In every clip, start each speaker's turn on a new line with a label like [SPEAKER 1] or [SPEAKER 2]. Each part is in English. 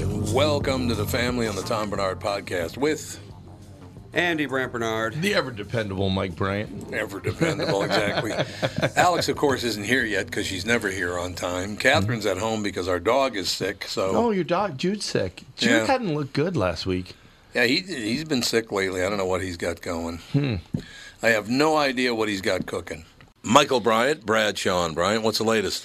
[SPEAKER 1] Welcome to the family on the Tom Bernard podcast with
[SPEAKER 2] Andy Brant Bernard.
[SPEAKER 3] The ever dependable Mike Bryant.
[SPEAKER 1] ever dependable, exactly. Alex, of course, isn't here yet because she's never here on time. Catherine's at home because our dog is sick.
[SPEAKER 3] Oh,
[SPEAKER 1] So
[SPEAKER 3] your dog Jude's sick. Jude
[SPEAKER 1] Yeah.
[SPEAKER 3] hadn't looked good last week.
[SPEAKER 1] yeah, he he's been sick lately. I don't know what he's got going. I have no idea what he's got cooking. Michael Bryant, Brad Sean Bryant. What's the latest?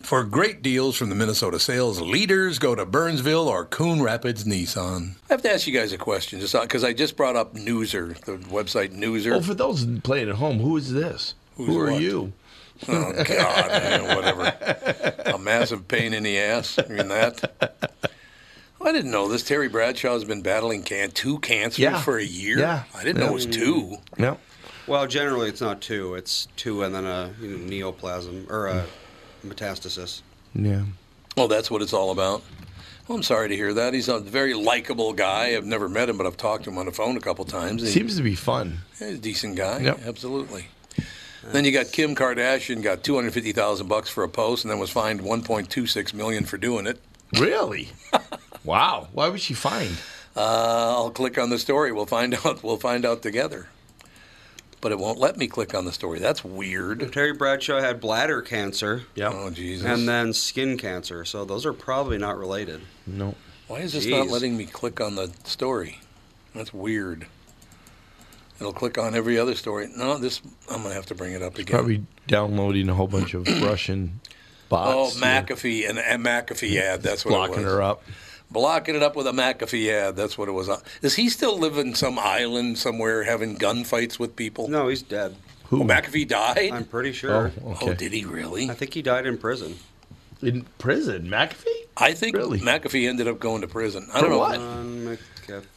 [SPEAKER 4] For great deals from the Minnesota sales leaders, go to Burnsville or Coon Rapids Nissan.
[SPEAKER 1] I have to ask you guys a question, just because I just brought up Newser, the website
[SPEAKER 4] Oh,
[SPEAKER 1] Newser.
[SPEAKER 3] well, for those playing at home, who is this? who are
[SPEAKER 1] what?
[SPEAKER 3] you?
[SPEAKER 1] Oh God, man, whatever. A massive pain in the ass. I mean that. I didn't know this. Terry Bradshaw has been battling can- two cancers
[SPEAKER 3] Yeah.
[SPEAKER 1] for a year.
[SPEAKER 3] Yeah.
[SPEAKER 1] I didn't know it was two.
[SPEAKER 3] No.
[SPEAKER 2] Well, generally it's not two. It's two and then a you know, neoplasm or a metastasis.
[SPEAKER 3] Yeah.
[SPEAKER 1] Well, that's what it's all about. Well, I'm sorry to hear that. He's a very likable guy. I've never met him, but I've talked to him on the phone a couple times. He-
[SPEAKER 3] Seems to be fun.
[SPEAKER 1] He's a decent guy.
[SPEAKER 3] Yep.
[SPEAKER 1] Absolutely. Then you got Kim Kardashian got 250,000 bucks for a post and then was fined 1.26 million for doing it.
[SPEAKER 3] Really? wow. Why was she fined?
[SPEAKER 1] Uh, I'll click on the story. We'll find out. We'll find out together. But it won't let me click on the story. That's weird.
[SPEAKER 2] Terry Bradshaw had bladder cancer
[SPEAKER 1] Oh Jesus!
[SPEAKER 2] and then skin cancer, so those are probably not related.
[SPEAKER 3] No.
[SPEAKER 1] Why is this not
[SPEAKER 2] Jeez.
[SPEAKER 1] letting me click on the story? That's weird. It'll click on every other story. No, this I'm gonna have to bring it up again.
[SPEAKER 3] Probably downloading a whole bunch of Russian
[SPEAKER 1] oh,
[SPEAKER 3] bots.
[SPEAKER 1] McAfee and, and McAfee ad. That's what
[SPEAKER 3] Blocking
[SPEAKER 1] it was.
[SPEAKER 3] her up.
[SPEAKER 1] Blocking it up with a McAfee ad. That's what it was. Uh, Is he still living some island somewhere, having gunfights with people?
[SPEAKER 2] No, he's dead.
[SPEAKER 3] Who?
[SPEAKER 1] Oh, McAfee died.
[SPEAKER 2] I'm pretty
[SPEAKER 3] Oh,
[SPEAKER 2] sure.
[SPEAKER 3] okay.
[SPEAKER 1] Oh, did he really?
[SPEAKER 2] I think he died in prison.
[SPEAKER 3] In prison, McAfee?
[SPEAKER 1] I think
[SPEAKER 3] Really?
[SPEAKER 1] McAfee ended up going to prison. I
[SPEAKER 3] For
[SPEAKER 1] don't know.
[SPEAKER 3] what?
[SPEAKER 2] Um, McAfee.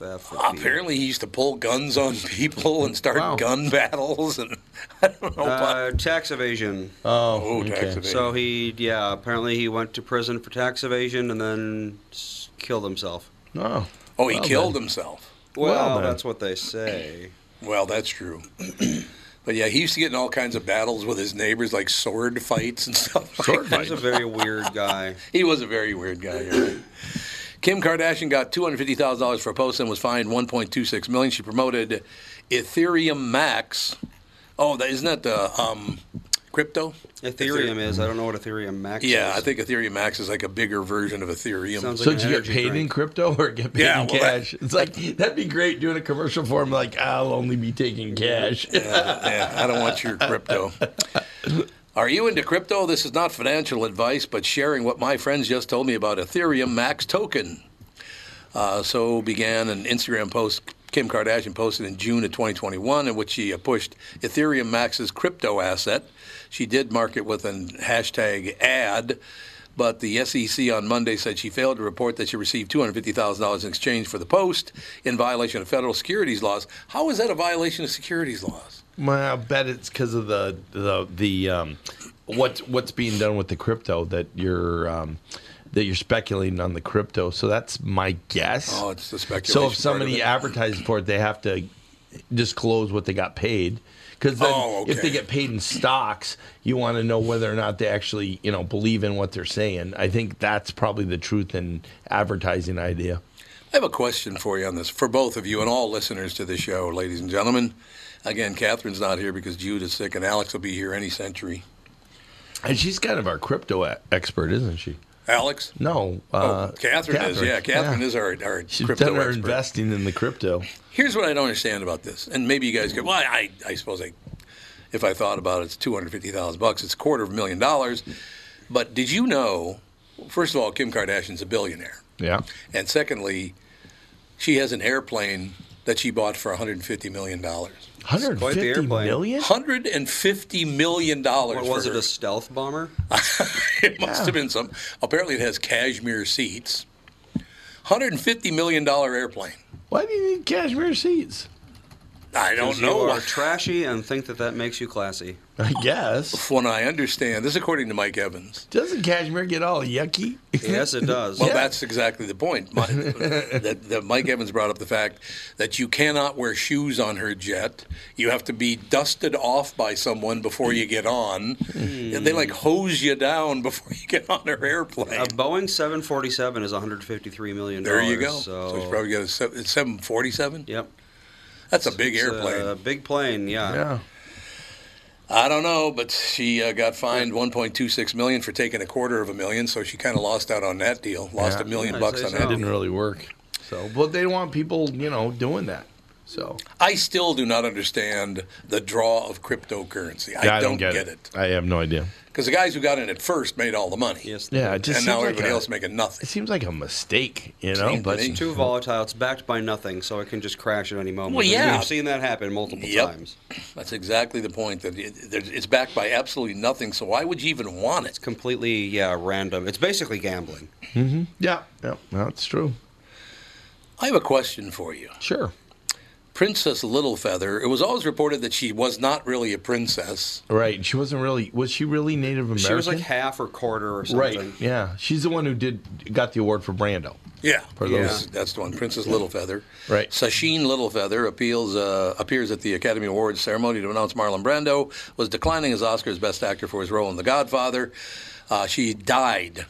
[SPEAKER 1] Oh, Apparently, he used to pull guns on people and start
[SPEAKER 3] Wow.
[SPEAKER 1] gun battles, and I don't know. why.
[SPEAKER 2] Uh, tax evasion.
[SPEAKER 3] Oh,
[SPEAKER 1] oh, tax evasion.
[SPEAKER 2] So he, yeah, apparently he went to prison for tax evasion and then s- killed himself.
[SPEAKER 3] Oh.
[SPEAKER 1] oh, he
[SPEAKER 3] Well,
[SPEAKER 1] killed
[SPEAKER 3] then.
[SPEAKER 1] himself.
[SPEAKER 2] Well,
[SPEAKER 3] Well, then.
[SPEAKER 2] that's what they say.
[SPEAKER 1] Well, that's true. but yeah, he used to get in all kinds of battles with his neighbors, like sword fights and stuff. like
[SPEAKER 3] Sword
[SPEAKER 1] that.
[SPEAKER 2] He's a very weird guy.
[SPEAKER 1] He was a very weird guy. you're right. Kim Kardashian got two hundred fifty thousand dollars for a post and was fined one point two six million. She promoted Ethereum Max. Oh, that, isn't that the um, crypto?
[SPEAKER 2] Ethereum is. I don't know what Ethereum Max is.
[SPEAKER 1] Yeah, I think Ethereum Max is like a bigger version of Ethereum.
[SPEAKER 2] Sounds
[SPEAKER 3] So
[SPEAKER 2] like
[SPEAKER 3] did
[SPEAKER 2] an
[SPEAKER 3] you get
[SPEAKER 2] energy
[SPEAKER 3] paid in
[SPEAKER 2] drink.
[SPEAKER 3] crypto or get paid
[SPEAKER 1] Yeah,
[SPEAKER 3] in
[SPEAKER 1] well, that-
[SPEAKER 3] cash? It's like that'd be great doing a commercial for him. Like I'll only be taking cash.
[SPEAKER 1] Yeah, I don't want your crypto. Are you into crypto? This is not financial advice, but sharing what my friends just told me about Ethereum Max token. Uh, so began an Instagram post Kim Kardashian posted in June of 2021, in which she uh, pushed Ethereum Max's crypto asset. She did mark it with an hashtag ad, but the SEC on Monday said she failed to report that she received $250,000 in exchange for the post in violation of federal securities laws. How is that a violation of securities laws?
[SPEAKER 5] Well, I bet it's because of the the the um, what's what's being done with the crypto that you're um, that you're speculating on the crypto. So that's my guess.
[SPEAKER 1] Oh, it's the speculation.
[SPEAKER 5] so
[SPEAKER 1] part
[SPEAKER 5] if
[SPEAKER 1] of
[SPEAKER 5] somebody
[SPEAKER 1] it.
[SPEAKER 5] advertises for it, they have to disclose what they got paid. Because then,
[SPEAKER 1] Oh, okay.
[SPEAKER 5] if they get paid in stocks, you want to know whether or not they actually, you know, believe in what they're saying. I think that's probably the truth in advertising idea.
[SPEAKER 1] I have a question for you on this, for both of you and all listeners to the show, ladies and gentlemen. Again, Catherine's not here because Jude is sick, and Alex will be here any century.
[SPEAKER 5] And she's kind of our crypto e- expert, isn't she?
[SPEAKER 1] Alex?
[SPEAKER 5] No,
[SPEAKER 1] oh, Catherine, is. Yeah, Catherine is our, our
[SPEAKER 5] Uh, She's
[SPEAKER 1] crypto
[SPEAKER 5] done her
[SPEAKER 1] expert.
[SPEAKER 5] investing in the crypto.
[SPEAKER 1] Here's what I don't understand about this, and maybe you guys could. Well, I, I suppose I, if I thought about it, it's two hundred fifty thousand bucks. It's a quarter of a million dollars. But did you know? First of all, Kim Kardashian's a billionaire,
[SPEAKER 5] Yeah,
[SPEAKER 1] and secondly, she has an airplane that she bought for one hundred and fifty million dollars.
[SPEAKER 5] hundred
[SPEAKER 2] quite the
[SPEAKER 5] fifty
[SPEAKER 2] airplane.
[SPEAKER 5] million.
[SPEAKER 1] Hundred and fifty million dollars.
[SPEAKER 2] What was
[SPEAKER 1] for
[SPEAKER 2] it?
[SPEAKER 1] her.
[SPEAKER 2] A stealth bomber?
[SPEAKER 1] it must have been some. Apparently, it has cashmere seats. Hundred and fifty million dollar airplane.
[SPEAKER 5] Why do you need cashmere seats?
[SPEAKER 1] I don't know.
[SPEAKER 2] You are trashy and think that that makes you classy.
[SPEAKER 5] I guess
[SPEAKER 1] When I understand this, is according to Mike Evans.
[SPEAKER 5] doesn't cashmere get all yucky?
[SPEAKER 2] Yes, it does.
[SPEAKER 1] Well, that's exactly the point. My, that, that Mike Evans brought up the fact that you cannot wear shoes on her jet. You have to be dusted off by someone before you get on. And They like hose you down before you get on her airplane.
[SPEAKER 2] a Boeing 747 is 153 million
[SPEAKER 1] there you go. So,
[SPEAKER 2] So,
[SPEAKER 1] you probably got a se- it's 747.
[SPEAKER 2] yep,
[SPEAKER 1] That's a big
[SPEAKER 2] It's uh,
[SPEAKER 1] airplane.
[SPEAKER 2] a big plane. Yeah.
[SPEAKER 5] Yeah.
[SPEAKER 1] I don't know, but she uh, got fined 1.26 million for taking a quarter of a million, so she kind of lost out on that deal. Lost a
[SPEAKER 5] Yeah.
[SPEAKER 1] million
[SPEAKER 2] I'd
[SPEAKER 1] bucks
[SPEAKER 2] say
[SPEAKER 1] on
[SPEAKER 2] so.
[SPEAKER 1] that.
[SPEAKER 5] It didn't really work. So, but they want people, you know, doing that. So
[SPEAKER 1] I still do not understand the draw of cryptocurrency. I, don't, get, it.
[SPEAKER 5] I have no idea.
[SPEAKER 1] Because the guys who got in at first made all the money.
[SPEAKER 2] Yes.
[SPEAKER 5] Yeah, it just
[SPEAKER 1] and
[SPEAKER 5] seems
[SPEAKER 1] now
[SPEAKER 5] like
[SPEAKER 1] everybody
[SPEAKER 5] a-
[SPEAKER 1] else making
[SPEAKER 5] It
[SPEAKER 1] nothing.
[SPEAKER 5] seems like a mistake, you know.
[SPEAKER 1] Seems
[SPEAKER 5] But
[SPEAKER 1] to me.
[SPEAKER 2] It's too volatile. It's backed by nothing, so it can just crash at any moment.
[SPEAKER 1] Well, yeah.
[SPEAKER 2] We've seen that happen multiple
[SPEAKER 1] Yep.
[SPEAKER 2] times.
[SPEAKER 1] That's exactly the point. That it, there's- it's backed by absolutely nothing. So why would you even want it?
[SPEAKER 2] Completely, yeah, random. It's basically gambling.
[SPEAKER 5] yeah, yeah, that's true.
[SPEAKER 1] I have a question for you.
[SPEAKER 5] Sure.
[SPEAKER 1] Princess Littlefeather. It was always reported that she was not really a princess.
[SPEAKER 5] Right. She wasn't really. Was she really Native American?
[SPEAKER 2] She was like half or quarter or something.
[SPEAKER 5] Right. Yeah. She's the one who did got the award for Brando.
[SPEAKER 1] Yeah,
[SPEAKER 5] For
[SPEAKER 1] yeah.
[SPEAKER 5] those-
[SPEAKER 1] that's the one. Princess Littlefeather.
[SPEAKER 5] Right.
[SPEAKER 1] Sasheen Littlefeather appeals uh, appears at the Academy Awards ceremony to announce Marlon Brando was declining his Oscar as Best Actor for his role in The Godfather. Uh, she died.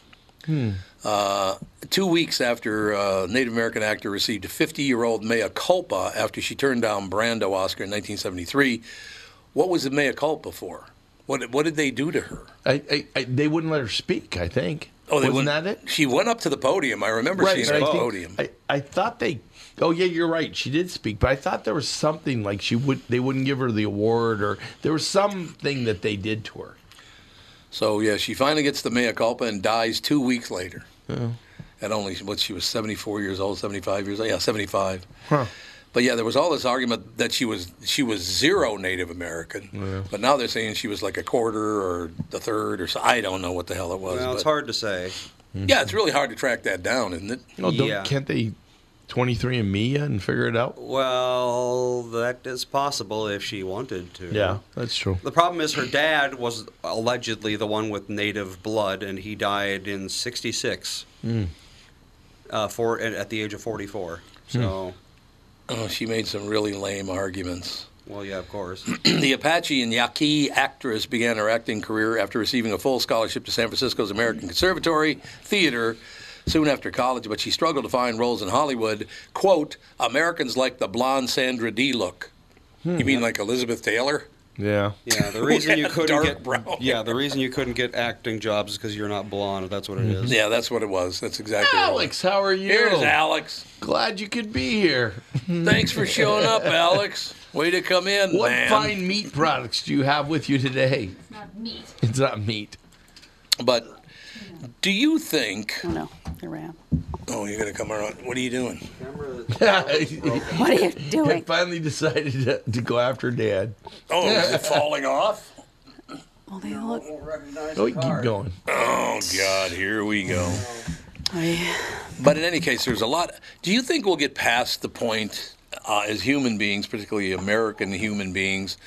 [SPEAKER 5] Hmm.
[SPEAKER 1] Uh, two weeks after uh, Native American actor received a 50 year old mea culpa after she turned down Brando Oscar in 1973, what was the mea culpa for? What, what did they do to her?
[SPEAKER 5] I, I, I they wouldn't let her speak. I think.
[SPEAKER 1] Oh, they
[SPEAKER 5] wasn't
[SPEAKER 1] went-
[SPEAKER 5] that it?
[SPEAKER 1] She went up to the podium. I remember seeing her at
[SPEAKER 5] but I
[SPEAKER 1] the
[SPEAKER 5] think-
[SPEAKER 1] podium.
[SPEAKER 5] I, I thought they. Oh yeah, you're right. She did speak, but I thought there was something like she would. They wouldn't give her the award, or there was something that they did to her.
[SPEAKER 1] So yeah, she finally gets the mea culpa and dies two weeks later. At only what she was seventy four years old, seventy five years old, yeah, seventy five. But yeah, there was all this argument that she was she was zero Native American, but now they're saying she was like a quarter or the third or so. I don't know what the hell it was.
[SPEAKER 2] Well, it's
[SPEAKER 1] but-
[SPEAKER 2] hard to say.
[SPEAKER 1] Yeah, it's really hard to track that down, isn't it?
[SPEAKER 5] No, don't,
[SPEAKER 2] Yeah.
[SPEAKER 5] can't they? Twenty three and me and figure it out.
[SPEAKER 2] Well, that is possible if she wanted to.
[SPEAKER 5] Yeah, that's true.
[SPEAKER 2] The problem is her dad was allegedly the one with native blood, and he died in '66
[SPEAKER 5] Mm.
[SPEAKER 2] uh, for at at the age of 44.
[SPEAKER 5] Hmm.
[SPEAKER 2] So,
[SPEAKER 1] Oh, she made some really lame arguments.
[SPEAKER 2] well, yeah, of course.
[SPEAKER 1] The Apache and Yaqui actress began her acting career after receiving a full scholarship to San Francisco's American Conservatory Theater soon after college, but she struggled to find roles in Hollywood. Quote, Americans like the blonde Sandra Dee look.
[SPEAKER 5] Hmm,
[SPEAKER 1] You mean like Elizabeth Taylor?
[SPEAKER 5] Yeah.
[SPEAKER 2] Yeah, the reason you couldn't
[SPEAKER 1] Dark
[SPEAKER 2] get
[SPEAKER 1] brown.
[SPEAKER 2] yeah the reason you couldn't get acting jobs is because you're not blonde. That's what it
[SPEAKER 5] Mm-hmm.
[SPEAKER 2] is.
[SPEAKER 1] Yeah, that's what it was. That's exactly what it was.
[SPEAKER 5] Alex, how are you?
[SPEAKER 1] Here's Alex.
[SPEAKER 5] Glad you could be here.
[SPEAKER 1] Thanks for showing up, Alex. Way to come in,
[SPEAKER 5] What
[SPEAKER 1] man.
[SPEAKER 5] fine meat products do you have with you today?
[SPEAKER 6] Not meat.
[SPEAKER 5] It's not meat.
[SPEAKER 1] But do you think
[SPEAKER 6] Oh no, here I am.
[SPEAKER 1] Oh, you're gonna come around. What are you doing?
[SPEAKER 5] he
[SPEAKER 6] What are you doing?
[SPEAKER 5] finally decided to, to go after dad.
[SPEAKER 1] Oh, is it falling off?
[SPEAKER 6] Well, they look.
[SPEAKER 5] Oh, you keep going.
[SPEAKER 1] Oh God, here we go.
[SPEAKER 6] Oh, yeah.
[SPEAKER 1] But in any case, there's a lot. Do you think we'll get past the point uh, as human beings, particularly American human beings,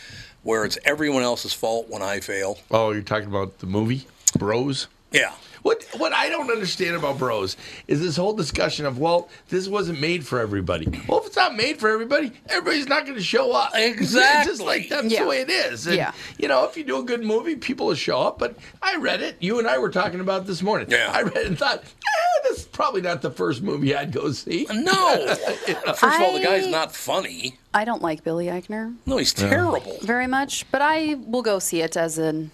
[SPEAKER 1] where it's everyone else's fault when I fail?
[SPEAKER 5] Oh, you're talking about the movie Bros.
[SPEAKER 1] Yeah.
[SPEAKER 5] What what I don't understand about Bros is this whole discussion of well, this wasn't made for everybody. Well, if it's not made for everybody, everybody's not going to show up. It's just
[SPEAKER 1] Exactly.
[SPEAKER 5] like that's
[SPEAKER 6] Yeah.
[SPEAKER 5] the way it is. And,
[SPEAKER 6] Yeah.
[SPEAKER 5] You know, if you do a good movie, people will show up. But I read it. You and I were talking about it this morning.
[SPEAKER 1] Yeah.
[SPEAKER 5] I read it and thought. "Eh, This is probably not the first movie I'd go see.
[SPEAKER 1] No. First of all, the guy's
[SPEAKER 6] I-
[SPEAKER 1] not funny.
[SPEAKER 6] I don't like Billy Eichner
[SPEAKER 1] No, he's terrible.
[SPEAKER 6] very much, but I will go see it as an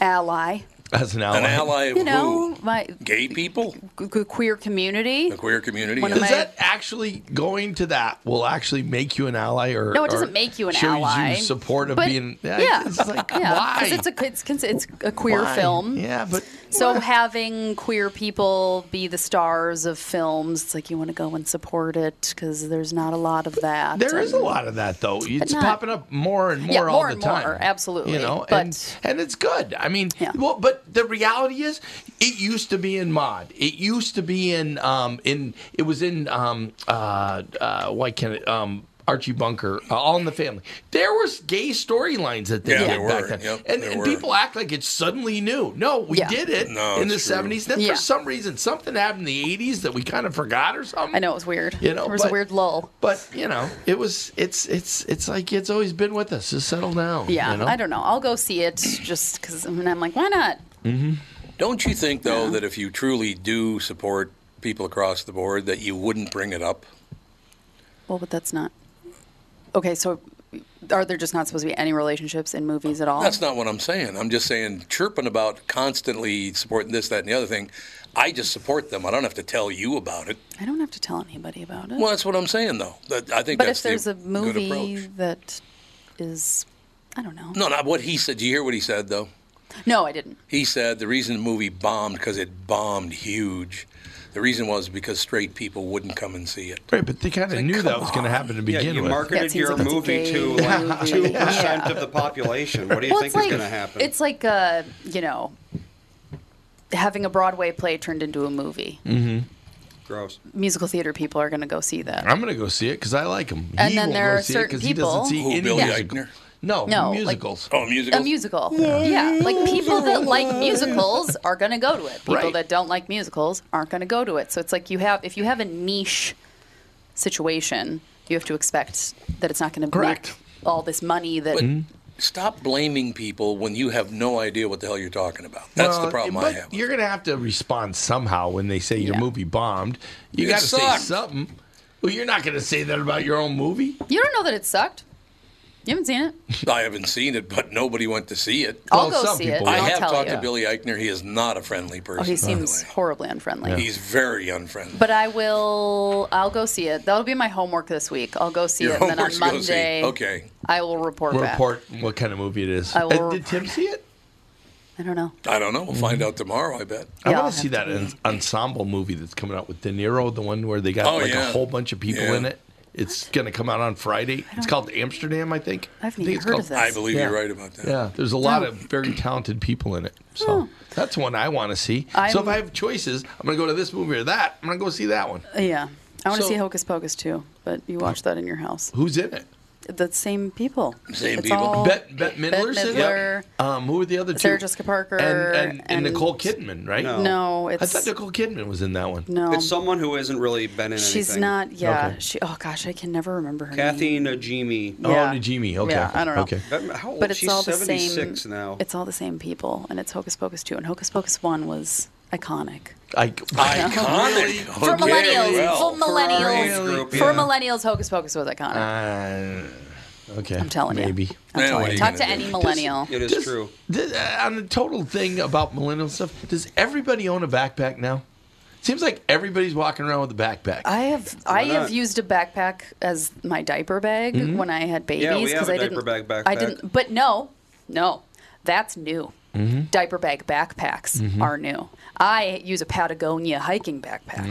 [SPEAKER 6] ally.
[SPEAKER 5] As an ally,
[SPEAKER 1] An ally of
[SPEAKER 6] You know,
[SPEAKER 1] who?
[SPEAKER 6] my
[SPEAKER 1] Gay people,
[SPEAKER 6] g- g- queer community.
[SPEAKER 1] the queer community.
[SPEAKER 6] One of
[SPEAKER 5] Does
[SPEAKER 6] my-
[SPEAKER 5] that actually going to that will actually make you an ally, or
[SPEAKER 6] No, it
[SPEAKER 5] or
[SPEAKER 6] doesn't make you an
[SPEAKER 5] shows
[SPEAKER 6] ally.
[SPEAKER 5] You support of
[SPEAKER 6] but-
[SPEAKER 5] being
[SPEAKER 6] yeah,
[SPEAKER 5] It's like
[SPEAKER 6] yeah,
[SPEAKER 5] why?
[SPEAKER 6] because it's a it's, cons- it's a queer
[SPEAKER 5] Why?
[SPEAKER 6] film.
[SPEAKER 5] Yeah, but
[SPEAKER 6] So
[SPEAKER 5] why?
[SPEAKER 6] having queer people be the stars of films, it's like you want to go and support it because there's not a lot of that.
[SPEAKER 5] there is a
[SPEAKER 6] And-
[SPEAKER 5] lot of that though. It's
[SPEAKER 6] not-
[SPEAKER 5] popping up more and more
[SPEAKER 6] Yeah,
[SPEAKER 5] all
[SPEAKER 6] more
[SPEAKER 5] the
[SPEAKER 6] and
[SPEAKER 5] time.
[SPEAKER 6] more, absolutely.
[SPEAKER 5] You know,
[SPEAKER 6] But-
[SPEAKER 5] and and it's good. I mean,
[SPEAKER 6] Yeah.
[SPEAKER 5] well, but the reality is, it used to be in mod. It used to be in um in it was in um uh uh why can't it um. Archie Bunker, uh, All in the Family. There was gay storylines that they
[SPEAKER 1] Yeah,
[SPEAKER 5] did
[SPEAKER 1] there
[SPEAKER 5] back
[SPEAKER 1] were.
[SPEAKER 5] then,
[SPEAKER 1] Yep,
[SPEAKER 5] and,
[SPEAKER 1] there
[SPEAKER 5] and
[SPEAKER 1] were.
[SPEAKER 5] people act like it's suddenly new. No, we
[SPEAKER 6] Yeah.
[SPEAKER 5] did it
[SPEAKER 1] No,
[SPEAKER 5] in the
[SPEAKER 1] it's true.
[SPEAKER 5] '70s. Then
[SPEAKER 6] Yeah.
[SPEAKER 5] for some reason, something happened in the '80s that we kind of forgot or something.
[SPEAKER 6] I know it was weird.
[SPEAKER 5] You know,
[SPEAKER 6] there was
[SPEAKER 5] but-
[SPEAKER 6] a weird lull.
[SPEAKER 5] But you know, it was it's it's it's like it's always been with us. Just settle down.
[SPEAKER 6] Yeah,
[SPEAKER 5] you know?
[SPEAKER 6] I don't know. I'll go see it just because I mean, I'm like, why not?
[SPEAKER 1] Don't you think though that if you truly do support people across the board, that you wouldn't bring it up?
[SPEAKER 6] Well, but that's not. Okay, so are there just not supposed to be any relationships in movies at all?
[SPEAKER 1] That's not what I'm saying. I'm just saying chirping about constantly supporting this, that, and the other thing. I just support them. I don't have to tell you about it.
[SPEAKER 6] I don't have to tell anybody about it.
[SPEAKER 1] Well, that's what I'm saying though. That, I think
[SPEAKER 6] but
[SPEAKER 1] that's
[SPEAKER 6] if there's
[SPEAKER 1] the
[SPEAKER 6] a
[SPEAKER 1] good
[SPEAKER 6] movie
[SPEAKER 1] approach.
[SPEAKER 6] that is, I don't know.
[SPEAKER 1] No, not what he said. Did you hear what he said though?
[SPEAKER 6] No, I didn't.
[SPEAKER 1] He said the reason the movie bombed because it bombed huge. The reason was because straight people wouldn't come and see it.
[SPEAKER 5] Right, but they kind of knew that was going to happen to
[SPEAKER 2] Yeah,
[SPEAKER 5] begin
[SPEAKER 2] you
[SPEAKER 5] with.
[SPEAKER 6] Yeah, it
[SPEAKER 2] marketed
[SPEAKER 6] seems
[SPEAKER 2] your
[SPEAKER 6] like it's a
[SPEAKER 2] movie
[SPEAKER 6] gay
[SPEAKER 2] to like
[SPEAKER 6] movie.
[SPEAKER 2] two percent
[SPEAKER 6] Yeah.
[SPEAKER 2] of the population. What do you
[SPEAKER 6] Well,
[SPEAKER 2] think
[SPEAKER 6] it's like
[SPEAKER 2] is going to happen?
[SPEAKER 6] it's like uh, you know, having a Broadway play turned into a movie.
[SPEAKER 1] Mm.
[SPEAKER 2] gross.
[SPEAKER 6] Musical theater people are going to go see that.
[SPEAKER 5] I'm going to go see it because I like him.
[SPEAKER 6] And
[SPEAKER 5] he
[SPEAKER 6] then
[SPEAKER 5] won't
[SPEAKER 6] there
[SPEAKER 5] go
[SPEAKER 6] are
[SPEAKER 5] see it
[SPEAKER 6] certain
[SPEAKER 5] 'cause he doesn't
[SPEAKER 6] people-
[SPEAKER 5] see
[SPEAKER 1] Who,
[SPEAKER 5] any
[SPEAKER 1] Billy
[SPEAKER 5] musical-
[SPEAKER 1] Eichner?
[SPEAKER 5] No,
[SPEAKER 6] No, like-
[SPEAKER 5] musicals.
[SPEAKER 1] Oh, musicals.
[SPEAKER 6] A musical. Yeah. Like people that like musicals are going to go to it. People
[SPEAKER 5] Right.
[SPEAKER 6] that don't like musicals aren't going to go to it. So it's like you have, if you have a niche situation, you have to expect that it's not going to make
[SPEAKER 5] Correct.
[SPEAKER 6] all this money that.
[SPEAKER 1] But stop blaming people when you have no idea what the hell you're talking about. That's
[SPEAKER 5] Well,
[SPEAKER 1] the problem
[SPEAKER 5] Uh, but
[SPEAKER 1] I have.
[SPEAKER 5] You're going to have to respond somehow when they say your
[SPEAKER 6] Yeah.
[SPEAKER 5] movie bombed. You
[SPEAKER 1] It
[SPEAKER 5] got to say
[SPEAKER 1] sucked.
[SPEAKER 5] something. Well, you're not going to say that about your own movie.
[SPEAKER 6] You don't know that it sucked. You haven't seen it.
[SPEAKER 1] I haven't seen it, but nobody went to see it.
[SPEAKER 6] I'll
[SPEAKER 5] Well,
[SPEAKER 6] go
[SPEAKER 5] some
[SPEAKER 6] see it.
[SPEAKER 5] people
[SPEAKER 6] And
[SPEAKER 1] I
[SPEAKER 5] will.
[SPEAKER 6] I'll
[SPEAKER 1] have
[SPEAKER 6] tell
[SPEAKER 1] talked
[SPEAKER 6] you.
[SPEAKER 1] to Billy Eichner. He is not a friendly person.
[SPEAKER 6] Oh, he
[SPEAKER 1] by the
[SPEAKER 6] seems
[SPEAKER 1] way.
[SPEAKER 6] horribly unfriendly.
[SPEAKER 1] He's very unfriendly.
[SPEAKER 6] But I will. I'll go see it. That'll be my homework this week. I'll go see
[SPEAKER 1] Your
[SPEAKER 6] it, and then
[SPEAKER 1] homework's
[SPEAKER 6] on
[SPEAKER 1] go see
[SPEAKER 6] Monday,
[SPEAKER 1] it. Okay.
[SPEAKER 6] I will report back.
[SPEAKER 5] Report what kind of movie it is.
[SPEAKER 6] I will-
[SPEAKER 5] Uh, Did Tim see it?
[SPEAKER 6] I don't know.
[SPEAKER 1] I don't know. We'll find
[SPEAKER 5] Mm-hmm.
[SPEAKER 1] out tomorrow. I bet.
[SPEAKER 5] I
[SPEAKER 6] Yeah, I'll
[SPEAKER 5] want to
[SPEAKER 6] have
[SPEAKER 5] see
[SPEAKER 6] to
[SPEAKER 5] that en- ensemble movie that's coming out with De Niro, the one where they got
[SPEAKER 1] Oh,
[SPEAKER 5] like
[SPEAKER 1] yeah.
[SPEAKER 5] a whole bunch of people
[SPEAKER 1] Yeah.
[SPEAKER 5] in it. It's going to come out on Friday. It's called Amsterdam, I think.
[SPEAKER 6] I haven't
[SPEAKER 5] think
[SPEAKER 6] even
[SPEAKER 5] it's
[SPEAKER 6] heard
[SPEAKER 5] called-
[SPEAKER 6] of that.
[SPEAKER 1] I believe
[SPEAKER 5] Yeah.
[SPEAKER 1] you're right about that.
[SPEAKER 5] Yeah, there's a lot of very talented people in it. So that's one I want to see. so if
[SPEAKER 6] I'm-
[SPEAKER 5] I have choices, I'm going to go to this movie or that. I'm going to go see that one.
[SPEAKER 6] Yeah. I want to
[SPEAKER 5] So-
[SPEAKER 6] see Hocus Pocus too, but you watch that in your house.
[SPEAKER 5] Who's in it?
[SPEAKER 6] The same people.
[SPEAKER 1] Same
[SPEAKER 6] It's
[SPEAKER 1] people?
[SPEAKER 6] all
[SPEAKER 5] Bet Bette Midler's in
[SPEAKER 6] Midler.
[SPEAKER 5] it. Um, who were the other two?
[SPEAKER 6] Sarah Jessica Parker
[SPEAKER 5] and, and, and,
[SPEAKER 6] and-
[SPEAKER 5] Nicole Kidman, right?
[SPEAKER 2] No.
[SPEAKER 6] No,
[SPEAKER 5] I
[SPEAKER 6] it's
[SPEAKER 5] thought Nicole Kidman was in that one.
[SPEAKER 6] no.
[SPEAKER 2] It's someone who hasn't really been in anything.
[SPEAKER 6] She's not. Yeah.
[SPEAKER 5] Okay.
[SPEAKER 6] She. Oh gosh, I can never remember her name.
[SPEAKER 2] Kathy Najimy.
[SPEAKER 5] Oh, Najimy. Okay.
[SPEAKER 6] Yeah, I don't know.
[SPEAKER 5] Okay.
[SPEAKER 2] Um, How old?
[SPEAKER 6] But it's
[SPEAKER 2] She's
[SPEAKER 6] all the
[SPEAKER 2] 76
[SPEAKER 6] same.
[SPEAKER 2] now.
[SPEAKER 6] It's all the same people, and it's Hocus Pocus two, and Hocus Pocus one was iconic.
[SPEAKER 5] I,
[SPEAKER 1] Iconic.
[SPEAKER 6] For
[SPEAKER 1] Okay,
[SPEAKER 6] millennials,
[SPEAKER 1] Oh, well.
[SPEAKER 6] for millennials,
[SPEAKER 2] age group,
[SPEAKER 6] for
[SPEAKER 2] yeah.
[SPEAKER 6] millennials, Hocus Pocus was iconic.
[SPEAKER 5] Uh, okay.
[SPEAKER 6] I'm telling you.
[SPEAKER 5] Maybe.
[SPEAKER 6] I'm
[SPEAKER 1] Yeah,
[SPEAKER 6] telling
[SPEAKER 1] what are
[SPEAKER 6] you.
[SPEAKER 1] you
[SPEAKER 6] Talk
[SPEAKER 1] gonna
[SPEAKER 6] to
[SPEAKER 1] do?
[SPEAKER 6] any millennial.
[SPEAKER 2] It is
[SPEAKER 5] Does-
[SPEAKER 2] true.
[SPEAKER 5] does- uh, on the total thing about millennial stuff, does everybody own a backpack now? Seems like everybody's walking around with a backpack.
[SPEAKER 6] I have I have
[SPEAKER 2] not? Mm-hmm.
[SPEAKER 6] used a backpack as my diaper bag when I had
[SPEAKER 2] we
[SPEAKER 6] babies
[SPEAKER 2] have a
[SPEAKER 6] I
[SPEAKER 2] diaper
[SPEAKER 6] didn't
[SPEAKER 2] bag
[SPEAKER 6] I
[SPEAKER 2] backpack. Mm-hmm.
[SPEAKER 6] didn't but no. No. That's new. diaper bag backpacks are new. I use a Patagonia hiking backpack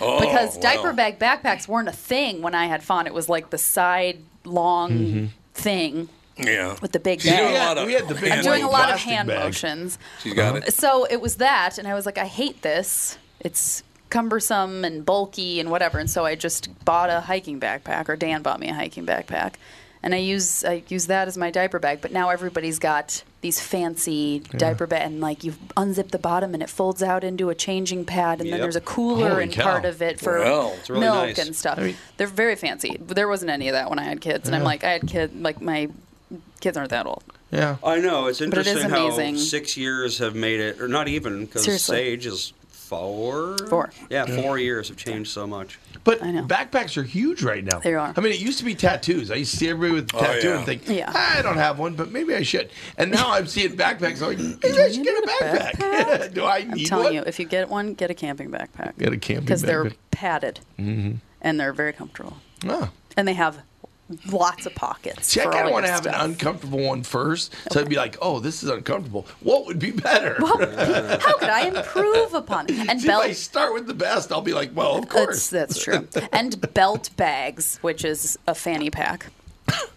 [SPEAKER 1] Oh,
[SPEAKER 6] because
[SPEAKER 1] wow.
[SPEAKER 6] diaper bag backpacks weren't a thing when I had fun. It was like the side long
[SPEAKER 2] Mm-hmm.
[SPEAKER 6] thing
[SPEAKER 1] Yeah.
[SPEAKER 6] with the big
[SPEAKER 1] She's doing
[SPEAKER 6] bag.
[SPEAKER 1] a lot of.
[SPEAKER 5] we had the big
[SPEAKER 1] hand
[SPEAKER 6] I'm doing a
[SPEAKER 1] motions.
[SPEAKER 6] lot of
[SPEAKER 5] Plastic
[SPEAKER 6] hand
[SPEAKER 5] bag.
[SPEAKER 6] motions.
[SPEAKER 1] She's got it.
[SPEAKER 6] So it was that, and I was like, I hate this. It's cumbersome and bulky and whatever. And so I just bought a hiking backpack, or Dan bought me a hiking backpack, and I use I use that as my diaper bag. But now everybody's got these fancy diaper bag, and like you unzip the bottom and it folds out into a changing pad, and then
[SPEAKER 2] Yep.
[SPEAKER 6] there's a cooler
[SPEAKER 5] Holy
[SPEAKER 6] in
[SPEAKER 5] cow.
[SPEAKER 6] part of it for
[SPEAKER 1] Wow. It's
[SPEAKER 2] really
[SPEAKER 6] milk
[SPEAKER 2] nice.
[SPEAKER 6] and stuff.
[SPEAKER 5] I mean-
[SPEAKER 6] They're very fancy. There wasn't any of that when I had kids, and I'm
[SPEAKER 5] Yeah.
[SPEAKER 6] like, I had kid like my kids aren't that old.
[SPEAKER 5] Yeah.
[SPEAKER 2] I know it's
[SPEAKER 6] it is
[SPEAKER 2] interesting how
[SPEAKER 6] amazing.
[SPEAKER 2] six years have made it, or not even because
[SPEAKER 6] Seriously.
[SPEAKER 2] Sage is four.
[SPEAKER 6] Four.
[SPEAKER 2] Yeah, four years have changed so much.
[SPEAKER 5] But
[SPEAKER 6] I know.
[SPEAKER 5] backpacks are huge right now.
[SPEAKER 6] They are.
[SPEAKER 5] I mean, it used to be tattoos. I used to see everybody
[SPEAKER 2] Oh,
[SPEAKER 5] with a tattoo
[SPEAKER 1] yeah.
[SPEAKER 5] and think,
[SPEAKER 6] Yeah.
[SPEAKER 5] I don't have one, but maybe I should. And now I'm seeing backpacks. I'm like, maybe I should get a backpack. Do I need
[SPEAKER 6] I'm telling
[SPEAKER 5] one?
[SPEAKER 6] you, if you get one, get a camping backpack.
[SPEAKER 5] Get a camping
[SPEAKER 6] because they're
[SPEAKER 5] backpack. Mm-hmm.
[SPEAKER 6] padded and they're very comfortable,
[SPEAKER 5] Oh.
[SPEAKER 6] and they have lots of pockets.
[SPEAKER 5] See, I
[SPEAKER 6] for all
[SPEAKER 5] kind of
[SPEAKER 6] your
[SPEAKER 5] want to have
[SPEAKER 6] stuff.
[SPEAKER 5] an uncomfortable one first. So I'd be like, oh, this is uncomfortable. What would be better?
[SPEAKER 6] Well, how could I improve upon it? And
[SPEAKER 5] See, if I
[SPEAKER 6] belt.
[SPEAKER 5] start with the best, I'll be like, well, of
[SPEAKER 6] That's
[SPEAKER 5] course.
[SPEAKER 6] that's true. And belt bags, which is a fanny pack.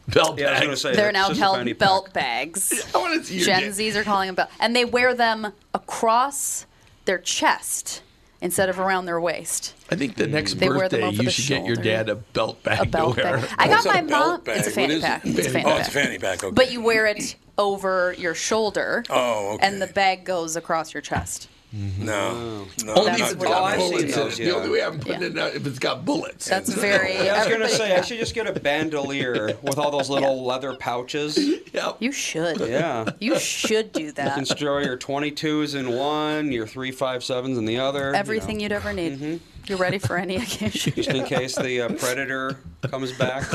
[SPEAKER 5] Belt
[SPEAKER 2] Yeah, I was
[SPEAKER 5] bag.
[SPEAKER 2] gonna say
[SPEAKER 6] They're
[SPEAKER 2] it's
[SPEAKER 6] now
[SPEAKER 2] just a fanny
[SPEAKER 6] called belt
[SPEAKER 2] pack.
[SPEAKER 6] bags.
[SPEAKER 5] I want to see your
[SPEAKER 6] Gen
[SPEAKER 5] dick.
[SPEAKER 6] Zs are calling them belt, and they wear them across their chest instead of around their waist.
[SPEAKER 5] I think the next
[SPEAKER 6] They wear them
[SPEAKER 5] birthday,
[SPEAKER 6] over
[SPEAKER 5] you
[SPEAKER 6] the
[SPEAKER 5] should get your
[SPEAKER 6] shoulder.
[SPEAKER 5] dad a belt bag
[SPEAKER 6] A belt
[SPEAKER 5] to wear.
[SPEAKER 6] bag. I got
[SPEAKER 1] What's
[SPEAKER 6] my
[SPEAKER 1] a belt
[SPEAKER 6] mom.
[SPEAKER 1] bag?
[SPEAKER 6] It's a
[SPEAKER 1] What
[SPEAKER 6] fanny
[SPEAKER 1] is it?
[SPEAKER 6] pack. It's a fanny
[SPEAKER 1] Oh,
[SPEAKER 6] pack.
[SPEAKER 1] it's a fanny pack. Okay.
[SPEAKER 6] But you wear it over your shoulder.
[SPEAKER 1] Oh, okay.
[SPEAKER 6] And the bag goes across your chest.
[SPEAKER 1] No. No.
[SPEAKER 5] Only
[SPEAKER 6] That's
[SPEAKER 5] if it's
[SPEAKER 6] what
[SPEAKER 5] got
[SPEAKER 6] I've seen
[SPEAKER 5] bullets in it.
[SPEAKER 2] those,
[SPEAKER 5] The only
[SPEAKER 2] yeah.
[SPEAKER 5] way I'm putting it out if it's got bullets.
[SPEAKER 6] That's very.
[SPEAKER 2] Yeah, I was gonna
[SPEAKER 6] everybody-
[SPEAKER 2] say I should just get a bandolier with all those little leather pouches.
[SPEAKER 5] Yep.
[SPEAKER 6] You should.
[SPEAKER 2] Yeah.
[SPEAKER 6] You should do
[SPEAKER 2] You
[SPEAKER 6] that.
[SPEAKER 2] can store your 22s in one, your 357s in the other. you Mm-hmm. know,
[SPEAKER 6] Everything you'd ever need. You're ready for any occasion.
[SPEAKER 2] just in case the uh, predator comes back.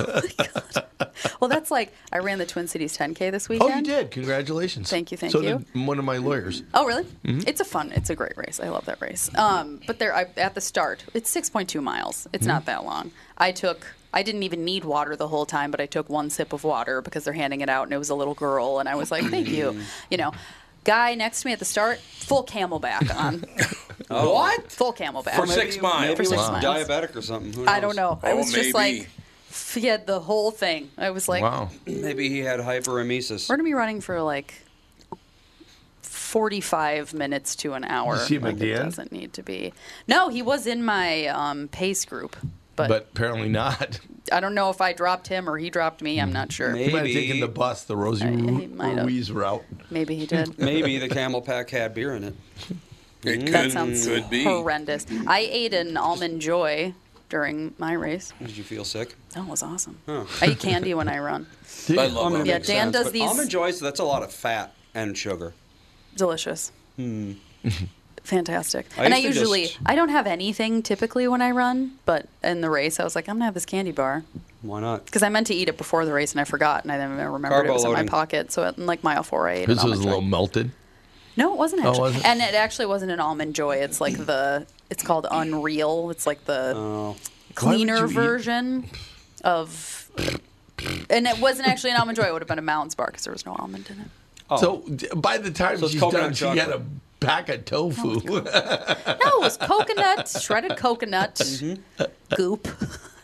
[SPEAKER 6] Well, that's like I ran the Twin Cities 10K this
[SPEAKER 5] Oh,
[SPEAKER 6] weekend.
[SPEAKER 5] you did! Congratulations.
[SPEAKER 6] Thank you, thank
[SPEAKER 5] so
[SPEAKER 6] you.
[SPEAKER 5] did one of my lawyers.
[SPEAKER 6] Oh, really? It's a fun. It's a great race. I love that race. Um, but there, I, at the start, it's 6.2 miles. It's not that long. I took. I didn't even need water the whole time, but I took one sip of water because they're handing it out, and it was a little girl, and I was like, "Thank you," you know. Guy next to me at the start, full camelback on,
[SPEAKER 2] What?
[SPEAKER 6] full camelback.
[SPEAKER 1] For six miles.
[SPEAKER 2] Maybe
[SPEAKER 6] For
[SPEAKER 2] he
[SPEAKER 6] six
[SPEAKER 2] was
[SPEAKER 6] miles.
[SPEAKER 2] diabetic or something. Who
[SPEAKER 6] I don't
[SPEAKER 2] knows?
[SPEAKER 6] know. I
[SPEAKER 1] Oh,
[SPEAKER 6] was just
[SPEAKER 1] maybe.
[SPEAKER 6] like, f- yeah, the whole thing. I was like,
[SPEAKER 5] Wow.
[SPEAKER 2] Maybe he had hyperemesis.
[SPEAKER 6] we're gonna be running for like. 45 minutes to an hour.
[SPEAKER 5] see him at
[SPEAKER 6] Like,
[SPEAKER 5] the
[SPEAKER 6] it
[SPEAKER 5] end?
[SPEAKER 6] doesn't need to be. No, he was in my um, pace group, but,
[SPEAKER 5] But apparently not.
[SPEAKER 6] I don't know if I dropped him or he dropped me. I'm not sure.
[SPEAKER 2] Maybe.
[SPEAKER 5] He might have taken the bus, the Rosie
[SPEAKER 6] he might have.
[SPEAKER 5] Ruiz route.
[SPEAKER 6] Maybe he did.
[SPEAKER 2] Maybe the camel pack had beer in it.
[SPEAKER 1] It could,
[SPEAKER 6] That sounds
[SPEAKER 1] could be.
[SPEAKER 6] horrendous. I ate an almond joy during my race.
[SPEAKER 2] Did you feel sick?
[SPEAKER 6] That was awesome.
[SPEAKER 2] Oh.
[SPEAKER 6] I eat candy when I run.
[SPEAKER 1] I love
[SPEAKER 2] Almond
[SPEAKER 1] it.
[SPEAKER 6] Yeah,
[SPEAKER 2] makes
[SPEAKER 6] Dan
[SPEAKER 2] sense,
[SPEAKER 6] does
[SPEAKER 2] but
[SPEAKER 6] these-
[SPEAKER 2] Almond joys, that's a lot of fat and sugar.
[SPEAKER 6] Delicious. Fantastic.
[SPEAKER 2] Hmm. I
[SPEAKER 6] and I
[SPEAKER 2] used to
[SPEAKER 6] usually
[SPEAKER 2] just-
[SPEAKER 6] I don't have anything typically when I run, but in the race I was like I'm gonna have this candy bar
[SPEAKER 2] Why not?
[SPEAKER 6] because I meant to eat it before the race and I forgot and I then remembered it
[SPEAKER 2] Carbo
[SPEAKER 6] was in
[SPEAKER 2] loading.
[SPEAKER 6] my pocket. So at like mile four, I ate an
[SPEAKER 5] This was
[SPEAKER 6] almond
[SPEAKER 5] a
[SPEAKER 6] joy.
[SPEAKER 5] little melted.
[SPEAKER 6] No, it wasn't actually.
[SPEAKER 5] was it?
[SPEAKER 6] And it actually wasn't an almond joy. It's like the it's called Unreal. It's like the
[SPEAKER 2] Oh,
[SPEAKER 5] Why would you
[SPEAKER 6] cleaner
[SPEAKER 5] eat-
[SPEAKER 6] version of. And it wasn't actually an almond joy. It would have been a mountain's bar because there was no almond in it.
[SPEAKER 5] So d- by the
[SPEAKER 2] Oh.
[SPEAKER 5] time
[SPEAKER 2] So it's
[SPEAKER 5] she's
[SPEAKER 2] coconut
[SPEAKER 5] done, she had a
[SPEAKER 2] chocolate.
[SPEAKER 5] pack of tofu.
[SPEAKER 6] No, it was coconut, shredded coconut,
[SPEAKER 2] Mm-hmm.
[SPEAKER 6] goop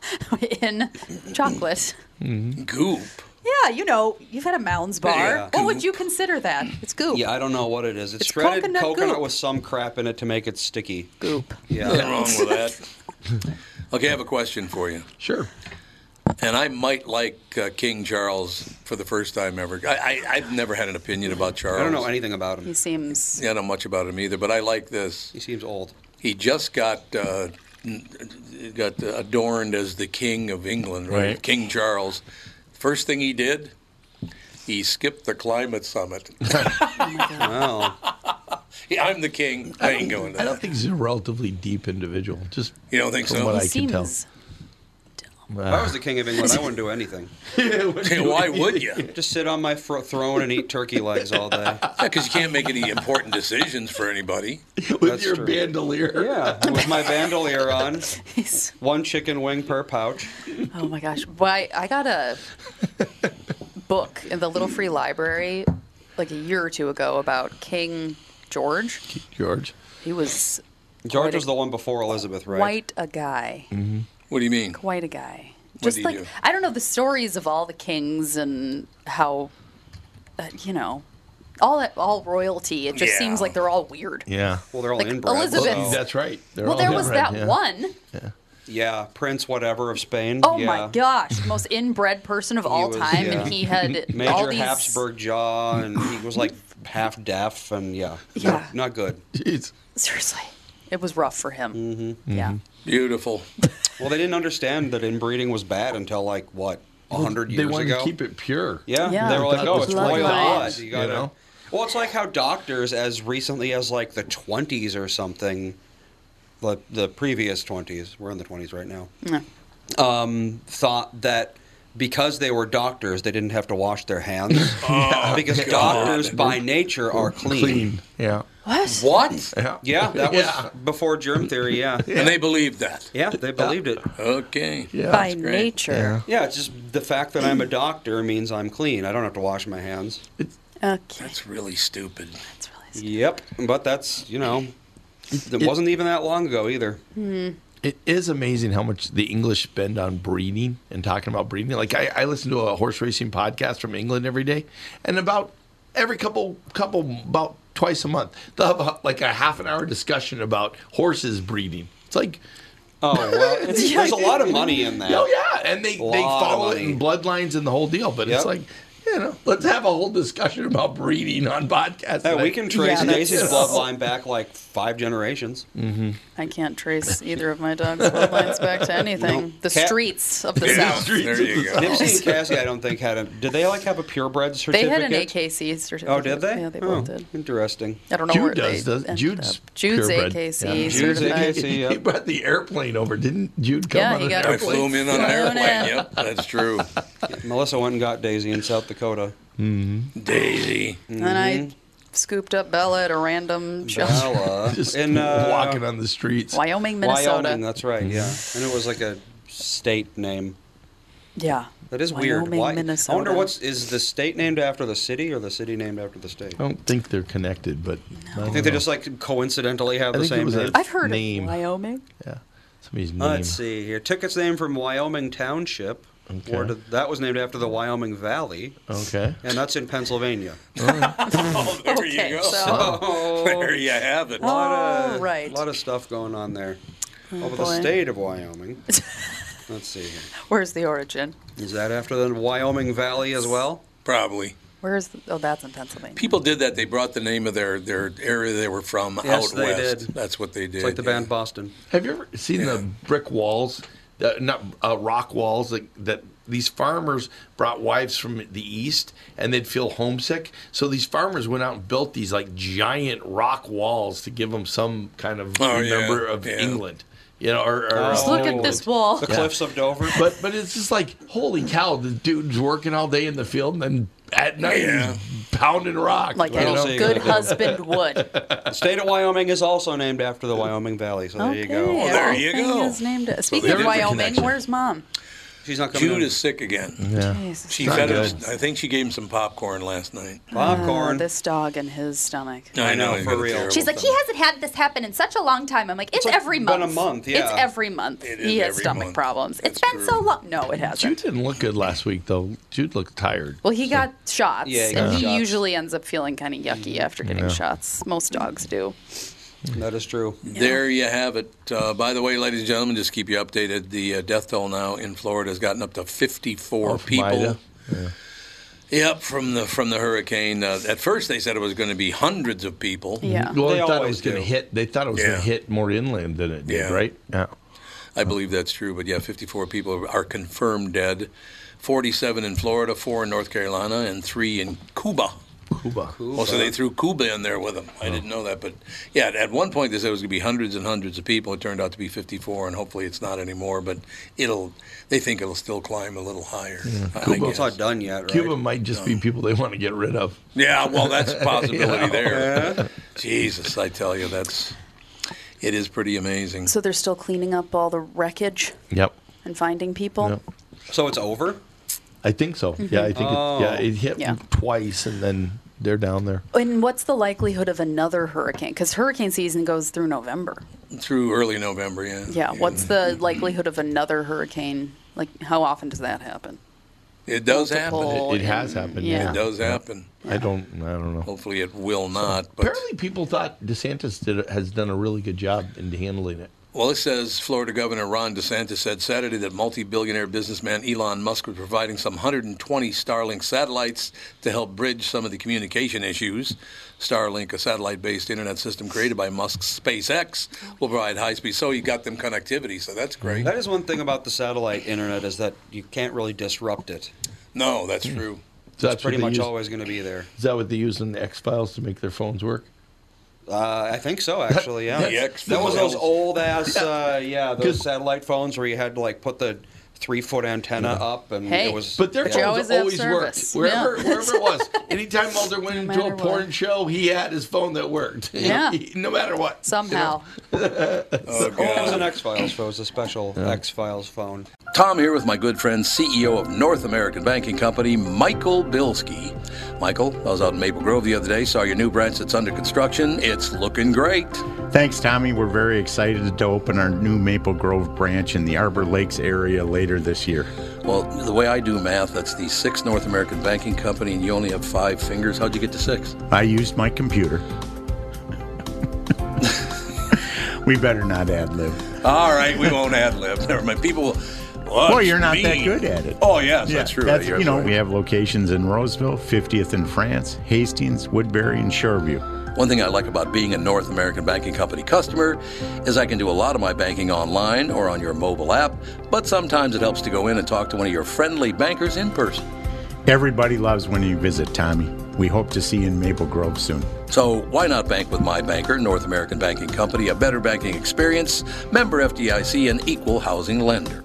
[SPEAKER 6] in chocolate.
[SPEAKER 1] Goop.
[SPEAKER 6] Yeah, you know, you've had a mountain's bar.
[SPEAKER 2] Yeah.
[SPEAKER 6] What would you consider that? It's goop.
[SPEAKER 2] yeah, I don't know what it is. It's,
[SPEAKER 6] It's
[SPEAKER 2] shredded
[SPEAKER 6] coconut
[SPEAKER 2] coconut,
[SPEAKER 6] goop.
[SPEAKER 2] with some crap in it to make it sticky.
[SPEAKER 6] Goop.
[SPEAKER 2] Yeah.
[SPEAKER 1] Nothing wrong with that. Okay, I have a question for you.
[SPEAKER 5] sure.
[SPEAKER 1] And I might like uh, King Charles for the first time ever. I, I, I've never had an opinion about Charles.
[SPEAKER 2] I don't know anything about him.
[SPEAKER 6] He seems.
[SPEAKER 1] Yeah, I don't know much about him either, but I like this.
[SPEAKER 2] He seems old.
[SPEAKER 1] He just got uh, n- got adorned as the King of England, right?
[SPEAKER 5] Right.
[SPEAKER 1] King Charles. First thing he did, he skipped the climate summit.
[SPEAKER 2] Wow.
[SPEAKER 1] Yeah, I'm the king. I ain't going to
[SPEAKER 5] I don't
[SPEAKER 1] that.
[SPEAKER 5] think he's a relatively deep individual. Just
[SPEAKER 1] You don't think
[SPEAKER 5] from
[SPEAKER 1] so?
[SPEAKER 5] What I
[SPEAKER 6] he
[SPEAKER 5] can tell.
[SPEAKER 6] seems.
[SPEAKER 2] If I was the king of England, I wouldn't do anything.
[SPEAKER 1] Hey, why would you?
[SPEAKER 2] Just sit on my fro- throne and eat turkey legs all day.
[SPEAKER 1] Because you can't make any important decisions for anybody.
[SPEAKER 5] With
[SPEAKER 2] That's
[SPEAKER 5] your
[SPEAKER 2] true.
[SPEAKER 5] bandolier.
[SPEAKER 2] Yeah, with my bandolier on,
[SPEAKER 6] He's,
[SPEAKER 2] one chicken wing per pouch.
[SPEAKER 6] Oh my gosh. Why I got a book in the Little Free Library like a year or two ago about King George.
[SPEAKER 3] George.
[SPEAKER 6] He was
[SPEAKER 2] George was the one before Elizabeth, right?
[SPEAKER 6] quite a guy.
[SPEAKER 1] What do you mean?
[SPEAKER 6] Quite a guy.
[SPEAKER 1] What
[SPEAKER 6] Just
[SPEAKER 1] did he
[SPEAKER 6] like
[SPEAKER 1] do?
[SPEAKER 6] I don't know the stories of all the kings and how, uh, you know, all that all royalty. It just
[SPEAKER 1] Yeah.
[SPEAKER 6] seems like they're all weird.
[SPEAKER 3] Yeah.
[SPEAKER 2] Well, they're all
[SPEAKER 6] Like
[SPEAKER 2] inbred.
[SPEAKER 6] Elizabeth-
[SPEAKER 2] so-
[SPEAKER 5] That's right. They're
[SPEAKER 6] Well,
[SPEAKER 5] all
[SPEAKER 6] there was
[SPEAKER 5] different,
[SPEAKER 6] that
[SPEAKER 5] yeah.
[SPEAKER 6] one.
[SPEAKER 2] yeah, Prince whatever of Spain.
[SPEAKER 6] Oh
[SPEAKER 2] yeah.
[SPEAKER 6] my gosh, most inbred person of all
[SPEAKER 2] was-
[SPEAKER 6] time,
[SPEAKER 2] yeah.
[SPEAKER 6] and he had
[SPEAKER 2] Major
[SPEAKER 6] all these.
[SPEAKER 2] Habsburg jaw, and he was like half deaf, and yeah,
[SPEAKER 6] Yeah.
[SPEAKER 2] not, not good.
[SPEAKER 3] Jeez.
[SPEAKER 6] Seriously, it was rough for him.
[SPEAKER 2] Mm-hmm.
[SPEAKER 6] Yeah.
[SPEAKER 1] Beautiful.
[SPEAKER 2] Well, they didn't understand that inbreeding was bad until like what a hundred
[SPEAKER 5] They
[SPEAKER 2] years
[SPEAKER 5] wanted
[SPEAKER 2] ago.
[SPEAKER 5] to keep it pure.
[SPEAKER 2] Yeah,
[SPEAKER 6] Yeah.
[SPEAKER 2] they were like,
[SPEAKER 5] That
[SPEAKER 2] oh,
[SPEAKER 5] was
[SPEAKER 2] it's
[SPEAKER 6] bloodline.
[SPEAKER 2] royal laws. You
[SPEAKER 5] You
[SPEAKER 2] gotta.
[SPEAKER 5] know?
[SPEAKER 2] Well, it's like how doctors, as recently as like the twenties or something, the the previous twenties, we're in the twenties right now, um, thought that. Because they were doctors, they didn't have to wash their hands. because doctors, by nature, are clean.
[SPEAKER 5] Oh, Clean. Yeah.
[SPEAKER 6] What?
[SPEAKER 1] What?
[SPEAKER 5] Yeah.
[SPEAKER 2] Yeah, that was
[SPEAKER 5] Yeah.
[SPEAKER 2] before germ theory. Yeah,
[SPEAKER 1] And they believed that.
[SPEAKER 2] yeah, they believed it.
[SPEAKER 1] Okay.
[SPEAKER 5] Yeah.
[SPEAKER 6] By
[SPEAKER 1] great.
[SPEAKER 6] nature.
[SPEAKER 2] Yeah, it's just the fact that I'm a doctor means I'm clean. I don't have to wash my hands.
[SPEAKER 6] Okay.
[SPEAKER 1] That's really stupid.
[SPEAKER 6] That's Oh, really sad.
[SPEAKER 2] Yep, but that's you know, it wasn't even that long ago either.
[SPEAKER 5] It is amazing how much the English spend on breeding and talking about breeding. Like I, I listen to a horse racing podcast from England every day, and about every couple couple about twice a month they'll have a, like a half an hour discussion about horses breeding. It's like
[SPEAKER 2] Oh well, it's, there's a lot of money in that.
[SPEAKER 5] oh yeah, and they
[SPEAKER 2] Lot
[SPEAKER 5] they
[SPEAKER 2] of
[SPEAKER 5] follow it
[SPEAKER 2] money.
[SPEAKER 5] in bloodlines and the whole deal. But
[SPEAKER 2] Yep.
[SPEAKER 5] it's like you know, let's have a whole discussion about breeding on podcasts.
[SPEAKER 2] Hey, we
[SPEAKER 5] today.
[SPEAKER 2] can trace
[SPEAKER 6] Yeah, that's-
[SPEAKER 2] Daisy's bloodline back like five generations.
[SPEAKER 6] I can't trace either of my dog's bloodlines back to anything. The
[SPEAKER 2] Cat-
[SPEAKER 6] streets of the South.
[SPEAKER 1] There you go.
[SPEAKER 2] Nipsey and Cassie, I don't think had a. Did they like have a purebred
[SPEAKER 6] They
[SPEAKER 2] certificate?
[SPEAKER 6] had an AKC certificate.
[SPEAKER 2] Oh, did they?
[SPEAKER 6] Yeah, they
[SPEAKER 2] oh,
[SPEAKER 6] both did.
[SPEAKER 2] Interesting.
[SPEAKER 6] I don't know
[SPEAKER 5] Jude
[SPEAKER 6] where
[SPEAKER 5] does,
[SPEAKER 6] they
[SPEAKER 5] does-
[SPEAKER 6] ended
[SPEAKER 5] Jude's
[SPEAKER 6] up. Jude's
[SPEAKER 5] purebred.
[SPEAKER 6] AKC
[SPEAKER 5] Yeah.
[SPEAKER 2] Jude's
[SPEAKER 6] certified.
[SPEAKER 2] AKC. See,
[SPEAKER 5] He
[SPEAKER 2] yep.
[SPEAKER 5] brought the airplane over, didn't Jude? Come
[SPEAKER 6] Yeah,
[SPEAKER 5] on
[SPEAKER 6] he
[SPEAKER 5] an
[SPEAKER 6] got-
[SPEAKER 1] I
[SPEAKER 5] airplane.
[SPEAKER 1] flew him in on an
[SPEAKER 6] Flown
[SPEAKER 1] airplane.
[SPEAKER 6] in.
[SPEAKER 1] Yep, that's true.
[SPEAKER 2] Melissa went and got Daisy in South Dakota.
[SPEAKER 1] Daisy.
[SPEAKER 2] Mm-hmm.
[SPEAKER 6] And then I scooped up Bella at a random shelter.
[SPEAKER 2] Bella
[SPEAKER 5] just
[SPEAKER 2] in uh,
[SPEAKER 5] walking on the streets.
[SPEAKER 6] Wyoming, Minnesota.
[SPEAKER 2] Wyoming, that's right. Yeah, and it was like a state name.
[SPEAKER 6] yeah.
[SPEAKER 2] That is weird.
[SPEAKER 6] Wyoming,
[SPEAKER 2] Why?
[SPEAKER 6] Minnesota.
[SPEAKER 2] I wonder what's is the state named after the city or the city named after the state?
[SPEAKER 5] I don't think they're connected, but
[SPEAKER 2] I
[SPEAKER 5] I, don't
[SPEAKER 2] think they
[SPEAKER 5] know.
[SPEAKER 2] just like coincidentally have
[SPEAKER 5] I
[SPEAKER 2] the
[SPEAKER 5] think it
[SPEAKER 2] same
[SPEAKER 5] was a-
[SPEAKER 2] name.
[SPEAKER 6] I've heard
[SPEAKER 5] name.
[SPEAKER 6] of Wyoming.
[SPEAKER 5] yeah somebody's name.
[SPEAKER 2] Let's see here. Took its name from Wyoming Township. Or
[SPEAKER 5] Okay.
[SPEAKER 2] did- that was named after the Wyoming Valley,
[SPEAKER 5] Okay,
[SPEAKER 2] and that's in Pennsylvania.
[SPEAKER 1] Oh, there
[SPEAKER 6] Okay,
[SPEAKER 1] you go.
[SPEAKER 6] so
[SPEAKER 5] Oh,
[SPEAKER 1] There you have it.
[SPEAKER 2] a lot
[SPEAKER 6] All
[SPEAKER 2] of,
[SPEAKER 6] Oh, right. Oh,
[SPEAKER 2] a lot of stuff going on there. Over
[SPEAKER 6] boy.
[SPEAKER 2] the state of Wyoming. Let's see here.
[SPEAKER 6] where's the origin?
[SPEAKER 2] Is that after the Wyoming Valley as well?
[SPEAKER 1] Probably.
[SPEAKER 6] Where's the, oh that's in Pennsylvania.
[SPEAKER 1] People did that. They brought the name of their, their area they were from
[SPEAKER 2] Yes,
[SPEAKER 1] out
[SPEAKER 2] they
[SPEAKER 1] west.
[SPEAKER 2] did.
[SPEAKER 1] That's what they did.
[SPEAKER 2] It's like the
[SPEAKER 1] yeah.
[SPEAKER 2] band Boston.
[SPEAKER 5] have you ever seen the brick walls, uh, not uh, rock walls that, that these farmers brought wives from the east, and they'd feel homesick. So these farmers went out and built these like giant rock walls to give them some kind of
[SPEAKER 1] Oh, yeah,
[SPEAKER 5] remember of
[SPEAKER 1] yeah.
[SPEAKER 5] England, you know, or, or uh,
[SPEAKER 2] Just
[SPEAKER 6] Look at
[SPEAKER 2] Oh,
[SPEAKER 6] this wall.
[SPEAKER 2] The Cliffs of Dover.
[SPEAKER 5] But but it's just like holy cow, the dude's working all day in the field, and then at night
[SPEAKER 1] Yeah.
[SPEAKER 5] he's pounding rock.
[SPEAKER 6] Like
[SPEAKER 2] What else are
[SPEAKER 6] a
[SPEAKER 2] you
[SPEAKER 6] good
[SPEAKER 2] gonna do?
[SPEAKER 6] husband would.
[SPEAKER 2] The state of Wyoming is also named after the Wyoming Valley, so there you go.
[SPEAKER 6] Okay,
[SPEAKER 1] there you
[SPEAKER 6] everything
[SPEAKER 1] go.
[SPEAKER 6] is named- Speaking
[SPEAKER 1] there
[SPEAKER 6] of
[SPEAKER 1] is a
[SPEAKER 6] Wyoming,
[SPEAKER 5] connection.
[SPEAKER 6] where's mom?
[SPEAKER 2] She's not coming
[SPEAKER 1] Jude
[SPEAKER 2] in.
[SPEAKER 1] is sick again.
[SPEAKER 6] Jesus.
[SPEAKER 1] She
[SPEAKER 5] Not
[SPEAKER 1] fed him.
[SPEAKER 5] good.
[SPEAKER 1] I think she gave him some popcorn last night.
[SPEAKER 2] popcorn.
[SPEAKER 6] Oh, This dog in his stomach.
[SPEAKER 1] I
[SPEAKER 2] know,
[SPEAKER 1] he
[SPEAKER 2] for
[SPEAKER 1] got a
[SPEAKER 2] real.
[SPEAKER 1] terrible
[SPEAKER 6] She's like,
[SPEAKER 1] stomach.
[SPEAKER 6] he hasn't had this happen in such a long time. I'm like, it's,
[SPEAKER 2] like
[SPEAKER 6] every
[SPEAKER 2] been
[SPEAKER 6] month.
[SPEAKER 2] a month, yeah.
[SPEAKER 6] It's every month.
[SPEAKER 1] It is
[SPEAKER 6] he has
[SPEAKER 1] every
[SPEAKER 6] stomach
[SPEAKER 1] month.
[SPEAKER 6] problems. It's
[SPEAKER 1] That's
[SPEAKER 6] been
[SPEAKER 1] true.
[SPEAKER 6] so long. No, it
[SPEAKER 5] Jude
[SPEAKER 6] hasn't.
[SPEAKER 5] didn't look good last week though. Jude looked tired.
[SPEAKER 6] Well, he got shots, Mm-hmm.
[SPEAKER 2] Yeah,
[SPEAKER 6] and
[SPEAKER 2] he got
[SPEAKER 6] he
[SPEAKER 2] shots.
[SPEAKER 6] usually ends up feeling kind of yucky after getting shots. Most dogs do.
[SPEAKER 2] That is true.
[SPEAKER 1] There you have it. Uh, by the way, ladies and gentlemen, just keep you updated. The uh, death toll now in Florida has gotten up to 54
[SPEAKER 5] Oh, from
[SPEAKER 1] people.
[SPEAKER 5] Ida?
[SPEAKER 1] Yep, from the from the hurricane. Uh, at first, they said it was going to be hundreds of people.
[SPEAKER 6] Yeah.
[SPEAKER 5] Well,
[SPEAKER 2] They
[SPEAKER 5] they, thought it
[SPEAKER 2] always
[SPEAKER 5] was going to
[SPEAKER 2] do.
[SPEAKER 5] hit. They thought it was
[SPEAKER 1] Yeah.
[SPEAKER 5] going to hit more inland than it did,
[SPEAKER 1] Yeah.
[SPEAKER 5] right? Yeah.
[SPEAKER 1] I believe that's true. But yeah, 54 people are confirmed dead. 47 in Florida, four in North Carolina, and three in Cuba.
[SPEAKER 5] Cuba.
[SPEAKER 1] Oh, so they threw Cuba in there with them. I didn't know that, but yeah, at- at one point they said it was going to be hundreds and hundreds of people. It turned out to be 54, and hopefully it's not anymore. But it'll, they think ittle still climb a little higher. I
[SPEAKER 5] Cuba-
[SPEAKER 2] It's
[SPEAKER 1] guess.
[SPEAKER 2] not done yet, right?
[SPEAKER 5] Cuba might just be people they want to get rid of.
[SPEAKER 1] Yeah, well, that's a possibility there. Jesus, I tell you, that's it is pretty amazing.
[SPEAKER 6] So they're still cleaning up all the wreckage
[SPEAKER 5] Yep.
[SPEAKER 6] and finding people.
[SPEAKER 5] Yep.
[SPEAKER 2] So it's over?
[SPEAKER 5] I think so. Yeah, I think it, yeah, it hit
[SPEAKER 6] Yeah.
[SPEAKER 5] twice and then
[SPEAKER 3] They're down there.
[SPEAKER 6] And what's the likelihood of another hurricane? Because hurricane season goes through November.
[SPEAKER 1] through early November. Yeah.
[SPEAKER 6] Yeah. What's the likelihood of another hurricane? Like, how often does that happen?
[SPEAKER 1] It does happen.
[SPEAKER 6] Multiple
[SPEAKER 3] It- it has
[SPEAKER 6] and-
[SPEAKER 3] happened,
[SPEAKER 1] It,
[SPEAKER 6] Yeah.
[SPEAKER 3] yeah.
[SPEAKER 1] does happen.
[SPEAKER 3] I don't. I don't know.
[SPEAKER 1] Hopefully, it will not. Oh, But
[SPEAKER 5] Apparently, people thought DeSantis did, has done a really good job in handling it.
[SPEAKER 1] well, it says Florida Governor Ron DeSantis said Saturday that multi-billionaire businessman Elon Musk was providing some 120 Starlink satellites to help bridge some of the communication issues. Starlink, a satellite-based internet system created by Musk's SpaceX, will provide high-speed. So you got them connectivity. So that's great.
[SPEAKER 2] That is one thing about the satellite internet is that you can't really disrupt it.
[SPEAKER 1] No, that's true.
[SPEAKER 5] So
[SPEAKER 2] It's pretty
[SPEAKER 5] what they
[SPEAKER 2] much
[SPEAKER 5] use-
[SPEAKER 2] always going to be there.
[SPEAKER 5] Is that what they use in the X Files to make their phones work?
[SPEAKER 2] Uh, I think so, actually. Yeah,
[SPEAKER 1] The X
[SPEAKER 2] that was
[SPEAKER 1] Files.
[SPEAKER 2] those old ass, uh, yeah, those
[SPEAKER 5] Good.
[SPEAKER 2] satellite phones where you had to like put the three foot antenna up, and
[SPEAKER 6] Hey.
[SPEAKER 2] it was.
[SPEAKER 5] But their
[SPEAKER 6] But you always
[SPEAKER 5] phones always,
[SPEAKER 6] have
[SPEAKER 5] worked.
[SPEAKER 6] service.
[SPEAKER 5] Wherever,
[SPEAKER 6] Yeah.
[SPEAKER 5] wherever it was. Anytime Mulder went into
[SPEAKER 6] matter
[SPEAKER 5] a porn
[SPEAKER 6] what.
[SPEAKER 5] show, he had his phone that worked.
[SPEAKER 6] Yeah.
[SPEAKER 5] no matter what.
[SPEAKER 6] Somehow.
[SPEAKER 1] Oh,
[SPEAKER 2] it was
[SPEAKER 1] God.
[SPEAKER 2] an X Files phone. It was a special X Files phone.
[SPEAKER 1] Tom here with my good friend, CEO of North American Banking Company, Michael Bilski. Michael, I was out in Maple Grove the other day, saw your new branch that's under construction. It's looking great.
[SPEAKER 7] Thanks, Tommy. We're very excited to open our new Maple Grove branch in the Arbor Lakes area later this year.
[SPEAKER 1] Well, the way I do math, that's the sixth North American Banking Company, and you only have five fingers. How'd you get to six?
[SPEAKER 7] I used my computer. we better not ad lib.
[SPEAKER 1] All right, we won't ad lib. Never mind. People will. Oh,
[SPEAKER 7] Well, you're
[SPEAKER 1] it's
[SPEAKER 7] not that
[SPEAKER 1] mean.
[SPEAKER 7] good at it.
[SPEAKER 1] Oh, yes, that's true. You're
[SPEAKER 7] you know,
[SPEAKER 1] right.
[SPEAKER 7] we have locations in Roseville, 50th in France, Hastings, Woodbury, and Shoreview.
[SPEAKER 1] One thing I like about being a North American Banking Company customer is I can do a lot of my banking online or on your mobile app, but sometimes it helps to go in and talk to one of your friendly bankers in person.
[SPEAKER 7] Everybody loves when you visit, Tommy. We hope to see you in Maple Grove soon.
[SPEAKER 1] So why not bank with my banker, North American Banking Company, a better banking experience, member FDIC, and equal housing lender.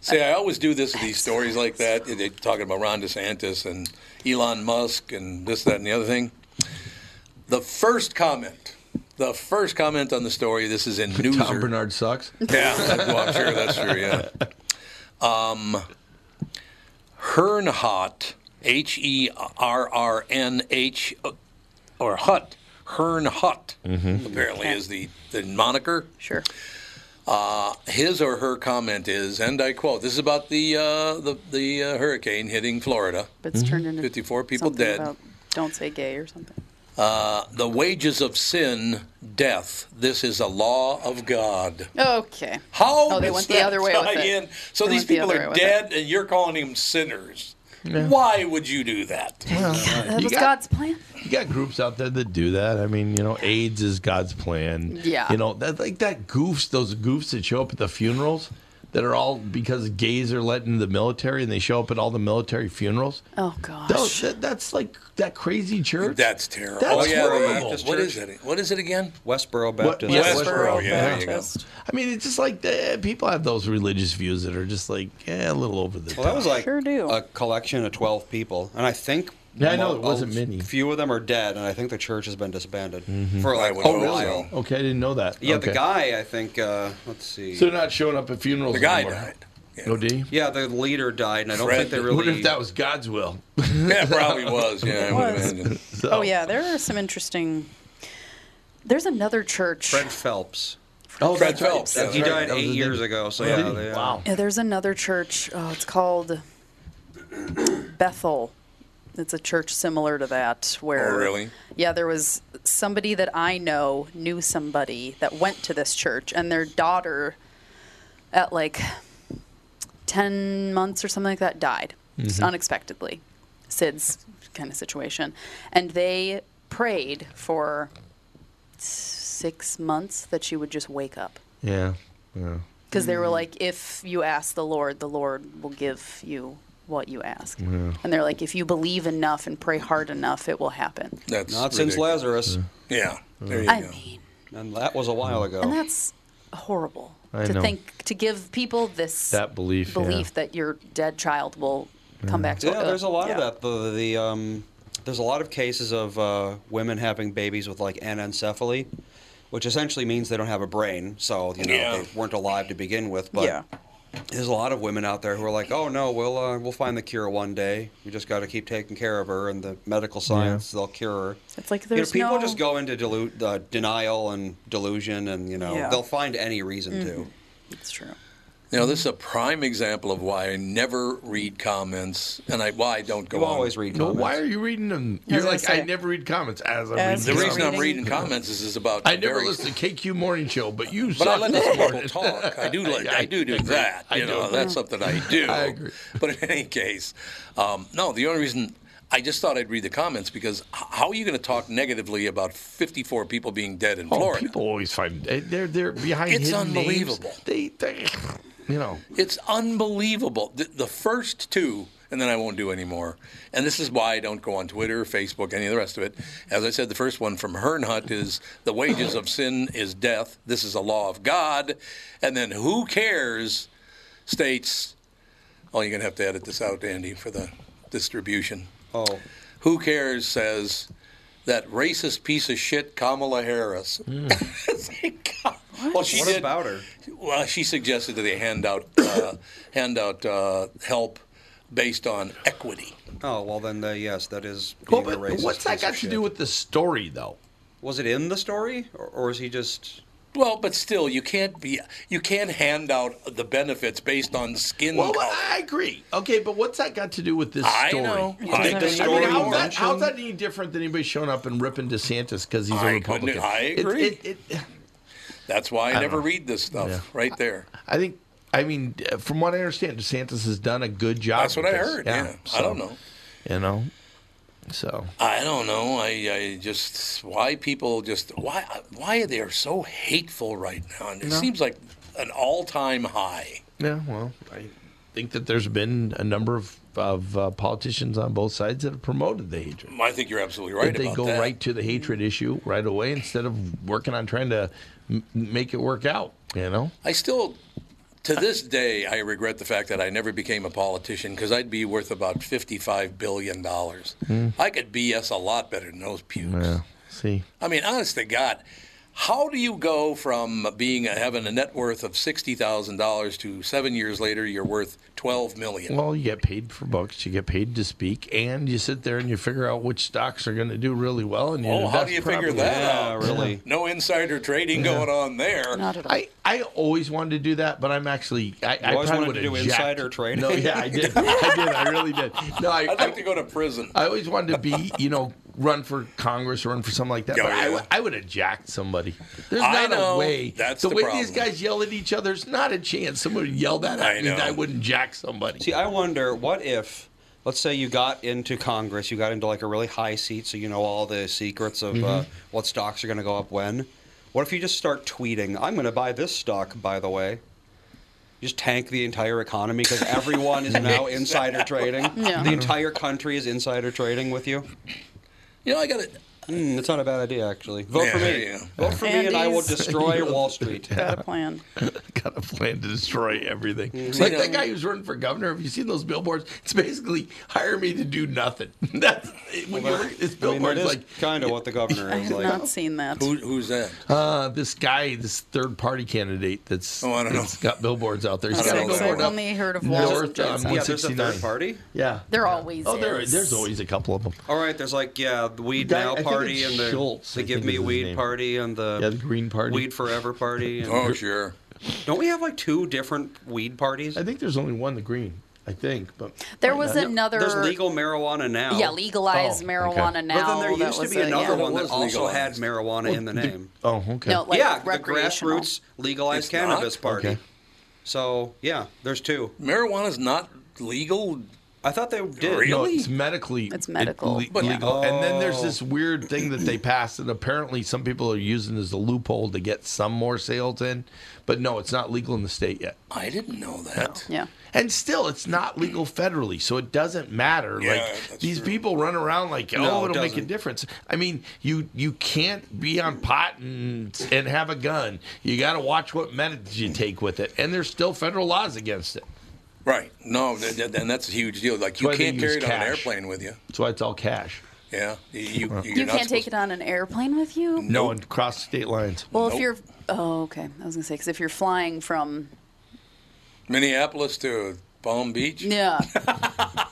[SPEAKER 1] See, I always do this with these stories like that. They're talking about Ron DeSantis and Elon Musk and this, that, and the other thing. The first comment, the first comment on the story, this is in Newser.
[SPEAKER 5] Tom Bernard sucks.
[SPEAKER 1] Yeah, well, I'm sure that's true. Yeah. Um, Hernhot, H E R R N H, uh, or Hut, Hern Hut,
[SPEAKER 5] Mm-hmm.
[SPEAKER 1] apparently is the, the moniker.
[SPEAKER 6] sure.
[SPEAKER 1] His or her comment is, and I quote: "This is about the uh, the the uh, hurricane hitting Florida.
[SPEAKER 6] But it's turned into
[SPEAKER 1] 54 people
[SPEAKER 6] something
[SPEAKER 1] dead.
[SPEAKER 6] about don't say gay or something.
[SPEAKER 1] The wages of sin, death. This is a law of God."
[SPEAKER 6] Okay.
[SPEAKER 1] How
[SPEAKER 6] Oh, they
[SPEAKER 1] does
[SPEAKER 6] went the
[SPEAKER 1] that
[SPEAKER 6] other way with
[SPEAKER 1] tie
[SPEAKER 6] it.
[SPEAKER 1] in? So
[SPEAKER 6] They
[SPEAKER 1] these
[SPEAKER 6] went the
[SPEAKER 1] people
[SPEAKER 6] other
[SPEAKER 1] are
[SPEAKER 6] way with it.
[SPEAKER 1] dead, and you're calling them sinners. Why would you do that?
[SPEAKER 6] That
[SPEAKER 5] You
[SPEAKER 6] was
[SPEAKER 5] got-
[SPEAKER 6] God's plan.
[SPEAKER 5] You got groups out there that do that. I mean, you know, AIDS is God's plan.
[SPEAKER 6] Yeah.
[SPEAKER 5] You know, that like that goofs, those goofs that show up at the funerals that are all because gays are let into the military and they show up at all the military funerals.
[SPEAKER 6] Oh gosh.
[SPEAKER 5] Those- that- that's like that crazy church.
[SPEAKER 1] That's terrible.
[SPEAKER 5] That's
[SPEAKER 1] oh, yeah, the-
[SPEAKER 5] horrible.
[SPEAKER 1] what is it? What is it again?
[SPEAKER 2] Westboro Baptist.
[SPEAKER 5] Westboro,
[SPEAKER 1] Westboro, yeah, there you go.
[SPEAKER 6] Baptist.
[SPEAKER 5] I mean, it's just like eh, people have those religious views that are just like eh, a little over the
[SPEAKER 2] Well, that
[SPEAKER 5] top.
[SPEAKER 2] was like
[SPEAKER 6] Sure do.
[SPEAKER 2] a collection of twelve people, and I think
[SPEAKER 5] Yeah, I know,
[SPEAKER 2] mo-
[SPEAKER 5] it wasn't
[SPEAKER 2] a
[SPEAKER 5] many. Mm-hmm.
[SPEAKER 2] Few of them are dead, and I think the church has been disbanded for like
[SPEAKER 1] would
[SPEAKER 2] a
[SPEAKER 1] hope
[SPEAKER 2] while.
[SPEAKER 1] so.
[SPEAKER 5] Okay, I didn't know that.
[SPEAKER 2] Yeah, the
[SPEAKER 5] Okay.
[SPEAKER 2] guy, I think. Uh, let's see.
[SPEAKER 5] So they're not showing up at funerals.
[SPEAKER 1] The guy
[SPEAKER 5] anymore.
[SPEAKER 1] died. Yeah.
[SPEAKER 5] Oh, did he?
[SPEAKER 2] yeah, the leader died, and I don't think
[SPEAKER 1] Fred.
[SPEAKER 2] they
[SPEAKER 1] What
[SPEAKER 2] really.
[SPEAKER 5] What if that was God's will?
[SPEAKER 1] Yeah, probably was. Yeah, I would
[SPEAKER 6] was.
[SPEAKER 1] imagine.
[SPEAKER 5] So-
[SPEAKER 6] Oh yeah, there are some interesting. There's another church.
[SPEAKER 2] Fred Phelps?
[SPEAKER 5] Oh,
[SPEAKER 1] Fred
[SPEAKER 5] that's right.
[SPEAKER 1] Phelps.
[SPEAKER 5] That's
[SPEAKER 2] he
[SPEAKER 5] right.
[SPEAKER 2] died
[SPEAKER 5] That was
[SPEAKER 2] eight
[SPEAKER 5] the
[SPEAKER 2] years
[SPEAKER 5] name.
[SPEAKER 2] ago. So
[SPEAKER 5] Oh,
[SPEAKER 2] yeah,
[SPEAKER 5] did he?
[SPEAKER 2] they, uh,
[SPEAKER 5] Wow.
[SPEAKER 6] Yeah, there's another church. Oh, it's called Bethel. It's a church similar to that. Where
[SPEAKER 1] Oh, really?
[SPEAKER 6] Yeah, there was somebody that I know knew somebody that went to this church, and their daughter, at like ten months or something like that, died
[SPEAKER 1] Mm-hmm.
[SPEAKER 6] just unexpectedly. SIDS kind of situation, and they prayed for six months that she would just wake up
[SPEAKER 5] Yeah. Yeah.
[SPEAKER 6] because they were like, if you ask the Lord, the Lord will give you what you ask. And they're like, if you believe enough and pray hard enough, it will happen.
[SPEAKER 1] That's
[SPEAKER 2] Not since
[SPEAKER 1] ridiculous.
[SPEAKER 2] Lazarus,
[SPEAKER 1] Yeah, there you
[SPEAKER 6] I
[SPEAKER 1] go.
[SPEAKER 6] mean,
[SPEAKER 2] and that was a while ago.
[SPEAKER 6] and that's horrible
[SPEAKER 5] I
[SPEAKER 6] to
[SPEAKER 5] know.
[SPEAKER 6] think to give people this
[SPEAKER 5] That belief, yeah.
[SPEAKER 6] belief that your dead child will come back to
[SPEAKER 2] yeah, there's a lot
[SPEAKER 6] Yeah.
[SPEAKER 2] of that. The, the um, there's a lot of cases of uh, women having babies with like anencephaly, which essentially means they don't have a brain, so you know
[SPEAKER 1] Yeah.
[SPEAKER 2] they weren't alive to begin with. But
[SPEAKER 6] Yeah.
[SPEAKER 2] there's a lot of women out there who are like, "Oh no, we'll uh, we'll find the cure one day. We just got to keep taking care of her, and the medical science they'll cure her."
[SPEAKER 6] It's like
[SPEAKER 2] You know,
[SPEAKER 6] there's
[SPEAKER 2] people
[SPEAKER 6] no-
[SPEAKER 2] just go into delu- uh, denial and delusion, and you know
[SPEAKER 6] Yeah. Mm-hmm.
[SPEAKER 2] they'll find any reason to.
[SPEAKER 6] It's true.
[SPEAKER 1] Now this is
[SPEAKER 5] Mm-hmm.
[SPEAKER 1] a prime example of why I never read comments, and I why I don't go
[SPEAKER 2] You
[SPEAKER 1] on.
[SPEAKER 2] always read.
[SPEAKER 5] No,
[SPEAKER 2] comments.
[SPEAKER 5] why are you reading them?
[SPEAKER 6] I was
[SPEAKER 5] You're
[SPEAKER 6] gonna
[SPEAKER 5] like, I
[SPEAKER 6] say.
[SPEAKER 5] never read comments as I
[SPEAKER 6] As
[SPEAKER 1] The
[SPEAKER 5] read
[SPEAKER 6] he's
[SPEAKER 1] reason I'm
[SPEAKER 6] reading.
[SPEAKER 1] reading comments is, is about.
[SPEAKER 5] I never
[SPEAKER 1] very-
[SPEAKER 5] listen to KQ Morning Show, but you.
[SPEAKER 1] But I
[SPEAKER 5] suck.
[SPEAKER 1] let the people talk. I do. Like, I do do that.
[SPEAKER 5] I
[SPEAKER 1] you know,
[SPEAKER 5] do.
[SPEAKER 1] that's something I do.
[SPEAKER 5] I agree.
[SPEAKER 1] But in any case, um, no. The only reason I just thought I'd read the comments because h- how are you going to talk negatively about 54 people being dead in
[SPEAKER 5] Oh,
[SPEAKER 1] Florida?
[SPEAKER 5] people always find eh, they're they're behind.
[SPEAKER 1] It's
[SPEAKER 5] hidden names.
[SPEAKER 1] unbelievable.
[SPEAKER 5] They, they, you know,
[SPEAKER 1] It's unbelievable. The, the first two, and then I won't do anymore. And this is why I don't go on Twitter, Facebook, any of the rest of it. As I said, the first one from Hernhut is the wages of sin is death. This is a law of God. And then who cares states, oh, you're going to have to edit this out, Andy, for the distribution.
[SPEAKER 2] Oh,
[SPEAKER 1] Who cares says that racist piece of shit Kamala Harris. It's like, God. Well, she
[SPEAKER 2] what
[SPEAKER 1] did-
[SPEAKER 2] about her?
[SPEAKER 1] well, she suggested that they hand out uh, hand out uh, help based on equity.
[SPEAKER 2] Oh well, then the, yes, that is.
[SPEAKER 5] well,
[SPEAKER 2] either
[SPEAKER 5] but
[SPEAKER 2] racist
[SPEAKER 5] what's that
[SPEAKER 2] piece of
[SPEAKER 5] got to
[SPEAKER 2] shit.
[SPEAKER 5] do with the story, though?
[SPEAKER 2] Was it in the story, or, or is he just?
[SPEAKER 1] Well, but still, you can't be you can't hand out the benefits based on skin
[SPEAKER 5] Well,
[SPEAKER 1] color.
[SPEAKER 5] I agree. Okay, but what's that got to do with this
[SPEAKER 1] I
[SPEAKER 5] story?
[SPEAKER 1] know.
[SPEAKER 5] I,
[SPEAKER 1] I
[SPEAKER 5] mean,
[SPEAKER 1] know.
[SPEAKER 2] Story
[SPEAKER 5] how's, that,
[SPEAKER 2] mentioned-
[SPEAKER 5] how's that any different than anybody showing up and ripping DeSantis because he's a
[SPEAKER 1] I couldn't-
[SPEAKER 5] Republican?
[SPEAKER 1] I
[SPEAKER 5] It-
[SPEAKER 1] agree.
[SPEAKER 5] it, it,
[SPEAKER 1] That's why I, never read this stuff
[SPEAKER 5] Yeah.
[SPEAKER 1] right there.
[SPEAKER 5] I think. I mean, uh, from what I understand, DeSantis has done a good job.
[SPEAKER 1] That's what I
[SPEAKER 5] with this.
[SPEAKER 1] heard. Yeah, I
[SPEAKER 5] so,
[SPEAKER 1] don't know.
[SPEAKER 5] You know, so
[SPEAKER 1] I don't know. I, I just why people just why why they are so hateful right now. And it seems like an all time high.
[SPEAKER 5] yeah. Well, I think that there's been a number of of uh, politicians on both sides that have promoted the hatred.
[SPEAKER 1] I think you're absolutely right
[SPEAKER 5] Did they
[SPEAKER 1] about
[SPEAKER 5] go
[SPEAKER 1] that. Mm-hmm.
[SPEAKER 5] right to the hatred issue right away instead of working on trying to m- make it work out? You know,
[SPEAKER 1] I still, to this day, I regret the fact that I never became a politician because I'd be worth about fifty-five billion dollars. I could BS a lot better than those pukes.
[SPEAKER 5] see.
[SPEAKER 1] I mean, honest to God, how do you go from being having a net worth of sixty thousand dollars to seven years later you're worth twelve million?
[SPEAKER 5] Well, you get paid for books, you get paid to speak, and you sit there and you figure out which stocks are going to do really well. And you
[SPEAKER 1] oh, how
[SPEAKER 5] invest
[SPEAKER 1] do you figure
[SPEAKER 5] properly.
[SPEAKER 1] that
[SPEAKER 2] Yeah,
[SPEAKER 5] Oh.
[SPEAKER 1] out?
[SPEAKER 2] uh, really.
[SPEAKER 1] No insider trading going on there.
[SPEAKER 6] Not at all.
[SPEAKER 5] I, I always wanted to do that, but I'm actually I, I
[SPEAKER 2] always
[SPEAKER 5] probably
[SPEAKER 2] wanted to
[SPEAKER 5] would
[SPEAKER 2] do
[SPEAKER 5] eject.
[SPEAKER 2] insider trading?
[SPEAKER 5] No, yeah, I did, I did, I really did. No, I,
[SPEAKER 1] I'd like
[SPEAKER 5] I-
[SPEAKER 1] to go to prison.
[SPEAKER 5] I always wanted to be, you know, run for Congress or run for something like that.
[SPEAKER 1] Yeah,
[SPEAKER 5] but I w-
[SPEAKER 1] yeah.
[SPEAKER 5] I, would have jacked somebody. There's
[SPEAKER 1] I
[SPEAKER 5] not
[SPEAKER 1] know.
[SPEAKER 5] a way.
[SPEAKER 1] That's
[SPEAKER 5] the,
[SPEAKER 1] the
[SPEAKER 5] way
[SPEAKER 1] problem.
[SPEAKER 5] these guys yell at each other. There's not a chance someone would yell that
[SPEAKER 1] I
[SPEAKER 5] at me. and
[SPEAKER 1] know.
[SPEAKER 5] I wouldn't jack somebody.
[SPEAKER 2] See, I wonder what if, let's say, you got into Congress, you got into like a really high seat, so you know all the secrets of uh, what stocks are going to go up when. What if you just start tweeting, "I'm going to buy this stock"? By the way, just tank the entire economy because everyone is now insider trading.
[SPEAKER 6] Yeah.
[SPEAKER 2] The entire country is insider trading with you.
[SPEAKER 1] You know, I got to
[SPEAKER 2] Hmm, it's not a bad idea, actually. Vote for
[SPEAKER 1] Yeah,
[SPEAKER 2] me.
[SPEAKER 1] yeah.
[SPEAKER 2] Vote for me, and I will
[SPEAKER 6] Andy's-
[SPEAKER 2] destroy Wall Street.
[SPEAKER 6] Got a plan.
[SPEAKER 5] Got a plan to destroy everything. It's
[SPEAKER 1] You
[SPEAKER 5] Like
[SPEAKER 1] know-
[SPEAKER 5] that guy who's running for governor. Have you seen those billboards? It's basically hire me to do nothing. That's when you look at this
[SPEAKER 2] I mean, that
[SPEAKER 5] billboard.
[SPEAKER 2] is
[SPEAKER 5] it's like
[SPEAKER 2] kind of what the governor
[SPEAKER 6] I
[SPEAKER 2] is
[SPEAKER 6] have
[SPEAKER 2] like.
[SPEAKER 6] not seen that.
[SPEAKER 1] Who, who's that?
[SPEAKER 5] uh, this guy, this third party candidate. That's
[SPEAKER 1] Oh, I don't know.
[SPEAKER 5] that's got billboards out there. He's
[SPEAKER 1] don't
[SPEAKER 5] got a
[SPEAKER 1] know that
[SPEAKER 6] I've
[SPEAKER 5] billboard up.
[SPEAKER 6] only heard of Wall
[SPEAKER 5] North
[SPEAKER 6] Street.
[SPEAKER 5] on
[SPEAKER 2] Um, yeah, there's a
[SPEAKER 5] 169.
[SPEAKER 2] third party.
[SPEAKER 5] Yeah.
[SPEAKER 6] There always
[SPEAKER 5] Oh, there,
[SPEAKER 6] is.
[SPEAKER 5] there's always a couple of them.
[SPEAKER 2] All right, there's like yeah, the Weed
[SPEAKER 5] Guy- I
[SPEAKER 2] Now
[SPEAKER 5] think
[SPEAKER 2] party
[SPEAKER 5] it's
[SPEAKER 2] and the,
[SPEAKER 5] Schultz,
[SPEAKER 2] the
[SPEAKER 5] I
[SPEAKER 2] Give
[SPEAKER 5] think
[SPEAKER 2] Me
[SPEAKER 5] is his
[SPEAKER 2] Weed
[SPEAKER 5] name.
[SPEAKER 2] party and the
[SPEAKER 5] Yeah, the Green Party.
[SPEAKER 2] Weed Forever party. And
[SPEAKER 1] Oh, sure.
[SPEAKER 2] Don't we have like two different weed parties?
[SPEAKER 5] I think there's only one, the green, I think. But
[SPEAKER 6] There
[SPEAKER 5] might
[SPEAKER 6] was
[SPEAKER 5] not.
[SPEAKER 6] another.
[SPEAKER 2] There's legal marijuana now.
[SPEAKER 6] Yeah, legalized
[SPEAKER 5] Oh,
[SPEAKER 6] marijuana
[SPEAKER 5] okay.
[SPEAKER 6] now.
[SPEAKER 2] but then there
[SPEAKER 6] That
[SPEAKER 2] used to
[SPEAKER 6] was
[SPEAKER 2] be
[SPEAKER 6] a-
[SPEAKER 2] another
[SPEAKER 6] yeah.
[SPEAKER 2] one that
[SPEAKER 1] was
[SPEAKER 2] also had
[SPEAKER 1] legalized.
[SPEAKER 2] marijuana in the name.
[SPEAKER 5] Oh, okay.
[SPEAKER 6] No, like
[SPEAKER 2] yeah, the
[SPEAKER 6] recreational.
[SPEAKER 2] grassroots legalized
[SPEAKER 1] It's not?
[SPEAKER 2] cannabis party.
[SPEAKER 5] Okay.
[SPEAKER 2] So yeah, there's two.
[SPEAKER 1] Marijuana's not legal
[SPEAKER 2] I thought they did.
[SPEAKER 5] No, it's medically.
[SPEAKER 6] It's medical.
[SPEAKER 5] le- legal. And then there's this weird thing that they passed that apparently some people are using as a loophole to get some more sales in. But no, it's not legal in the state yet.
[SPEAKER 1] I didn't know that.
[SPEAKER 6] Yeah.
[SPEAKER 5] And still, it's not legal federally, so it doesn't matter.
[SPEAKER 1] Yeah,
[SPEAKER 5] like
[SPEAKER 1] that's
[SPEAKER 5] these
[SPEAKER 1] true.
[SPEAKER 5] people run around like, oh,
[SPEAKER 2] No, it
[SPEAKER 5] it'll make a
[SPEAKER 2] doesn't.
[SPEAKER 5] difference. I mean, you you can't be on pot and and have a gun. You got to watch what meds you take with it, and there's still federal laws against it.
[SPEAKER 1] Right. No, th- th- and that's a huge deal. Like you
[SPEAKER 5] why they
[SPEAKER 1] can't
[SPEAKER 5] use
[SPEAKER 1] carry it on an
[SPEAKER 5] cash.
[SPEAKER 1] airplane with you.
[SPEAKER 5] That's why it's all cash.
[SPEAKER 1] Yeah. You, you, you're
[SPEAKER 6] You
[SPEAKER 1] not
[SPEAKER 6] can't take
[SPEAKER 1] supposed-
[SPEAKER 6] it on an airplane with you.
[SPEAKER 5] No, and cross state lines.
[SPEAKER 6] Well, if
[SPEAKER 1] Nope.
[SPEAKER 6] you're, oh, okay. I was gonna say because if you're flying from,
[SPEAKER 1] Minneapolis to Palm Beach.
[SPEAKER 6] yeah,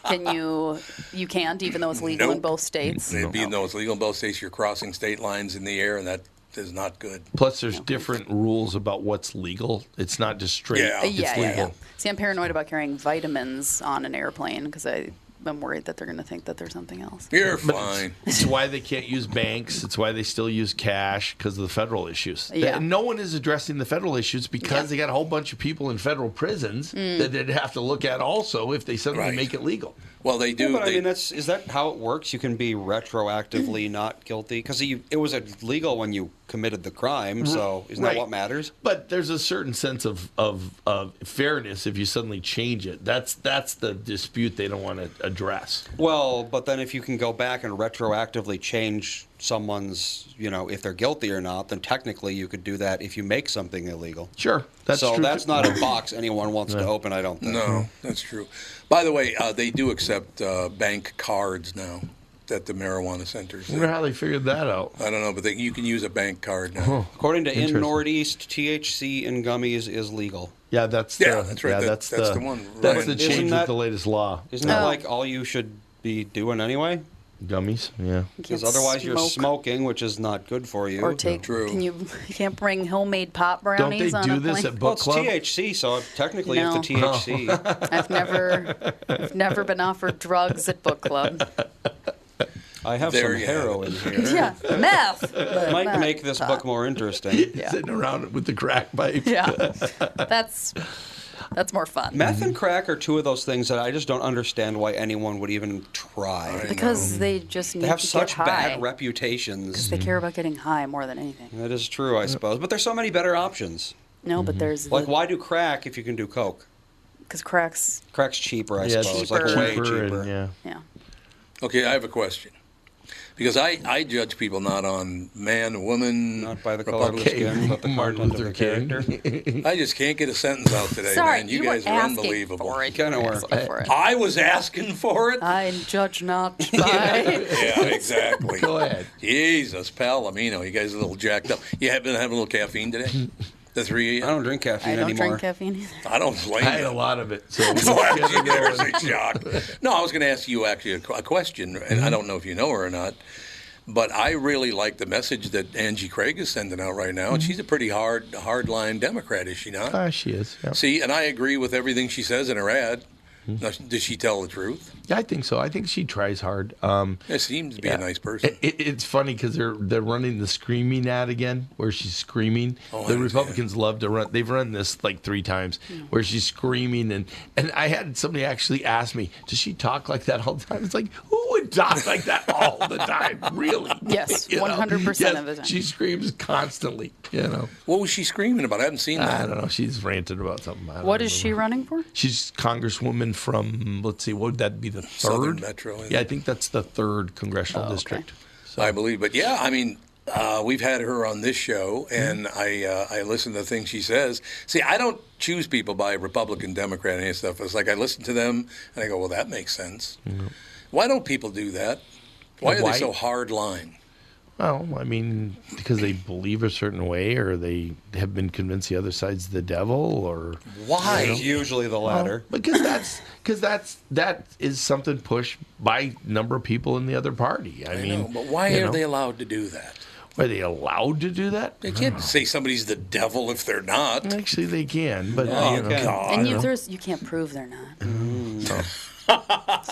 [SPEAKER 6] can you? You can't, even though it's legal in
[SPEAKER 1] Nope.
[SPEAKER 6] both states.
[SPEAKER 1] It'd be no, it's legal in both states. You're crossing state lines in the air, and that is not good.
[SPEAKER 5] Plus, there's different rules about what's legal. It's not just straight.
[SPEAKER 1] Yeah.
[SPEAKER 6] Uh,
[SPEAKER 1] It's
[SPEAKER 6] yeah, yeah, yeah.
[SPEAKER 5] legal.
[SPEAKER 6] See, I'm paranoid about carrying vitamins on an airplane because I. I'm worried that they're going to think that there's something else.
[SPEAKER 1] You're fine.
[SPEAKER 5] It's why they can't use banks. It's why they still use cash because of the federal issues.
[SPEAKER 6] Yeah.
[SPEAKER 5] And no one is addressing the federal issues because
[SPEAKER 6] Yeah. Mm.
[SPEAKER 5] they got a whole bunch of people in federal prisons that they'd have to look at also if they suddenly
[SPEAKER 1] Right.
[SPEAKER 5] make it legal.
[SPEAKER 1] Well, they do.
[SPEAKER 2] Yeah, but
[SPEAKER 1] they,
[SPEAKER 2] I mean, that's is that how it works? You can be retroactively not guilty because it was illegal when you committed the crime. So isn't
[SPEAKER 5] Mm-hmm. Right.
[SPEAKER 2] that what matters?
[SPEAKER 5] But there's a certain sense of, of, of fairness if you suddenly change it. That's that's the dispute they don't want to address.
[SPEAKER 2] Well, but then if you can go back and retroactively change someone's, you know, if they're guilty or not, then technically you could do that if you make something illegal.
[SPEAKER 5] Sure. That's
[SPEAKER 2] so
[SPEAKER 5] true.
[SPEAKER 2] that's not a box anyone wants to open. I don't think.
[SPEAKER 1] no, that's true. By the way, uh, they do accept uh, bank cards now at the marijuana centers.
[SPEAKER 5] I wonder how they figured that out.
[SPEAKER 1] I don't know, but they, you can use a bank card now.
[SPEAKER 2] According to in
[SPEAKER 5] Interesting.
[SPEAKER 2] Northeast, THC in gummies is legal.
[SPEAKER 5] Yeah, that's
[SPEAKER 1] Yeah,
[SPEAKER 5] the,
[SPEAKER 1] that's right.
[SPEAKER 5] Yeah,
[SPEAKER 1] That-
[SPEAKER 5] that's,
[SPEAKER 1] that's
[SPEAKER 5] the,
[SPEAKER 1] the one,
[SPEAKER 5] That's
[SPEAKER 1] Ryan.
[SPEAKER 5] the
[SPEAKER 2] Isn't
[SPEAKER 5] change with
[SPEAKER 2] that-
[SPEAKER 5] the latest law.
[SPEAKER 2] Isn't that
[SPEAKER 6] No.
[SPEAKER 2] like all you should be doing anyway?
[SPEAKER 5] Gummies. Yeah.
[SPEAKER 2] Because
[SPEAKER 6] Can't
[SPEAKER 2] otherwise you're
[SPEAKER 6] smoke
[SPEAKER 2] smoking, which is not good for you.
[SPEAKER 6] or take.
[SPEAKER 1] True.
[SPEAKER 6] Can you? You can't bring homemade pop
[SPEAKER 5] Don't they
[SPEAKER 6] brownies on
[SPEAKER 5] do
[SPEAKER 6] a
[SPEAKER 5] this
[SPEAKER 6] plane.
[SPEAKER 5] at
[SPEAKER 2] Well,
[SPEAKER 5] book
[SPEAKER 2] it's
[SPEAKER 5] club?
[SPEAKER 2] THC, so technically
[SPEAKER 6] No.
[SPEAKER 2] it's a THC.
[SPEAKER 6] I've never, I've never been offered drugs at book club.
[SPEAKER 2] I have
[SPEAKER 1] There
[SPEAKER 2] some
[SPEAKER 1] you have
[SPEAKER 2] heroin here.
[SPEAKER 6] Yeah, meth. but
[SPEAKER 2] Might
[SPEAKER 6] not
[SPEAKER 2] make this
[SPEAKER 6] pot.
[SPEAKER 2] book more interesting.
[SPEAKER 6] Yeah.
[SPEAKER 5] Sitting around with the crack pipe.
[SPEAKER 6] Yeah, that's that's more fun
[SPEAKER 2] Meth
[SPEAKER 5] Mm-hmm.
[SPEAKER 2] and crack are two of those things that I just don't understand why anyone would even try.
[SPEAKER 1] I
[SPEAKER 6] because
[SPEAKER 1] know.
[SPEAKER 6] they just need
[SPEAKER 2] They have
[SPEAKER 6] to
[SPEAKER 2] such
[SPEAKER 6] get high.
[SPEAKER 2] bad reputations.
[SPEAKER 6] they care about getting high more than anything.
[SPEAKER 2] That is true, I suppose. But there's so many better options.
[SPEAKER 6] No, but there's
[SPEAKER 2] Like, why do crack if you can do coke?
[SPEAKER 6] because cracks.
[SPEAKER 2] Crack's cheaper, I
[SPEAKER 5] Yeah, it's
[SPEAKER 2] suppose. Like
[SPEAKER 6] cheaper.
[SPEAKER 2] way
[SPEAKER 5] Cheaper
[SPEAKER 2] cheaper.
[SPEAKER 5] and- yeah.
[SPEAKER 6] Yeah,
[SPEAKER 1] Okay, I have a question. Because I, I judge people not on man, woman,
[SPEAKER 2] Not by the color of
[SPEAKER 1] Republican.
[SPEAKER 2] the skin, but the
[SPEAKER 5] Martin
[SPEAKER 2] content of
[SPEAKER 5] Luther
[SPEAKER 2] the character.
[SPEAKER 1] I just can't get a sentence out today,
[SPEAKER 6] sorry,
[SPEAKER 1] man. You,
[SPEAKER 6] were
[SPEAKER 1] guys are
[SPEAKER 6] asking
[SPEAKER 1] unbelievable.
[SPEAKER 6] for it. Uh.
[SPEAKER 2] Kinda
[SPEAKER 6] You were
[SPEAKER 2] were.
[SPEAKER 6] asking for it.
[SPEAKER 1] I was asking for it.
[SPEAKER 6] I judge not by.
[SPEAKER 1] yeah, exactly.
[SPEAKER 5] Go ahead.
[SPEAKER 1] Jesus, Palomino, you guys are a little jacked up. You have been having a little caffeine today? The three of
[SPEAKER 2] I
[SPEAKER 1] you?
[SPEAKER 2] don't drink caffeine
[SPEAKER 6] I don't
[SPEAKER 2] anymore.
[SPEAKER 6] drink caffeine either.
[SPEAKER 1] I don't blame
[SPEAKER 5] I had a
[SPEAKER 1] you.
[SPEAKER 5] lot of it. So
[SPEAKER 1] So I was embarrassing shock. No, I was going to ask you actually a, qu- a question, and
[SPEAKER 5] Mm-hmm.
[SPEAKER 1] I don't know if you know her or not, but I really like the message that Angie Craig is sending out right now, and
[SPEAKER 5] Mm-hmm.
[SPEAKER 1] she's a pretty hard, hardline Democrat, is she not?
[SPEAKER 5] Ah, she is. Yeah.
[SPEAKER 1] See, and I agree with everything she says in her ad.
[SPEAKER 5] Mm-hmm.
[SPEAKER 1] Now, does she tell the truth?
[SPEAKER 5] Yeah, I think so. I think she tries hard. Um,
[SPEAKER 1] It seems to be
[SPEAKER 5] yeah.
[SPEAKER 1] a nice person.
[SPEAKER 5] It, it- it's funny because they're they're running the screaming ad again, where she's screaming.
[SPEAKER 1] Oh, I
[SPEAKER 5] the
[SPEAKER 1] understand.
[SPEAKER 5] Republicans love to run. They've run this like three times,
[SPEAKER 6] Hmm.
[SPEAKER 5] where she's screaming and and I had somebody actually ask me, "Does she talk like that all the time?" It's like who would talk like that all the time, really?
[SPEAKER 6] Yes,
[SPEAKER 5] You know?
[SPEAKER 6] 100%
[SPEAKER 5] Yes,
[SPEAKER 6] of the time.
[SPEAKER 5] She screams constantly. You know,
[SPEAKER 1] What was she screaming about? I haven't seen that.
[SPEAKER 5] I don't know. She's ranting about something. I don't
[SPEAKER 6] What is she
[SPEAKER 5] remember.
[SPEAKER 6] running for?
[SPEAKER 5] She's Congresswoman from let's see, what would that be the third
[SPEAKER 1] Southern Metro, isn't
[SPEAKER 5] Yeah, I
[SPEAKER 1] it?
[SPEAKER 5] think that's the third congressional
[SPEAKER 6] Oh,
[SPEAKER 5] district.
[SPEAKER 1] I believe. But yeah, I mean, uh, we've had her on this show,
[SPEAKER 5] Mm-hmm.
[SPEAKER 1] and I uh, I listen to the things she says. See, I don't choose people by Republican, Democrat, any of that stuff. It's like I listen to them and I go, well, that makes sense. Why don't people do that? Why are
[SPEAKER 5] Why-
[SPEAKER 1] they so hard line?
[SPEAKER 5] Well, I mean, because they believe a certain way, or they have been convinced the other side's the devil, or
[SPEAKER 1] Why?
[SPEAKER 2] It's usually the latter.
[SPEAKER 5] because that's because that's that is something pushed by number of people in the other party. I,
[SPEAKER 1] I
[SPEAKER 5] mean,
[SPEAKER 1] know, but why
[SPEAKER 5] you
[SPEAKER 1] are
[SPEAKER 5] know,
[SPEAKER 1] they allowed to do that?
[SPEAKER 5] are they allowed to do that?
[SPEAKER 1] They can't say somebody's the devil if they're not. Oh,
[SPEAKER 5] Actually, they can, but Mm-hmm. you know,
[SPEAKER 2] okay.
[SPEAKER 1] God.
[SPEAKER 6] And you, there's, you can't prove they're not. so,
[SPEAKER 1] I
[SPEAKER 2] well,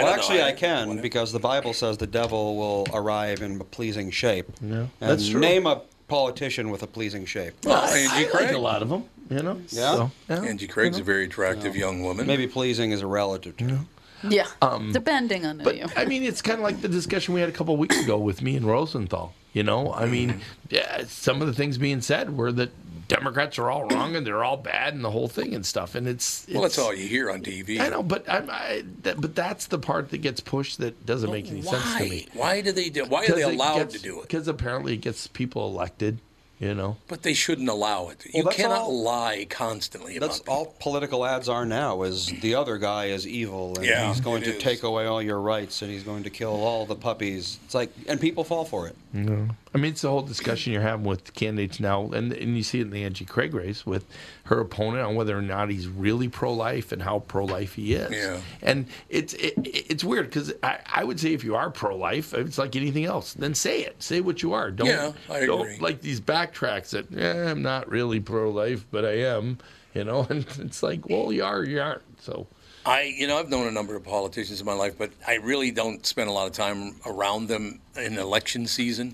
[SPEAKER 1] don't know.
[SPEAKER 2] actually, I, can
[SPEAKER 1] whatever.
[SPEAKER 2] because the Bible says the devil will arrive in a pleasing shape. No,
[SPEAKER 5] that's true.
[SPEAKER 2] Name a politician with a pleasing shape.
[SPEAKER 1] Well,
[SPEAKER 5] I
[SPEAKER 1] Angie
[SPEAKER 5] like a
[SPEAKER 1] Craig.
[SPEAKER 5] lot of them. You know,
[SPEAKER 2] Yeah?
[SPEAKER 5] So, yeah.
[SPEAKER 1] Angie Craig's a very attractive young woman.
[SPEAKER 2] Maybe pleasing is a relative term.
[SPEAKER 6] Yeah. Depending on who you.
[SPEAKER 5] But I mean, it's kind of like the discussion we had a couple weeks ago with me and Rosenthal. You know, I mean, yeah, some of the things being said were that Democrats are all wrong and they're all bad and the whole thing and stuff. And it's,
[SPEAKER 1] Well, that's
[SPEAKER 5] it's-
[SPEAKER 1] all you hear on TV.
[SPEAKER 5] I know, but I'm, I, that, but that's the part that gets pushed that doesn't make any sense to me.
[SPEAKER 1] Why? Why do they do? Why are they allowed to do it?
[SPEAKER 5] Because apparently it gets people elected. You know,
[SPEAKER 1] But they shouldn't allow it. You
[SPEAKER 2] that's
[SPEAKER 1] cannot
[SPEAKER 2] all-
[SPEAKER 1] lie constantly about
[SPEAKER 2] That's all political ads are now. Is the other guy is evil and
[SPEAKER 1] Yeah,
[SPEAKER 2] he's going
[SPEAKER 1] it
[SPEAKER 2] to
[SPEAKER 1] is.
[SPEAKER 2] take away all your rights and he's going to kill all the puppies. It's like, and people fall for it.
[SPEAKER 5] I mean, it's the whole discussion you're having with candidates now, and and you see it in the Angie Craig race with her opponent on whether or not he's really pro-life and how pro-life he is.
[SPEAKER 1] Yeah.
[SPEAKER 5] And it's it, it's weird because I, I would say if you are pro-life, it's like anything else. Then say it. Say what you are. Don't,
[SPEAKER 1] Yeah, I agree.
[SPEAKER 5] don't like these backtracks that eh, I'm not really pro-life, but I am. You know, and it's like, well, you are, you aren't. So
[SPEAKER 1] I, you know, I've known a number of politicians in my life, but I really don't spend a lot of time around them in election season.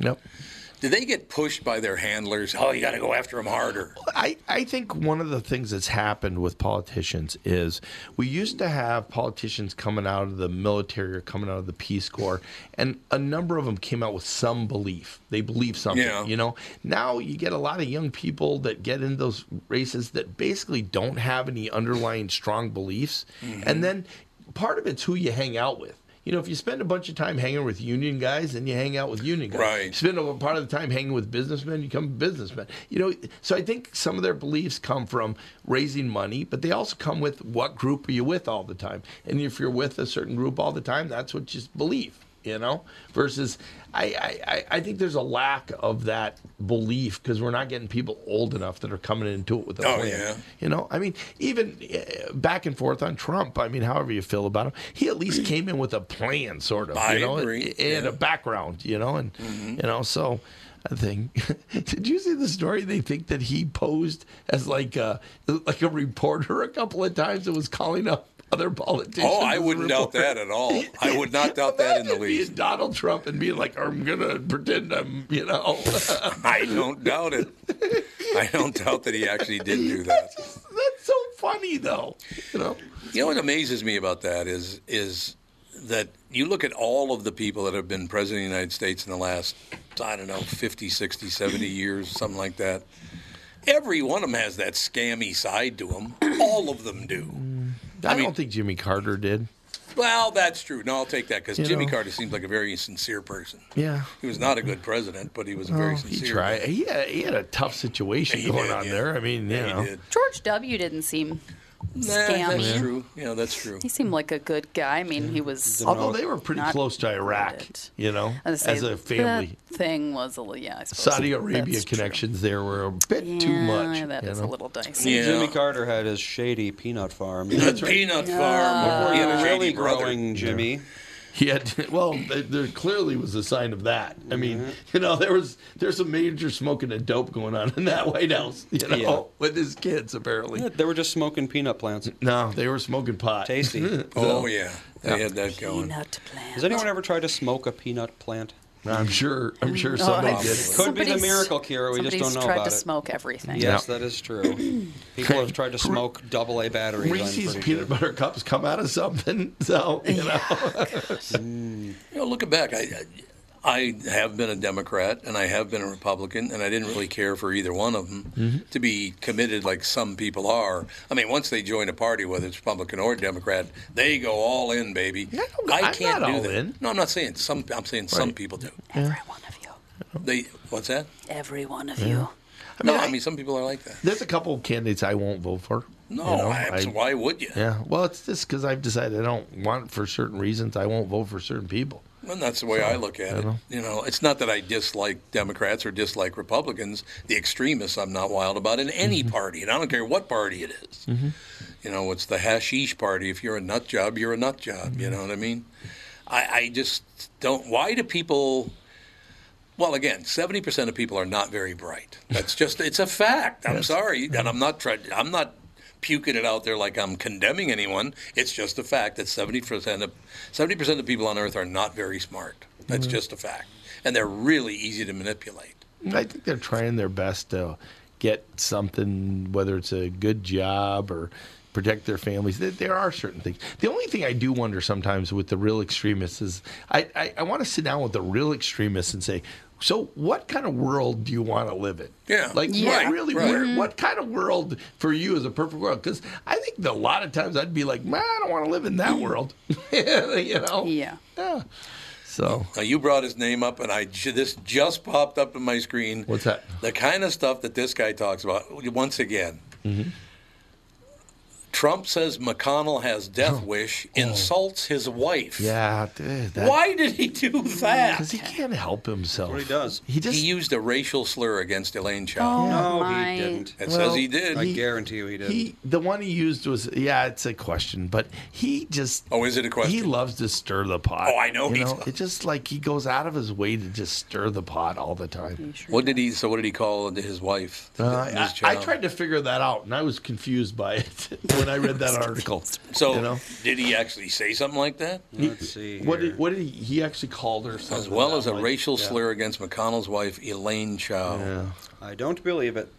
[SPEAKER 1] Do they get pushed by their handlers? Oh, you got to go after them harder.
[SPEAKER 5] I, I think one of the things that's happened with politicians is we used to have politicians coming out of the military or coming out of the Peace Corps, and a number of them came out with some belief. They believe something,
[SPEAKER 1] Yeah.
[SPEAKER 5] you know. Now you get a lot of young people that get into those races that basically don't have any underlying strong beliefs,
[SPEAKER 1] Mm-hmm.
[SPEAKER 5] and then part of it's who you hang out with. You know, if you spend a bunch of time hanging with union guys, then you hang out with union guys.
[SPEAKER 1] Right.
[SPEAKER 5] Spend a part of the time hanging with businessmen, you become a businessman. You know, so I think some of their beliefs come from raising money, but they also come with what group are you with all the time. And if you're with a certain group all the time, that's what you believe, you know? Versus, I, I, I- I think there's a lack of that belief because we're not getting people old enough that are coming into it with a
[SPEAKER 1] Oh,
[SPEAKER 5] plan.
[SPEAKER 1] yeah.
[SPEAKER 5] You know, I mean, even uh, back and forth on Trump. I mean, however you feel about him, he at least came in with a plan, sort of.
[SPEAKER 1] Mm. I
[SPEAKER 5] you know,
[SPEAKER 1] agree,
[SPEAKER 5] And
[SPEAKER 1] yeah.
[SPEAKER 5] a background, you know, and
[SPEAKER 1] Mm-hmm.
[SPEAKER 5] you know, so I think. did you see the story? They think that he posed as like a like a reporter a couple of times and was calling up other politicians.
[SPEAKER 1] Oh, I
[SPEAKER 5] as a
[SPEAKER 1] wouldn't doubt
[SPEAKER 5] reporter.
[SPEAKER 1] that at all. I would not doubt that in the
[SPEAKER 5] Imagine
[SPEAKER 1] least.
[SPEAKER 5] Being Donald Trump and being like, I'm gonna pretend I'm, you know.
[SPEAKER 1] I don't doubt it. I don't doubt that he actually did do that.
[SPEAKER 5] That's so funny, though. You know.
[SPEAKER 1] You know what amazes me about that is is that you look at all of the people that have been president of the United States in the last I don't know 50, 60, 70 years, something like that. Every one of them has that scammy side to them. All of them do.
[SPEAKER 5] I,
[SPEAKER 1] mean-
[SPEAKER 5] don't think Jimmy Carter did.
[SPEAKER 1] Well, that's true. No, I'll take that because
[SPEAKER 5] You
[SPEAKER 1] Jimmy
[SPEAKER 5] know.
[SPEAKER 1] Carter seems like a very sincere person.
[SPEAKER 5] Yeah.
[SPEAKER 1] He was not a good president, but he was a very
[SPEAKER 5] he
[SPEAKER 1] sincere.
[SPEAKER 5] tried. He had, he had a tough situation
[SPEAKER 1] He
[SPEAKER 5] going
[SPEAKER 1] did,
[SPEAKER 5] on
[SPEAKER 1] yeah.
[SPEAKER 5] there. I mean, you
[SPEAKER 1] He
[SPEAKER 5] know.
[SPEAKER 1] did.
[SPEAKER 6] George W. didn't seem
[SPEAKER 1] Nah,
[SPEAKER 6] scammy.
[SPEAKER 1] that's true. Yeah, that's true.
[SPEAKER 6] He
[SPEAKER 5] Hmm.
[SPEAKER 6] seemed like a good guy. I mean, he was.
[SPEAKER 5] Although they were pretty
[SPEAKER 6] Not
[SPEAKER 5] close to Iraq,
[SPEAKER 6] related.
[SPEAKER 5] you know,
[SPEAKER 6] I was gonna
[SPEAKER 5] as
[SPEAKER 6] say,
[SPEAKER 5] a family.
[SPEAKER 6] That thing was a little. Yeah, I suppose
[SPEAKER 5] Saudi
[SPEAKER 6] that's
[SPEAKER 5] Arabia
[SPEAKER 6] true.
[SPEAKER 5] connections there were a bit
[SPEAKER 6] Yeah,
[SPEAKER 5] too much.
[SPEAKER 6] That
[SPEAKER 5] you
[SPEAKER 6] is
[SPEAKER 5] know?
[SPEAKER 6] a little dicey.
[SPEAKER 1] Yeah.
[SPEAKER 2] Jimmy Carter had his shady peanut farm.
[SPEAKER 1] That's Peanut Farm. He had a
[SPEAKER 2] really
[SPEAKER 1] shady brother.
[SPEAKER 2] growing, Jimmy.
[SPEAKER 5] He had well, th- there clearly was a sign of that. I mean, you know, there was there's some major smoking of dope going on in that White House, you know,
[SPEAKER 2] Yeah.
[SPEAKER 5] with his kids apparently.
[SPEAKER 2] They were just smoking peanut plants.
[SPEAKER 5] No, they were smoking pot.
[SPEAKER 2] Tasty. Has
[SPEAKER 1] Oh yeah, they had that going.
[SPEAKER 6] Peanut plant.
[SPEAKER 2] anyone ever tried to smoke a peanut plant?
[SPEAKER 5] I'm sure. I'm sure
[SPEAKER 6] Oh,
[SPEAKER 5] somebody
[SPEAKER 6] I-
[SPEAKER 5] did. it.
[SPEAKER 2] Could be the
[SPEAKER 6] somebody's-
[SPEAKER 2] miracle cure, we just
[SPEAKER 6] somebody's
[SPEAKER 2] don't know
[SPEAKER 6] tried
[SPEAKER 2] about
[SPEAKER 6] to
[SPEAKER 2] it.
[SPEAKER 6] smoke everything.
[SPEAKER 2] Yes, that is true. People have tried to smoke double A batteries. I'm
[SPEAKER 5] Reese's
[SPEAKER 2] pretty
[SPEAKER 5] peanut
[SPEAKER 2] sure.
[SPEAKER 5] butter cups come out of something. So you know,
[SPEAKER 1] You know, looking back, I, I I have been a Democrat and I have been a Republican, and I didn't really care for either one of them
[SPEAKER 5] Mm-hmm.
[SPEAKER 1] to be committed like some people are. I mean, once they join a party, whether it's Republican or Democrat, they go all in, baby.
[SPEAKER 5] I don't- I'm
[SPEAKER 1] can't
[SPEAKER 5] not
[SPEAKER 1] do
[SPEAKER 5] all
[SPEAKER 1] that.
[SPEAKER 5] in.
[SPEAKER 1] No, I'm not saying some. I'm saying some
[SPEAKER 5] Right.
[SPEAKER 1] people do.
[SPEAKER 6] Every one of you.
[SPEAKER 1] They what's that?
[SPEAKER 6] Every one of you.
[SPEAKER 5] I
[SPEAKER 1] No,
[SPEAKER 5] mean, I-
[SPEAKER 1] I mean some people are like that.
[SPEAKER 5] there's a couple of candidates I won't vote for.
[SPEAKER 1] No,
[SPEAKER 5] you know,
[SPEAKER 1] I-
[SPEAKER 5] I-
[SPEAKER 1] why would you?
[SPEAKER 5] yeah. Well, it's just because I've decided I don't want for certain reasons. I won't vote for certain people.
[SPEAKER 1] And that's the way I look at it. You know, it's not that I dislike Democrats or dislike Republicans. The extremists I'm not wild about in any party, and I don't care what party it is. You know, it's the hashish party. If you're a nut job, you're a nut job. You know what I mean? I, I just don't. Why do people? Well, again, seventy percent of people are not very bright. That's just it's a fact. I'm sorry, and I'm not trying. I'm not puking it out there like I'm condemning anyone. It's just a fact that seventy percent of seventy percent of people on Earth are not very smart. That's
[SPEAKER 5] Mm-hmm.
[SPEAKER 1] just a fact, and they're really easy to manipulate.
[SPEAKER 5] And I think they're trying their best to get something, whether it's a good job or protect their families. There, there are certain things. The only thing I do wonder sometimes with the real extremists is I, I, I want to sit down with the real extremists and say, so what kind of world do you want to live in?
[SPEAKER 1] Yeah.
[SPEAKER 5] Like,
[SPEAKER 1] Yeah.
[SPEAKER 5] what really,
[SPEAKER 1] Right.
[SPEAKER 5] where, what kind of world for you is a perfect world? Because I think that a lot of times I'd be like, man, I don't want to live in that world. you know?
[SPEAKER 6] Yeah.
[SPEAKER 5] Yeah. So,
[SPEAKER 1] Now you brought his name up, and I ju- this just popped up in my screen.
[SPEAKER 5] What's that?
[SPEAKER 1] The kind of stuff that this guy talks about once again.
[SPEAKER 5] Mm-hmm.
[SPEAKER 1] Trump says McConnell has death wish, insults his wife.
[SPEAKER 5] Oh. yeah. dude, that-
[SPEAKER 1] Why did he do that?
[SPEAKER 5] Because he can't help himself.
[SPEAKER 2] what he does.
[SPEAKER 5] He just
[SPEAKER 1] He used a racial slur against Elaine Chao.
[SPEAKER 2] No,
[SPEAKER 6] my-
[SPEAKER 2] he didn't.
[SPEAKER 1] It
[SPEAKER 5] Well,
[SPEAKER 1] says he did.
[SPEAKER 2] I guarantee you he didn't.
[SPEAKER 5] he the one he used was yeah, it's a question, but he just
[SPEAKER 1] Oh, is it a question?
[SPEAKER 5] He loves to stir the pot.
[SPEAKER 1] Oh, I know he
[SPEAKER 5] You know,
[SPEAKER 1] does.
[SPEAKER 5] it's just like he goes out of his way to just stir the pot all the time.
[SPEAKER 1] what did he? So what did he call his wife?
[SPEAKER 5] Uh,
[SPEAKER 1] Ms.
[SPEAKER 5] I,
[SPEAKER 1] Chao?
[SPEAKER 5] I tried to figure that out, and I was confused by it when I read that article.
[SPEAKER 1] So
[SPEAKER 5] you know?
[SPEAKER 1] did he actually say something like that?
[SPEAKER 2] Let's see.
[SPEAKER 5] What
[SPEAKER 2] here.
[SPEAKER 5] did, what did he, he actually called her? Something
[SPEAKER 1] As well
[SPEAKER 5] that
[SPEAKER 1] as a
[SPEAKER 5] I'm like,
[SPEAKER 1] racial
[SPEAKER 5] yeah.
[SPEAKER 1] slur against McConnell's wife, Elaine Chao.
[SPEAKER 5] Yeah.
[SPEAKER 2] I don't believe it.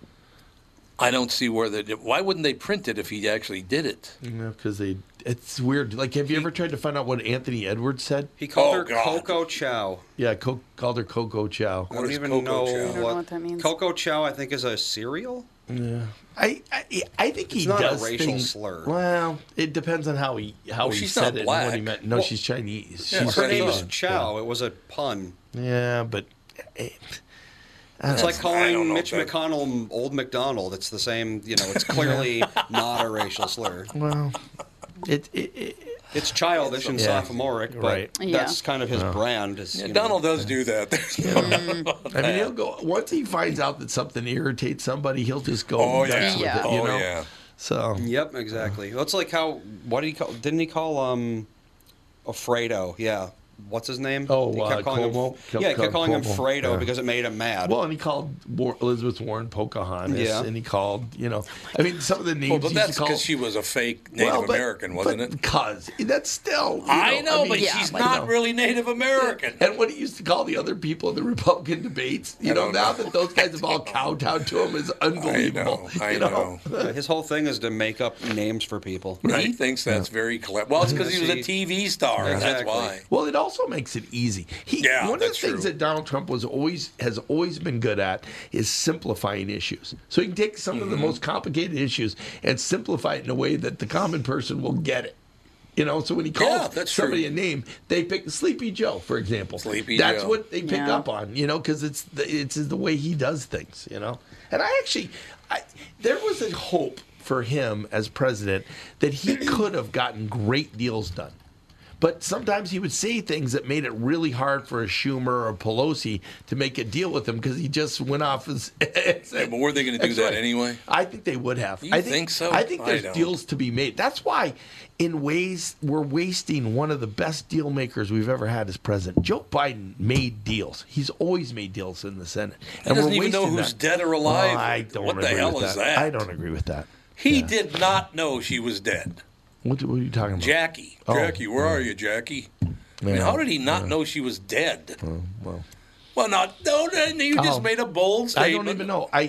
[SPEAKER 1] I don't see where the. Why wouldn't they print it if he actually did it?
[SPEAKER 5] because they. It's weird. Like, have you ever tried to find out what Anthony Edwards said?
[SPEAKER 2] He called
[SPEAKER 1] Oh,
[SPEAKER 2] her
[SPEAKER 1] God.
[SPEAKER 2] Coco Chow.
[SPEAKER 5] Yeah, co- called her Coco Chow.
[SPEAKER 2] I don't
[SPEAKER 1] is
[SPEAKER 2] even
[SPEAKER 1] Coco
[SPEAKER 2] know,
[SPEAKER 1] Chow? I
[SPEAKER 2] What,
[SPEAKER 1] don't know
[SPEAKER 6] what that means.
[SPEAKER 2] Coco Chow, I think, is a cereal.
[SPEAKER 5] I I, I think he
[SPEAKER 2] not a
[SPEAKER 5] does
[SPEAKER 2] racial
[SPEAKER 5] things-
[SPEAKER 2] slur.
[SPEAKER 5] Well, it depends on how he how he
[SPEAKER 1] she's not
[SPEAKER 5] said it and what he
[SPEAKER 1] black.
[SPEAKER 5] meant. No,
[SPEAKER 2] Well-
[SPEAKER 5] she's Chinese.
[SPEAKER 1] Yeah,
[SPEAKER 5] she's
[SPEAKER 2] Her name is
[SPEAKER 1] Yeah.
[SPEAKER 2] Chow. It was a pun.
[SPEAKER 5] Yeah, but eh,
[SPEAKER 2] It's like
[SPEAKER 1] I don't
[SPEAKER 2] calling
[SPEAKER 1] know
[SPEAKER 2] Mitch
[SPEAKER 1] if that-
[SPEAKER 2] McConnell Old McDonald. It's the same, you know, it's clearly not a racial slur.
[SPEAKER 5] well, it, it, it
[SPEAKER 2] It's childish and
[SPEAKER 5] Yeah.
[SPEAKER 2] sophomoric, but
[SPEAKER 5] Right.
[SPEAKER 6] Yeah.
[SPEAKER 2] that's kind of his brand. Is, you know,
[SPEAKER 1] Donald does do that. There's no doubt about
[SPEAKER 5] I mean,
[SPEAKER 1] that.
[SPEAKER 5] he'll go once he finds out that something irritates somebody, he'll just go.
[SPEAKER 1] Oh yeah.
[SPEAKER 5] nuts with
[SPEAKER 6] Yeah.
[SPEAKER 5] It, you
[SPEAKER 1] oh
[SPEAKER 5] know?
[SPEAKER 1] yeah.
[SPEAKER 5] So
[SPEAKER 2] Yep, exactly. That's like how, what did he call, didn't he call, um, Alfredo? Yeah. What's his name?
[SPEAKER 5] Oh,
[SPEAKER 2] he
[SPEAKER 5] uh,
[SPEAKER 2] calling
[SPEAKER 5] Cuomo?
[SPEAKER 2] Him, yeah, he kept calling him
[SPEAKER 5] Cuomo,
[SPEAKER 2] Fredo
[SPEAKER 5] yeah.
[SPEAKER 2] because it made him mad.
[SPEAKER 5] well, and he called War- Elizabeth Warren Pocahontas,
[SPEAKER 2] Yeah.
[SPEAKER 5] and he called you know, I mean, some of the names.
[SPEAKER 1] Well, but
[SPEAKER 5] he
[SPEAKER 1] that's
[SPEAKER 5] used to call,
[SPEAKER 1] because she was a fake Native
[SPEAKER 5] Well, but-
[SPEAKER 1] American, wasn't
[SPEAKER 5] but
[SPEAKER 1] it?
[SPEAKER 5] Because that's still. you
[SPEAKER 1] I know,
[SPEAKER 5] mean,
[SPEAKER 1] but
[SPEAKER 6] yeah,
[SPEAKER 1] she's
[SPEAKER 6] like-
[SPEAKER 1] not
[SPEAKER 5] you know.
[SPEAKER 1] really Native American.
[SPEAKER 5] And what he used to call the other people in the Republican debates, you
[SPEAKER 1] I
[SPEAKER 5] know,
[SPEAKER 1] don't
[SPEAKER 5] now
[SPEAKER 1] know.
[SPEAKER 5] that those guys have all kowtowed to him is unbelievable.
[SPEAKER 1] I
[SPEAKER 5] you
[SPEAKER 1] know.
[SPEAKER 2] His whole thing is to make up names for people.
[SPEAKER 1] He thinks that's very clever. Well, it's because he was a TV star. That's
[SPEAKER 2] Exactly.
[SPEAKER 1] why.
[SPEAKER 5] Well, it also makes it easy. He,
[SPEAKER 1] Yeah,
[SPEAKER 5] one of the
[SPEAKER 1] that's
[SPEAKER 5] things
[SPEAKER 1] true.
[SPEAKER 5] that Donald Trump was always has always been good at is simplifying issues. So he can take some of
[SPEAKER 1] Mm-hmm.
[SPEAKER 5] the most complicated issues and simplify it in a way that the common person will get it. You know, so when he
[SPEAKER 1] Yeah,
[SPEAKER 5] calls
[SPEAKER 1] that's
[SPEAKER 5] somebody
[SPEAKER 1] true.
[SPEAKER 5] a name, they pick Sleepy Joe, for example.
[SPEAKER 1] Sleepy
[SPEAKER 5] That's
[SPEAKER 1] Joe.
[SPEAKER 5] what they pick
[SPEAKER 6] Yeah.
[SPEAKER 5] up on, you know, because it's the, it's the way he does things, you know. And I actually, I there was a hope for him as president that he could have gotten great deals done, but sometimes he would say things that made it really hard for a Schumer or Pelosi to make a deal with him because he just went off his.
[SPEAKER 1] Yeah, but were they gonna do
[SPEAKER 5] That's
[SPEAKER 1] that anyway?
[SPEAKER 5] I think they would have.
[SPEAKER 1] You
[SPEAKER 5] I
[SPEAKER 1] think so?
[SPEAKER 5] I think
[SPEAKER 1] I
[SPEAKER 5] there's
[SPEAKER 1] don't.
[SPEAKER 5] deals to be made. That's why, in ways, we're wasting one of the best deal makers we've ever had as president. Joe Biden made deals. He's always made deals in the Senate, and
[SPEAKER 1] doesn't
[SPEAKER 5] we're
[SPEAKER 1] even know
[SPEAKER 5] wasting
[SPEAKER 1] who's
[SPEAKER 5] that.
[SPEAKER 1] dead or alive.
[SPEAKER 5] Well, I don't.
[SPEAKER 1] What the
[SPEAKER 5] agree
[SPEAKER 1] hell
[SPEAKER 5] with
[SPEAKER 1] is that?
[SPEAKER 5] I don't agree with that.
[SPEAKER 1] He did not know she was dead.
[SPEAKER 5] What, what are you talking about?
[SPEAKER 1] Jackie,
[SPEAKER 5] Oh.
[SPEAKER 1] Jackie, where are you, Jackie? I mean,
[SPEAKER 5] Yeah.
[SPEAKER 1] how did he not know she was dead?
[SPEAKER 5] Well,
[SPEAKER 1] Oh, Well, not no, no, you just
[SPEAKER 5] Oh.
[SPEAKER 1] made a bold
[SPEAKER 5] I
[SPEAKER 1] statement.
[SPEAKER 5] don't even know. I,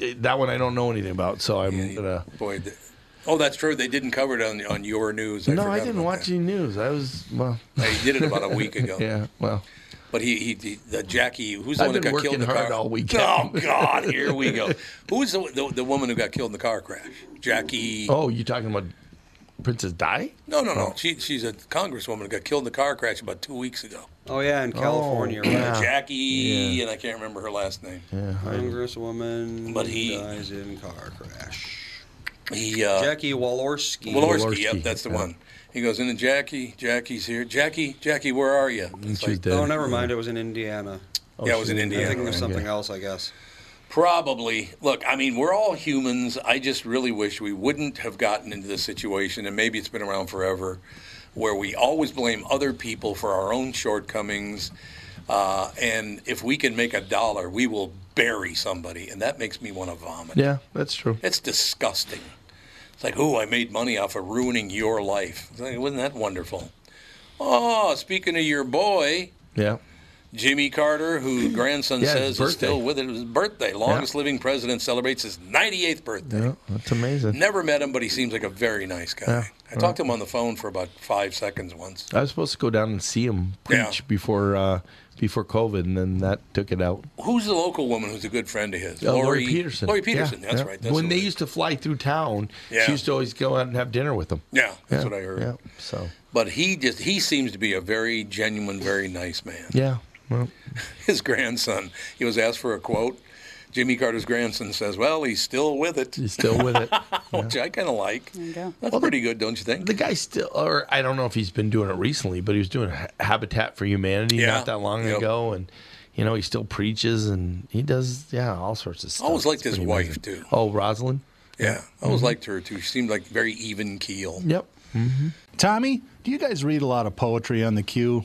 [SPEAKER 5] I that one I don't know anything about. So I'm gonna.
[SPEAKER 1] Boy, th- uh, oh, that's true. They didn't cover it on on your news. I
[SPEAKER 5] no, I
[SPEAKER 1] forgot
[SPEAKER 5] didn't
[SPEAKER 1] about
[SPEAKER 5] watch
[SPEAKER 1] that.
[SPEAKER 5] any news. I was well.
[SPEAKER 1] They did it about a week ago.
[SPEAKER 5] Yeah, well.
[SPEAKER 1] But he, he, he the Jackie, who's the
[SPEAKER 5] I've
[SPEAKER 1] one that
[SPEAKER 5] been
[SPEAKER 1] got killed in the
[SPEAKER 5] working hard
[SPEAKER 1] car?
[SPEAKER 5] all weekend.
[SPEAKER 1] Oh God, here we go. Who's the, the the woman who got killed in the car crash? Jackie?
[SPEAKER 5] Oh, you talking about Princess Di?
[SPEAKER 1] No, no, no. She she's a congresswoman who got killed in the car crash about two weeks ago. Uh,
[SPEAKER 2] Oh, yeah, in California, right?
[SPEAKER 5] yeah.
[SPEAKER 1] Jackie, and I can't remember her last name.
[SPEAKER 2] Congresswoman
[SPEAKER 1] But he-
[SPEAKER 2] dies in car crash.
[SPEAKER 1] He uh,
[SPEAKER 2] Jackie Walorski.
[SPEAKER 1] Walorski, yep,
[SPEAKER 5] Walorski,
[SPEAKER 1] that's the
[SPEAKER 5] yeah.
[SPEAKER 1] one. He goes in and Jackie, Jackie's here. Jackie, Jackie, where are you? It's
[SPEAKER 5] She's
[SPEAKER 1] like,
[SPEAKER 5] dead.
[SPEAKER 2] Oh, never mind. It was in Indiana.
[SPEAKER 5] Oh,
[SPEAKER 1] yeah, it was in
[SPEAKER 5] she's
[SPEAKER 2] I'm
[SPEAKER 1] Indiana.
[SPEAKER 2] thinking of
[SPEAKER 1] right?
[SPEAKER 2] something else, I guess.
[SPEAKER 1] Probably. Look, I mean, we're all humans. I just really wish we wouldn't have gotten into this situation, and maybe it's been around forever, where we always blame other people for our own shortcomings. Uh, and if we can make a dollar, we will bury somebody, and that makes me want to vomit.
[SPEAKER 5] Yeah, that's true.
[SPEAKER 1] It's disgusting. It's like, oh, I made money off of ruining your life. It's like, Wasn't that wonderful? Oh, speaking of your boy,
[SPEAKER 5] Yeah.
[SPEAKER 1] Jimmy Carter, who grandson
[SPEAKER 5] Yeah, his
[SPEAKER 1] says is still
[SPEAKER 5] birthday.
[SPEAKER 1] with it, it was his birthday. Longest living president celebrates his 98th birthday.
[SPEAKER 3] Yeah, that's amazing.
[SPEAKER 1] Never met him, but he seems like a very nice guy.
[SPEAKER 3] Yeah.
[SPEAKER 1] I talked to him on the phone for about five seconds once.
[SPEAKER 5] I was supposed to go down and see him preach
[SPEAKER 1] Yeah.
[SPEAKER 5] before uh, before COVID, and then that took it out.
[SPEAKER 1] Who's the local woman who's a good friend of his?
[SPEAKER 5] Uh, Lori Peterson.
[SPEAKER 1] Lori Peterson,
[SPEAKER 5] Yeah,
[SPEAKER 1] that's
[SPEAKER 5] yeah.
[SPEAKER 1] right. That's
[SPEAKER 5] when
[SPEAKER 1] who
[SPEAKER 5] they
[SPEAKER 1] it is.
[SPEAKER 5] used to fly through town,
[SPEAKER 1] Yeah.
[SPEAKER 5] she used to always go out and have dinner with them.
[SPEAKER 1] Yeah, that's
[SPEAKER 5] Yeah,
[SPEAKER 1] what I heard.
[SPEAKER 5] Yeah. So
[SPEAKER 1] But he just he seems to be a very genuine, very nice man.
[SPEAKER 5] yeah. Well,
[SPEAKER 1] His grandson, he was asked for a quote. Jimmy Carter's grandson says, "Well, he's still with it,"
[SPEAKER 5] he's still with it.
[SPEAKER 1] which I kind of like.
[SPEAKER 6] you go.
[SPEAKER 1] That's pretty good, don't you think?
[SPEAKER 5] The guy still, or I don't know if he's been doing it recently, but he was doing Ha- Habitat for Humanity
[SPEAKER 1] Yeah.
[SPEAKER 5] not that long
[SPEAKER 1] Yep.
[SPEAKER 5] ago, and you know he still preachers and he does yeah all sorts of stuff.
[SPEAKER 1] always liked his
[SPEAKER 5] It's pretty
[SPEAKER 1] wife,
[SPEAKER 5] amazing.
[SPEAKER 1] too.
[SPEAKER 5] Oh, Rosalind.
[SPEAKER 1] yeah, I always liked her too. She seemed like very even keel.
[SPEAKER 5] Yep.
[SPEAKER 8] Mm-hmm. Tommy, do you guys read a lot of poetry on the queue?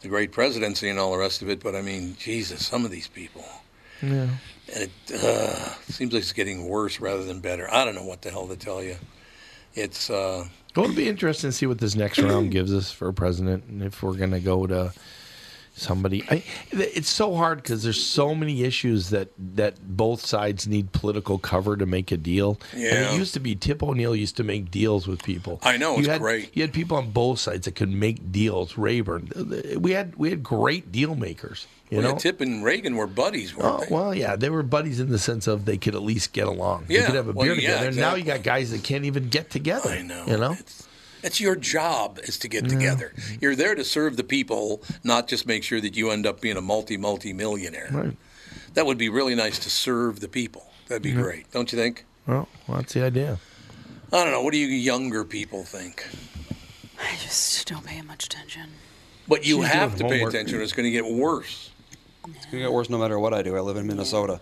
[SPEAKER 1] the great presidency and all the rest of it. But I mean, Jesus, some of these people. And it uh, seems like it's getting worse rather than better. I don't know what the hell to tell you. It's uh,
[SPEAKER 5] Well, it'll be interesting to see what this next round gives us for president, and if we're going to go to somebody. I, it's so hard because there's so many issues that that both sides need political cover to make a deal. And
[SPEAKER 1] Yeah.
[SPEAKER 5] it used to be Tip O'Neill used to make deals with people.
[SPEAKER 1] I know,
[SPEAKER 5] you
[SPEAKER 1] it's
[SPEAKER 5] had,
[SPEAKER 1] great.
[SPEAKER 5] You had people on both sides that could make deals. Rayburn, th- th- we had we had great deal makers. You
[SPEAKER 1] well,
[SPEAKER 5] know,
[SPEAKER 1] yeah, Tip and Reagan were buddies, weren't
[SPEAKER 5] Oh,
[SPEAKER 1] they?
[SPEAKER 5] well, yeah, they were buddies in the sense of they could at least get along.
[SPEAKER 1] Yeah,
[SPEAKER 5] they could have a
[SPEAKER 1] well,
[SPEAKER 5] beer
[SPEAKER 1] yeah,
[SPEAKER 5] together. And Now you
[SPEAKER 1] exactly.
[SPEAKER 5] got guys that can't even get together.
[SPEAKER 1] I know.
[SPEAKER 5] You know,
[SPEAKER 1] It's, it's your job is to get together. You're there to serve the people, not just make sure that you end up being a multi multi millionaire.
[SPEAKER 5] right?
[SPEAKER 1] That would be really nice to serve the people. That'd be
[SPEAKER 5] Mm-hmm.
[SPEAKER 1] great, don't you think?
[SPEAKER 5] Well, well, that's the idea.
[SPEAKER 1] I don't know. What do you younger people think?
[SPEAKER 6] I just don't pay much attention.
[SPEAKER 1] But you
[SPEAKER 5] She's
[SPEAKER 1] have
[SPEAKER 5] doing
[SPEAKER 1] to pay
[SPEAKER 5] homework.
[SPEAKER 1] attention. Or it's going to get worse.
[SPEAKER 2] It's gonna get worse no matter what I do. I live in Minnesota.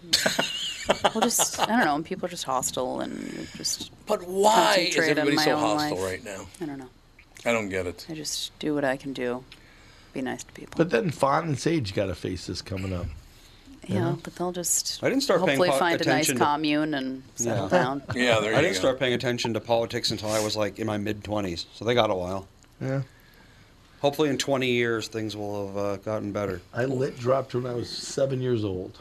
[SPEAKER 6] Well, just I don't know. and People are just hostile and just
[SPEAKER 1] But why is
[SPEAKER 6] Concentrate on
[SPEAKER 1] everybody
[SPEAKER 6] my
[SPEAKER 1] so
[SPEAKER 6] own
[SPEAKER 1] hostile
[SPEAKER 6] life.
[SPEAKER 1] right now?
[SPEAKER 6] I don't know.
[SPEAKER 1] I don't get it.
[SPEAKER 6] I just do what I can do. Be nice to people.
[SPEAKER 5] But then Fawn and Sage got to face this coming up.
[SPEAKER 6] yeah, but they'll just
[SPEAKER 2] I didn't start paying
[SPEAKER 6] hopefully
[SPEAKER 2] po-
[SPEAKER 6] find a nice
[SPEAKER 2] attention to-
[SPEAKER 6] commune and settle
[SPEAKER 2] Yeah.
[SPEAKER 6] down.
[SPEAKER 1] Yeah, there you
[SPEAKER 2] I didn't
[SPEAKER 1] go.
[SPEAKER 2] start paying attention to politics until I was like in my mid twenties, so they got a while.
[SPEAKER 5] Yeah,
[SPEAKER 2] Hopefully, in twenty years, things will have uh, gotten better.
[SPEAKER 5] I lit dropped when I was seven years old.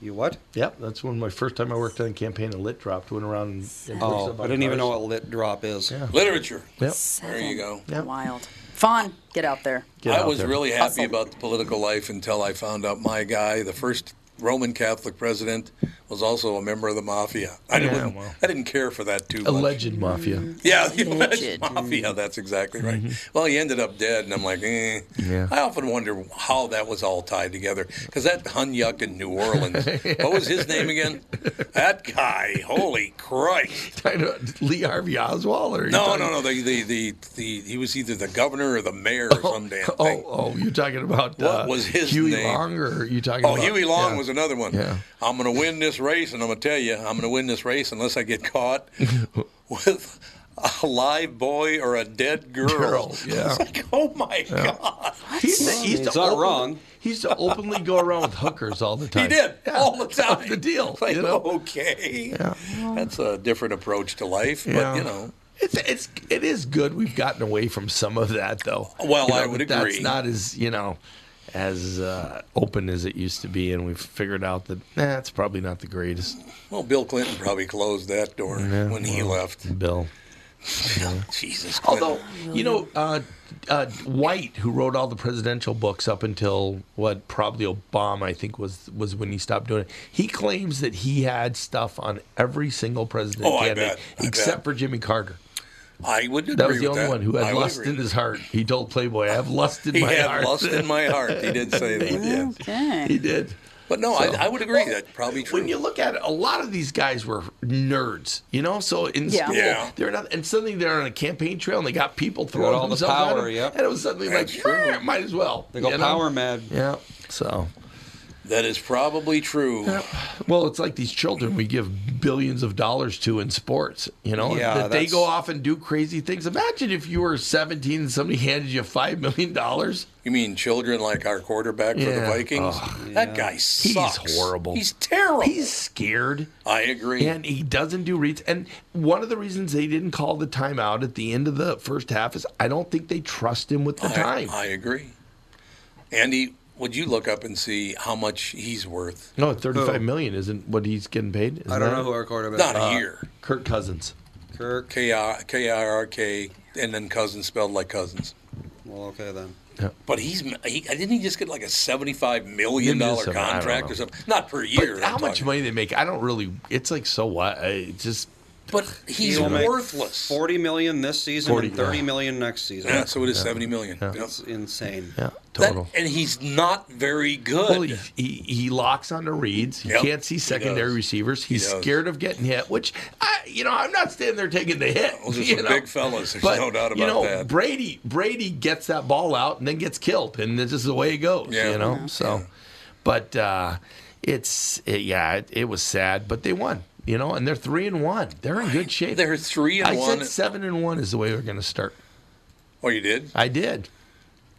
[SPEAKER 2] You what?
[SPEAKER 5] Yep, that's when my first time I worked on a campaign. A lit dropped went around. And, and
[SPEAKER 2] Oh,
[SPEAKER 5] fixed up
[SPEAKER 2] I didn't even know
[SPEAKER 5] cars.
[SPEAKER 2] what lit drop is.
[SPEAKER 5] Yeah.
[SPEAKER 1] Literature.
[SPEAKER 5] Yep.
[SPEAKER 1] There you go.
[SPEAKER 5] Yeah.
[SPEAKER 6] Wild. Fawn, get out there.
[SPEAKER 5] Get
[SPEAKER 1] I
[SPEAKER 5] out
[SPEAKER 1] was
[SPEAKER 5] there.
[SPEAKER 1] really happy
[SPEAKER 6] Hustle.
[SPEAKER 1] about the political life until I found out my guy, the first Roman Catholic president, was also a member of the mafia. I
[SPEAKER 5] Yeah,
[SPEAKER 1] didn't,
[SPEAKER 5] well.
[SPEAKER 1] I didn't care for that too much.
[SPEAKER 5] Alleged mafia.
[SPEAKER 1] Yeah, the alleged
[SPEAKER 6] Alleged.
[SPEAKER 1] mafia.
[SPEAKER 5] Mm-hmm.
[SPEAKER 1] That's exactly right. Well, he ended up dead, and I'm like, eh.
[SPEAKER 5] Yeah.
[SPEAKER 1] I often wonder how that was all tied together because that hun yuck in New Orleans. What was his name again? That guy. Holy Christ!
[SPEAKER 5] I know, Lee Harvey Oswald or
[SPEAKER 1] No, no, no. The, the the the he was either the governor or the mayor or some damn
[SPEAKER 5] Oh,
[SPEAKER 1] thing.
[SPEAKER 5] oh, you're talking about
[SPEAKER 1] What
[SPEAKER 5] uh,
[SPEAKER 1] was his
[SPEAKER 5] Huey
[SPEAKER 1] name?
[SPEAKER 5] Long, or you talking?
[SPEAKER 1] Oh,
[SPEAKER 5] about,
[SPEAKER 1] Huey Long
[SPEAKER 5] yeah.
[SPEAKER 1] was another one.
[SPEAKER 5] Yeah.
[SPEAKER 1] I'm going to win this race, and I'm going to tell you, I'm going to win this race unless I get caught with a live boy or a dead girl.
[SPEAKER 5] Girl, yeah.
[SPEAKER 1] It's like, oh my God.
[SPEAKER 5] He's, the, he's
[SPEAKER 2] It's
[SPEAKER 5] the
[SPEAKER 2] not
[SPEAKER 5] open-
[SPEAKER 2] wrong.
[SPEAKER 5] He used to openly go around with hookers all the time.
[SPEAKER 1] He did
[SPEAKER 5] Yeah,
[SPEAKER 1] all the
[SPEAKER 5] that was
[SPEAKER 1] time.
[SPEAKER 5] The deal,
[SPEAKER 1] Like, oh,
[SPEAKER 5] you know?
[SPEAKER 1] Okay, that's a different approach to life,
[SPEAKER 5] Yeah.
[SPEAKER 1] but you know,
[SPEAKER 5] It's it's it is good. We've gotten away from some of that though.
[SPEAKER 1] Well,
[SPEAKER 5] You
[SPEAKER 1] I
[SPEAKER 5] know,
[SPEAKER 1] would
[SPEAKER 5] that's
[SPEAKER 1] agree.
[SPEAKER 5] not as you know as uh, open as it used to be, and we've figured out that nah, it's probably not the greatest.
[SPEAKER 1] well, Bill Clinton probably closed that door when he left.
[SPEAKER 5] Bill.
[SPEAKER 1] Jesus, Clinton.
[SPEAKER 5] Although you know, uh, uh, White, who wrote all the presidential books up until what probably Obama, I think was was when he stopped doing it. He claims that he had stuff on every single president
[SPEAKER 1] Oh, I
[SPEAKER 5] candidate
[SPEAKER 1] bet. I
[SPEAKER 5] except
[SPEAKER 1] bet.
[SPEAKER 5] for Jimmy Carter.
[SPEAKER 1] I would agree
[SPEAKER 5] That was
[SPEAKER 1] with
[SPEAKER 5] the only
[SPEAKER 1] that.
[SPEAKER 5] one who
[SPEAKER 1] I
[SPEAKER 5] had
[SPEAKER 1] would
[SPEAKER 5] lust
[SPEAKER 1] agree.
[SPEAKER 5] in his heart. He told Playboy, "I have lust in
[SPEAKER 1] He
[SPEAKER 5] my
[SPEAKER 1] had
[SPEAKER 5] heart."
[SPEAKER 1] lust in my heart. He did say that, yeah.
[SPEAKER 6] Okay.
[SPEAKER 5] he did.
[SPEAKER 1] But no, I, I would agree. That's probably true.
[SPEAKER 5] When you look at it, a lot of these guys were nerds, you know. So in
[SPEAKER 6] Yeah.
[SPEAKER 5] school,
[SPEAKER 1] Yeah.
[SPEAKER 5] they're not, and suddenly they're on a campaign trail, and they got people throwing
[SPEAKER 2] all the
[SPEAKER 5] themselves at
[SPEAKER 2] power,
[SPEAKER 5] them,
[SPEAKER 2] yep.
[SPEAKER 5] And it was suddenly
[SPEAKER 1] That's
[SPEAKER 5] like,
[SPEAKER 1] true.
[SPEAKER 5] "Eh, might as well.
[SPEAKER 2] They go
[SPEAKER 5] you know?
[SPEAKER 2] power mad.
[SPEAKER 5] Yeah. So,
[SPEAKER 1] that is probably true.
[SPEAKER 5] well, it's like these children we give billions of dollars to in sports, you know,
[SPEAKER 2] Yeah,
[SPEAKER 5] that they
[SPEAKER 2] that's-
[SPEAKER 5] go off and do crazy things. Imagine if you were 17 and somebody handed you five million dollars.
[SPEAKER 1] You mean children like our quarterback for the
[SPEAKER 5] Yeah.
[SPEAKER 1] Vikings? that guy sucks.
[SPEAKER 5] horrible.
[SPEAKER 1] He's terrible.
[SPEAKER 5] He's scared.
[SPEAKER 1] I agree.
[SPEAKER 5] And he doesn't do reads. And one of the reasons they didn't call the timeout at the end of the first half is I don't think they trust him with the
[SPEAKER 1] I,
[SPEAKER 5] time.
[SPEAKER 1] I agree. Andy, would you look up and see how much he's worth?
[SPEAKER 5] no, thirty-five million isn't what he's getting paid.
[SPEAKER 2] I don't know who our quarterback.
[SPEAKER 1] Not
[SPEAKER 2] Uh,
[SPEAKER 1] a year.
[SPEAKER 5] Kirk Cousins.
[SPEAKER 2] Kirk.
[SPEAKER 1] K I K I R K, and then Cousins spelled like Cousins.
[SPEAKER 2] Well, okay then.
[SPEAKER 1] But he's he, didn't he just get like a seventy-five million
[SPEAKER 5] Maybe
[SPEAKER 1] dollar
[SPEAKER 5] it's a- I don't
[SPEAKER 1] contract or
[SPEAKER 5] know.
[SPEAKER 1] something? Not per
[SPEAKER 5] But
[SPEAKER 1] year. I'm
[SPEAKER 5] how much
[SPEAKER 1] talking.
[SPEAKER 5] money they make? I don't really. It's like so what? I, it's just
[SPEAKER 1] But he's
[SPEAKER 2] He'll make
[SPEAKER 1] worthless.
[SPEAKER 2] Forty million this season
[SPEAKER 5] 40,
[SPEAKER 2] and thirty
[SPEAKER 5] yeah.
[SPEAKER 2] million next season.
[SPEAKER 1] yeah, so it is seventy million. Yeah.
[SPEAKER 2] That's insane.
[SPEAKER 5] yeah,
[SPEAKER 1] That-
[SPEAKER 5] total.
[SPEAKER 1] and he's not very good.
[SPEAKER 5] Well, he, he, he locks onto reads. He
[SPEAKER 1] Yep,
[SPEAKER 5] can't see
[SPEAKER 1] he
[SPEAKER 5] secondary
[SPEAKER 1] does.
[SPEAKER 5] receivers. He's
[SPEAKER 1] does.
[SPEAKER 5] scared of getting hit, which I, you know, I'm not standing there taking the hit.
[SPEAKER 1] Those are
[SPEAKER 5] you
[SPEAKER 1] some
[SPEAKER 5] know.
[SPEAKER 1] big fellas. There's
[SPEAKER 5] But
[SPEAKER 1] no doubt about
[SPEAKER 5] you know,
[SPEAKER 1] that.
[SPEAKER 5] Brady Brady gets that ball out and then gets killed, and this is the way it goes.
[SPEAKER 1] Yeah.
[SPEAKER 5] You know,
[SPEAKER 1] Yeah.
[SPEAKER 5] so, but uh, it's it, yeah, it, it was sad, but they won. You know, and they're three and one. They're in good shape.
[SPEAKER 1] They're three and
[SPEAKER 5] I
[SPEAKER 1] one.
[SPEAKER 5] said seven and one is the way we're going to start.
[SPEAKER 1] oh, you did?
[SPEAKER 5] I did.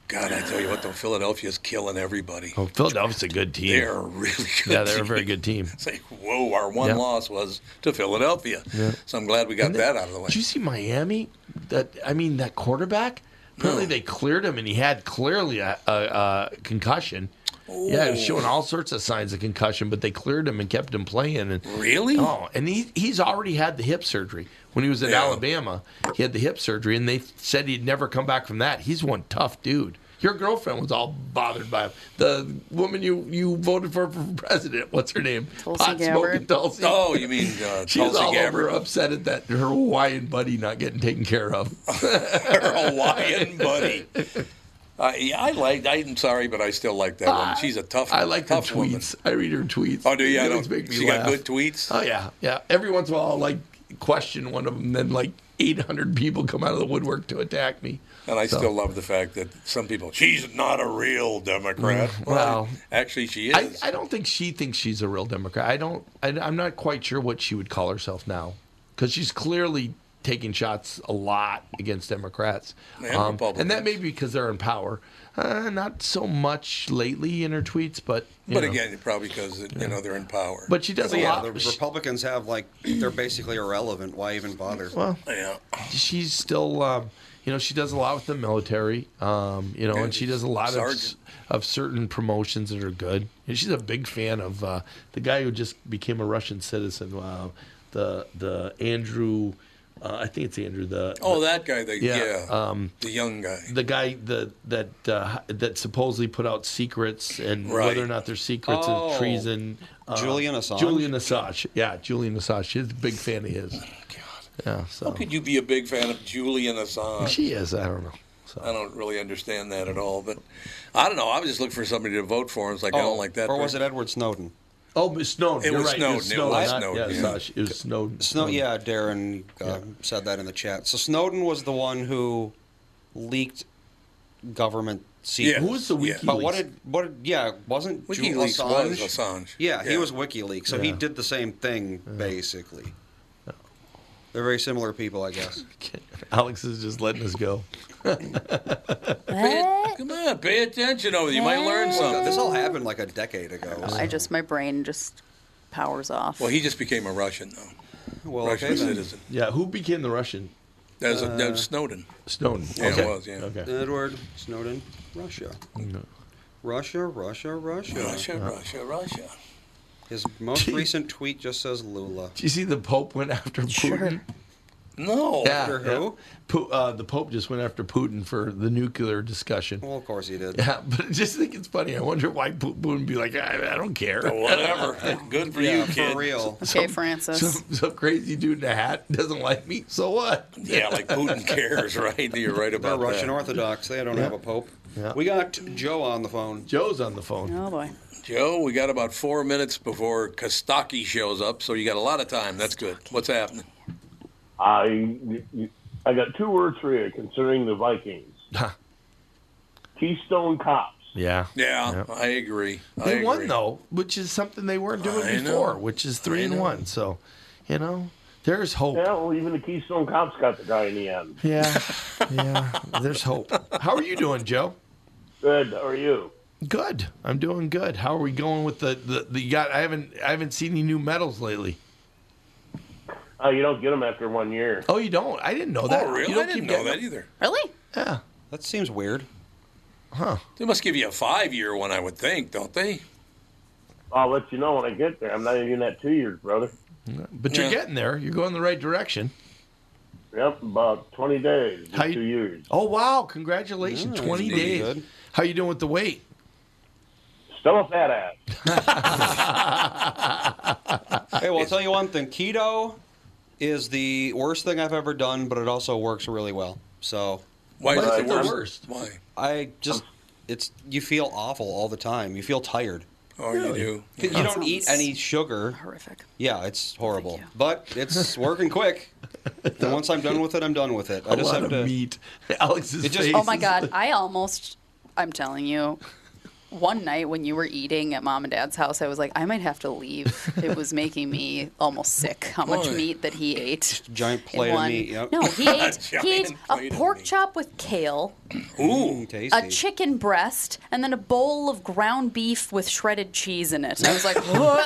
[SPEAKER 1] God, I tell you what, though, Philadelphia's killing everybody.
[SPEAKER 5] Oh, Philadelphia's a good team.
[SPEAKER 1] They are a really good.
[SPEAKER 5] yeah, they're a
[SPEAKER 1] team.
[SPEAKER 5] very good team.
[SPEAKER 1] It's like, whoa, our one
[SPEAKER 5] Yeah.
[SPEAKER 1] loss was to Philadelphia. So I'm glad we got that out of the way.
[SPEAKER 5] Did you see Miami? That I mean, that quarterback. Apparently,
[SPEAKER 1] No.
[SPEAKER 5] they cleared him, and he had clearly a, a, a concussion. Yeah, he was
[SPEAKER 1] Oh.
[SPEAKER 5] showing all sorts of signs of concussion, but they cleared him and kept him playing. And
[SPEAKER 1] Really?
[SPEAKER 5] oh, and he he's already had the hip surgery when he was in
[SPEAKER 1] Yeah.
[SPEAKER 5] Alabama. He had the hip surgery, and they said he'd never come back from that. He's one tough dude. Your girlfriend was all bothered by him. The woman you, you voted for for president, what's her name?
[SPEAKER 6] Tulsi
[SPEAKER 5] smoking
[SPEAKER 6] Gabbard.
[SPEAKER 5] Tulsi.
[SPEAKER 1] Oh, you mean uh,
[SPEAKER 5] She was
[SPEAKER 1] Tulsi
[SPEAKER 5] all over
[SPEAKER 1] Gabbard,
[SPEAKER 5] upset at that her Hawaiian buddy not getting taken care of.
[SPEAKER 1] her Hawaiian buddy? Uh, yeah, I like. I'm sorry, but I still like that one. She's a tough.
[SPEAKER 5] Ah, I like her
[SPEAKER 1] tough woman.
[SPEAKER 5] tweets. I read her tweets.
[SPEAKER 1] Oh, do you?
[SPEAKER 5] They
[SPEAKER 1] I
[SPEAKER 5] always
[SPEAKER 1] don't-
[SPEAKER 5] make me
[SPEAKER 1] she
[SPEAKER 5] laugh.
[SPEAKER 1] got good tweets.
[SPEAKER 5] Oh yeah, yeah. Every once in a while, I'll like question one of them, then like 800 people come out of the woodwork to attack me.
[SPEAKER 1] And I
[SPEAKER 5] So,
[SPEAKER 1] still love the fact that some people, she's not a real Democrat.
[SPEAKER 5] Mm, well.
[SPEAKER 1] actually, she
[SPEAKER 5] I,
[SPEAKER 1] is.
[SPEAKER 5] I don't think she thinks she's a real Democrat. I don't. I, I'm not quite sure what she would call herself now, because she's clearly taking shots a lot against Democrats, Um,
[SPEAKER 1] And
[SPEAKER 5] and that
[SPEAKER 1] Republicans.
[SPEAKER 5] may be because they're in power. Uh, not so much lately in her tweets, but you
[SPEAKER 1] but
[SPEAKER 5] know.
[SPEAKER 1] again, probably because you know they're in power.
[SPEAKER 5] but she does
[SPEAKER 2] So
[SPEAKER 5] a
[SPEAKER 2] yeah,
[SPEAKER 5] lot.
[SPEAKER 2] the
[SPEAKER 5] she-
[SPEAKER 2] Republicans have like they're basically irrelevant. Why even bother?
[SPEAKER 5] well,
[SPEAKER 1] yeah,
[SPEAKER 5] she's still um, you know she does a lot with the military um, you know and she does a lot of, s-
[SPEAKER 1] Sergeant.
[SPEAKER 5] of certain promotions that are good and she's a big fan of uh, the guy who just became a russian citizen uh, the the andrew Uh, I think it's Andrew the.
[SPEAKER 1] Oh, that guy. The, yeah.
[SPEAKER 5] Yeah, um,
[SPEAKER 1] the young guy.
[SPEAKER 5] the guy the, that uh, that supposedly put out secrets and
[SPEAKER 1] Right.
[SPEAKER 5] whether or not they're secrets
[SPEAKER 2] Oh.
[SPEAKER 5] is treason. Uh,
[SPEAKER 2] Julian Assange?
[SPEAKER 5] Julian Assange. Yeah, Julian Assange. She's a big fan of his. Yeah. So
[SPEAKER 1] How could you be a big fan of Julian Assange?
[SPEAKER 5] she is. I don't know. So.
[SPEAKER 1] I don't really understand that at all. But I don't know. I was just looking for somebody to vote for. and It's like I don't like that.
[SPEAKER 2] Oh, Or was it
[SPEAKER 1] person.
[SPEAKER 2] Edward Snowden?
[SPEAKER 5] Oh, but Snowden.
[SPEAKER 1] It
[SPEAKER 5] You're
[SPEAKER 1] was
[SPEAKER 5] right. It was
[SPEAKER 1] Snowden. It was
[SPEAKER 5] Snowden.
[SPEAKER 1] Snowden,
[SPEAKER 5] not- Yeah,
[SPEAKER 1] yeah.
[SPEAKER 5] Assange. It was Snowden.
[SPEAKER 2] Snow, yeah, Darren uh, said that in the chat. So Snowden was the one who leaked government secrets.
[SPEAKER 1] Yeah.
[SPEAKER 5] Who's the
[SPEAKER 1] Yeah.
[SPEAKER 5] WikiLeaks?
[SPEAKER 2] But what did what? Did, yeah, wasn't Ju-
[SPEAKER 1] WikiLeaks
[SPEAKER 2] Assange?
[SPEAKER 1] was Assange.
[SPEAKER 2] Yeah, he
[SPEAKER 1] Yeah.
[SPEAKER 2] was WikiLeaks, so he
[SPEAKER 5] Yeah.
[SPEAKER 2] did the same thing basically. They're very similar people, I guess.
[SPEAKER 5] Alex is just letting us go.
[SPEAKER 1] Come on, pay attention over there. You might learn
[SPEAKER 2] Oh, This
[SPEAKER 1] something.
[SPEAKER 2] all happened like a decade ago.
[SPEAKER 6] Oh, I just my brain just powers off.
[SPEAKER 1] Well, he just became a Russian though.
[SPEAKER 2] Well,
[SPEAKER 1] Russian
[SPEAKER 2] okay, then. Uh,
[SPEAKER 1] citizen.
[SPEAKER 5] Yeah, who became the Russian?
[SPEAKER 1] That was, that was Snowden.
[SPEAKER 5] Snowden.
[SPEAKER 1] Yeah, it
[SPEAKER 5] okay.
[SPEAKER 1] was, yeah.
[SPEAKER 5] Okay.
[SPEAKER 2] Edward Snowden, Russia, Russia, Russia, Russia.
[SPEAKER 1] Russia, Russia, Russia.
[SPEAKER 2] His most recent tweet just says Lula.
[SPEAKER 5] Do you see the Pope went after Putin?
[SPEAKER 6] sure.
[SPEAKER 1] No.
[SPEAKER 2] After who?
[SPEAKER 5] Pu- uh, the Pope just went after Putin for the nuclear discussion.
[SPEAKER 2] Well, of course he did.
[SPEAKER 5] Yeah, but I just think it's funny. I wonder why Pu- Putin would be like, I, I don't care.
[SPEAKER 1] Oh, Whatever. Good for
[SPEAKER 2] Yeah,
[SPEAKER 1] you, kid.
[SPEAKER 2] for real.
[SPEAKER 6] Okay, Francis.
[SPEAKER 5] Some, some crazy dude in a hat doesn't like me. So what?
[SPEAKER 1] Yeah, like Putin cares, right? You're right
[SPEAKER 2] They're
[SPEAKER 1] about
[SPEAKER 2] Russian
[SPEAKER 1] that.
[SPEAKER 2] Orthodox. They don't have a pope.
[SPEAKER 5] Yeah.
[SPEAKER 2] We got Joe on the phone.
[SPEAKER 5] Joe's on the phone.
[SPEAKER 6] oh boy.
[SPEAKER 1] Joe, we got about four minutes before Kostaki shows up, so you got a lot of time. That's good. What's happening?
[SPEAKER 9] I I got two words for you concerning the Vikings. Keystone Cops.
[SPEAKER 5] Yeah.
[SPEAKER 1] Yeah, I agree. I
[SPEAKER 5] They
[SPEAKER 1] agree.
[SPEAKER 5] won though, which is something they weren't doing
[SPEAKER 1] I know.
[SPEAKER 5] before, which is three and one. So, you know, there's hope.
[SPEAKER 9] Yeah, well, even the Keystone Cops got the guy in the end.
[SPEAKER 5] Yeah, yeah. There's hope. How are you doing, Joe?
[SPEAKER 9] Good. How are you?
[SPEAKER 5] Good. I'm doing good. How are we going with the the, the you got? I haven't I haven't seen any new medals lately.
[SPEAKER 9] Oh, you don't get them after one year.
[SPEAKER 5] Oh, you don't? I didn't know that.
[SPEAKER 1] Oh, really?
[SPEAKER 5] You don't
[SPEAKER 1] I didn't
[SPEAKER 5] keep
[SPEAKER 1] know that
[SPEAKER 5] getting-
[SPEAKER 1] either.
[SPEAKER 6] Really?
[SPEAKER 5] Yeah.
[SPEAKER 2] That seems weird.
[SPEAKER 1] They must give you a five-year one, I would think, don't they?
[SPEAKER 9] I'll let you know when I get there. I'm not even at two years, brother.
[SPEAKER 5] But
[SPEAKER 1] Yeah.
[SPEAKER 5] you're getting there. You're going the right direction.
[SPEAKER 9] Yep, about 20 days,
[SPEAKER 5] How
[SPEAKER 9] just
[SPEAKER 5] you-
[SPEAKER 9] two years.
[SPEAKER 5] Oh wow! Congratulations,
[SPEAKER 2] Yeah,
[SPEAKER 5] twenty
[SPEAKER 2] that's pretty
[SPEAKER 5] days.
[SPEAKER 2] good.
[SPEAKER 5] How you doing with the weight?
[SPEAKER 9] Still a fat ass.
[SPEAKER 1] Uh,
[SPEAKER 2] Hey, well, I'll tell you one thing. Keto is the worst thing I've ever done, but it also works really well. So
[SPEAKER 1] Why is
[SPEAKER 9] Why
[SPEAKER 1] it
[SPEAKER 9] is
[SPEAKER 1] the
[SPEAKER 9] it
[SPEAKER 1] worst?
[SPEAKER 5] worst?
[SPEAKER 1] Why?
[SPEAKER 2] I just, it's you feel awful all the time. You feel tired.
[SPEAKER 1] Oh, you do.
[SPEAKER 2] You don't eat
[SPEAKER 6] sounds
[SPEAKER 2] any sugar.
[SPEAKER 6] Horrific.
[SPEAKER 2] Yeah, it's horrible,
[SPEAKER 6] you.
[SPEAKER 2] but it's working quick. And once I'm done with it, I'm done with it. I
[SPEAKER 5] a
[SPEAKER 2] just
[SPEAKER 5] lot
[SPEAKER 2] have
[SPEAKER 5] of
[SPEAKER 2] to.
[SPEAKER 5] meat. Alex's
[SPEAKER 2] It just-
[SPEAKER 5] face.
[SPEAKER 6] Oh my
[SPEAKER 5] is-
[SPEAKER 6] god, I almost I'm telling you one night when you were eating at mom and dad's house, I was like, I might have to leave. It was making me almost sick how much
[SPEAKER 1] Why?
[SPEAKER 6] meat that he ate.
[SPEAKER 2] giant
[SPEAKER 6] in
[SPEAKER 2] plate of
[SPEAKER 6] one-
[SPEAKER 2] meat, yep.
[SPEAKER 6] No, he ate, he
[SPEAKER 1] Giant
[SPEAKER 6] ate a
[SPEAKER 1] plate of
[SPEAKER 6] pork
[SPEAKER 1] meat.
[SPEAKER 6] chop with kale,
[SPEAKER 2] Ooh, tasty.
[SPEAKER 6] a chicken breast, and then a bowl of ground beef with shredded cheese in it. I was like, "Whoa."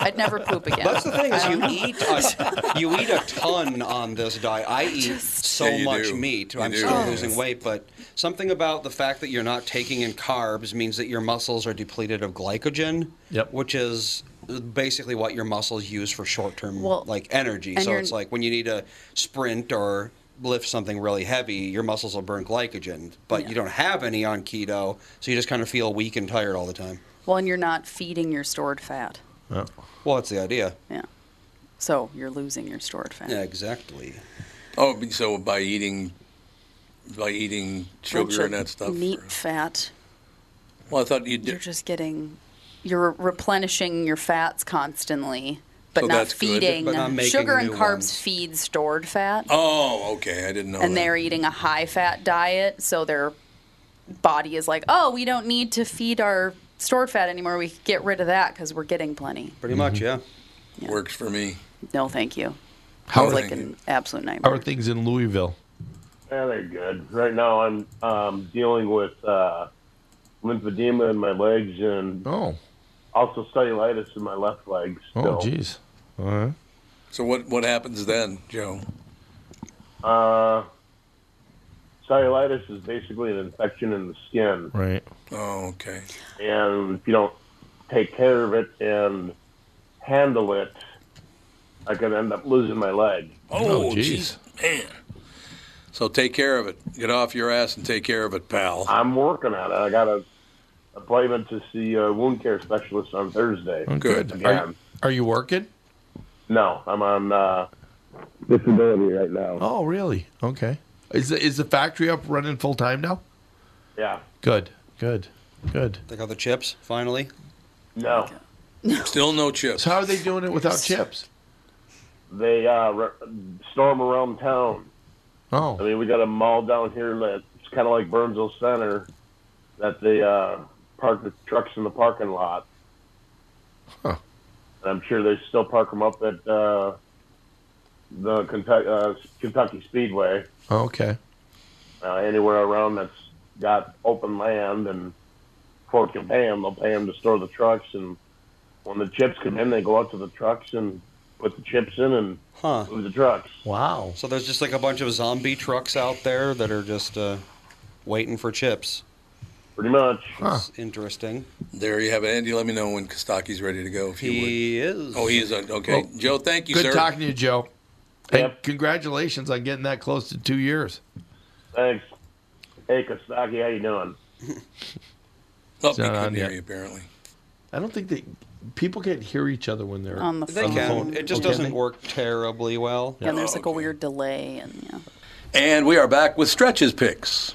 [SPEAKER 6] I'd never poop again.
[SPEAKER 2] That's the thing is
[SPEAKER 6] Um,
[SPEAKER 2] you eat a, you eat a ton on this diet. I eat so
[SPEAKER 1] Yeah, you
[SPEAKER 2] much
[SPEAKER 1] do.
[SPEAKER 2] meat.
[SPEAKER 1] You
[SPEAKER 2] I'm
[SPEAKER 1] do.
[SPEAKER 2] still
[SPEAKER 1] Oh.
[SPEAKER 2] losing weight, but something about the fact that you're not taking in carbs means that your muscles are depleted of glycogen,
[SPEAKER 5] Yep.
[SPEAKER 2] which is basically what your muscles use for short-term
[SPEAKER 6] Well,
[SPEAKER 2] like energy.
[SPEAKER 6] and
[SPEAKER 2] So
[SPEAKER 6] you're-
[SPEAKER 2] it's like when you need to sprint or lift something really heavy, your muscles will burn glycogen, but you don't have any on keto, so you just kind of feel weak and tired all the time.
[SPEAKER 6] Well, and you're not feeding your stored fat.
[SPEAKER 2] Well, that's the idea.
[SPEAKER 6] Yeah. So you're losing your stored fat.
[SPEAKER 2] Yeah, exactly.
[SPEAKER 1] Oh, so by eating, by eating
[SPEAKER 6] Bunch
[SPEAKER 1] sugar and
[SPEAKER 6] of
[SPEAKER 1] that stuff.
[SPEAKER 6] Meat
[SPEAKER 1] or-
[SPEAKER 6] fat.
[SPEAKER 1] Well, I thought you
[SPEAKER 6] You're
[SPEAKER 1] did.
[SPEAKER 6] just getting, you're replenishing your fats constantly, but
[SPEAKER 1] So
[SPEAKER 6] not
[SPEAKER 1] that's good,
[SPEAKER 6] feeding.
[SPEAKER 2] but not making
[SPEAKER 6] Sugar and
[SPEAKER 2] new
[SPEAKER 6] carbs
[SPEAKER 2] ones.
[SPEAKER 6] feed stored fat,
[SPEAKER 1] Oh, okay. I didn't know.
[SPEAKER 6] and
[SPEAKER 1] that.
[SPEAKER 6] they're eating a high fat diet, so their body is like, oh, we don't need to feed our stored fat anymore. We can get rid of that because we're getting plenty.
[SPEAKER 2] Pretty
[SPEAKER 1] Mm-hmm.
[SPEAKER 2] much, yeah.
[SPEAKER 1] works for me.
[SPEAKER 6] No, thank you.
[SPEAKER 1] How
[SPEAKER 6] It's
[SPEAKER 1] are
[SPEAKER 6] like
[SPEAKER 1] they-
[SPEAKER 6] an absolute
[SPEAKER 5] How
[SPEAKER 6] nightmare.
[SPEAKER 5] are things in Louisville?
[SPEAKER 9] Yeah, they're good. Right now, I'm um, dealing with uh, lymphedema in my legs and
[SPEAKER 5] Oh,
[SPEAKER 9] also cellulitis in my left leg. Still.
[SPEAKER 5] oh, jeez. All right.
[SPEAKER 1] So what what happens then, Joe?
[SPEAKER 9] Uh, cellulitis is basically an infection in the skin,
[SPEAKER 5] Right.
[SPEAKER 1] Oh, okay.
[SPEAKER 9] and if you don't take care of it and handle it, I could end up losing my leg.
[SPEAKER 1] Oh,
[SPEAKER 5] Oh,
[SPEAKER 1] jeez,
[SPEAKER 5] geez.
[SPEAKER 1] man. So take care of it. Get off your ass and take care of it, pal.
[SPEAKER 9] I'm working on it. I got a appointment to see a wound care specialist on Thursday.
[SPEAKER 1] Good.
[SPEAKER 9] Again.
[SPEAKER 5] Oh, Are you working?
[SPEAKER 9] No, I'm on uh, disability right now.
[SPEAKER 5] Oh, really? Okay. Is the, is the factory up running full time now?
[SPEAKER 9] Yeah.
[SPEAKER 5] Good. Good. Good.
[SPEAKER 2] They got the chips finally.
[SPEAKER 9] No,
[SPEAKER 1] Still no chips.
[SPEAKER 5] So how are they doing it without chips?
[SPEAKER 9] they uh, re- storm around town. I
[SPEAKER 5] Oh,
[SPEAKER 9] mean, we got a mall down here that's kind of like Burnsville Center that they uh, park the trucks in the parking lot.
[SPEAKER 5] Huh.
[SPEAKER 9] And I'm sure they still park them up at uh, the Kentucky, uh, Kentucky Speedway,
[SPEAKER 5] okay.
[SPEAKER 9] uh, anywhere around that's got open land. And Fort can pay them. They'll pay them to store the trucks. And when the chips come in, they go out to the trucks and put the chips in and
[SPEAKER 2] Huh.
[SPEAKER 9] move the trucks.
[SPEAKER 5] Wow.
[SPEAKER 2] So there's just like a bunch of zombie trucks out there that are just uh, waiting for chips.
[SPEAKER 9] Pretty much.
[SPEAKER 2] It's interesting.
[SPEAKER 1] There you have it, Andy. Let me know when Kostaki's ready to go. If you would.
[SPEAKER 2] He is.
[SPEAKER 1] Oh, he is on. Okay,
[SPEAKER 5] Well,
[SPEAKER 1] Joe. Thank you,
[SPEAKER 5] Good
[SPEAKER 1] sir.
[SPEAKER 5] talking to you, Joe. And
[SPEAKER 9] Yep.
[SPEAKER 5] congratulations on getting that close to two years.
[SPEAKER 9] Thanks. Hey, Kostaki, how you doing?
[SPEAKER 1] Oh,
[SPEAKER 5] not
[SPEAKER 1] he
[SPEAKER 5] on
[SPEAKER 1] couldn't hear
[SPEAKER 5] yet.
[SPEAKER 1] you apparently.
[SPEAKER 5] I don't think that people can hear each other when they're
[SPEAKER 6] On the
[SPEAKER 2] They
[SPEAKER 6] phone. Oh,
[SPEAKER 2] can. It just
[SPEAKER 5] Okay.
[SPEAKER 2] doesn't work terribly well.
[SPEAKER 6] Yeah, and there's like a
[SPEAKER 1] Okay.
[SPEAKER 6] weird delay, and yeah.
[SPEAKER 1] And we are back with stretches picks.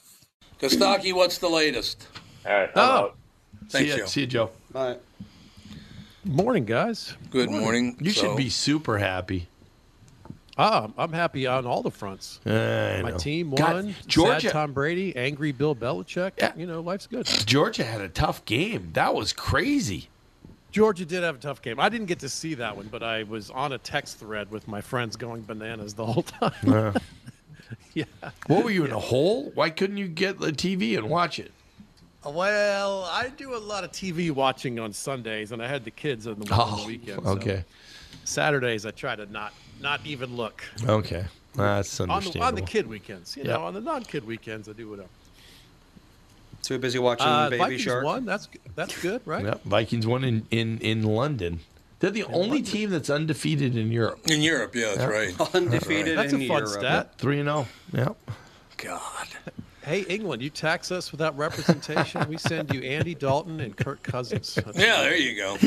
[SPEAKER 1] Kostaki, what's the latest?
[SPEAKER 9] All right. I'm
[SPEAKER 5] Oh,
[SPEAKER 9] out.
[SPEAKER 5] see
[SPEAKER 1] Thanks,
[SPEAKER 5] you,
[SPEAKER 1] Joe.
[SPEAKER 5] see you, Joe.
[SPEAKER 2] All right.
[SPEAKER 10] Morning, guys.
[SPEAKER 1] Good morning.
[SPEAKER 5] You
[SPEAKER 1] So-
[SPEAKER 5] should be super happy.
[SPEAKER 10] Ah, I'm happy on all the fronts.
[SPEAKER 5] I
[SPEAKER 10] My
[SPEAKER 5] know.
[SPEAKER 10] team
[SPEAKER 5] God,
[SPEAKER 10] won.
[SPEAKER 5] Georgia.
[SPEAKER 10] Sad Tom Brady, angry Bill Belichick.
[SPEAKER 5] Yeah.
[SPEAKER 10] You know, life's good.
[SPEAKER 5] Georgia had a tough game. That was crazy.
[SPEAKER 10] Georgia did have a tough game. I didn't get to see that one, but I was on a text thread with my friends going bananas the whole time.
[SPEAKER 5] What were you in a hole? Why couldn't you get the TV and watch it?
[SPEAKER 10] Well, I do a lot of TV watching on Sundays, and I had the kids on the, on the weekend. so
[SPEAKER 5] Oh, okay,
[SPEAKER 10] Saturdays, I try to not not even look
[SPEAKER 5] okay, that's
[SPEAKER 10] on the,
[SPEAKER 5] understandable.
[SPEAKER 10] on the kid weekends. You
[SPEAKER 5] Yep.
[SPEAKER 10] know, on the non-kid weekends, I do whatever.
[SPEAKER 2] Too busy watching
[SPEAKER 10] Uh,
[SPEAKER 2] Baby
[SPEAKER 10] Vikings
[SPEAKER 2] Shark.
[SPEAKER 10] won. That's that's good, right?
[SPEAKER 5] Yep, Vikings won in in in London. They're the only team that's undefeated in Europe.
[SPEAKER 1] in Europe. Yeah, that's right.
[SPEAKER 5] Oh,
[SPEAKER 2] Undefeated
[SPEAKER 10] That's a
[SPEAKER 2] in
[SPEAKER 10] fun
[SPEAKER 2] Europe.
[SPEAKER 10] stat.
[SPEAKER 5] Three and zero. Yep.
[SPEAKER 1] God.
[SPEAKER 10] Hey, England, you tax us without representation. we send you Andy Dalton and Kirk Cousins.
[SPEAKER 1] Yeah, there you go.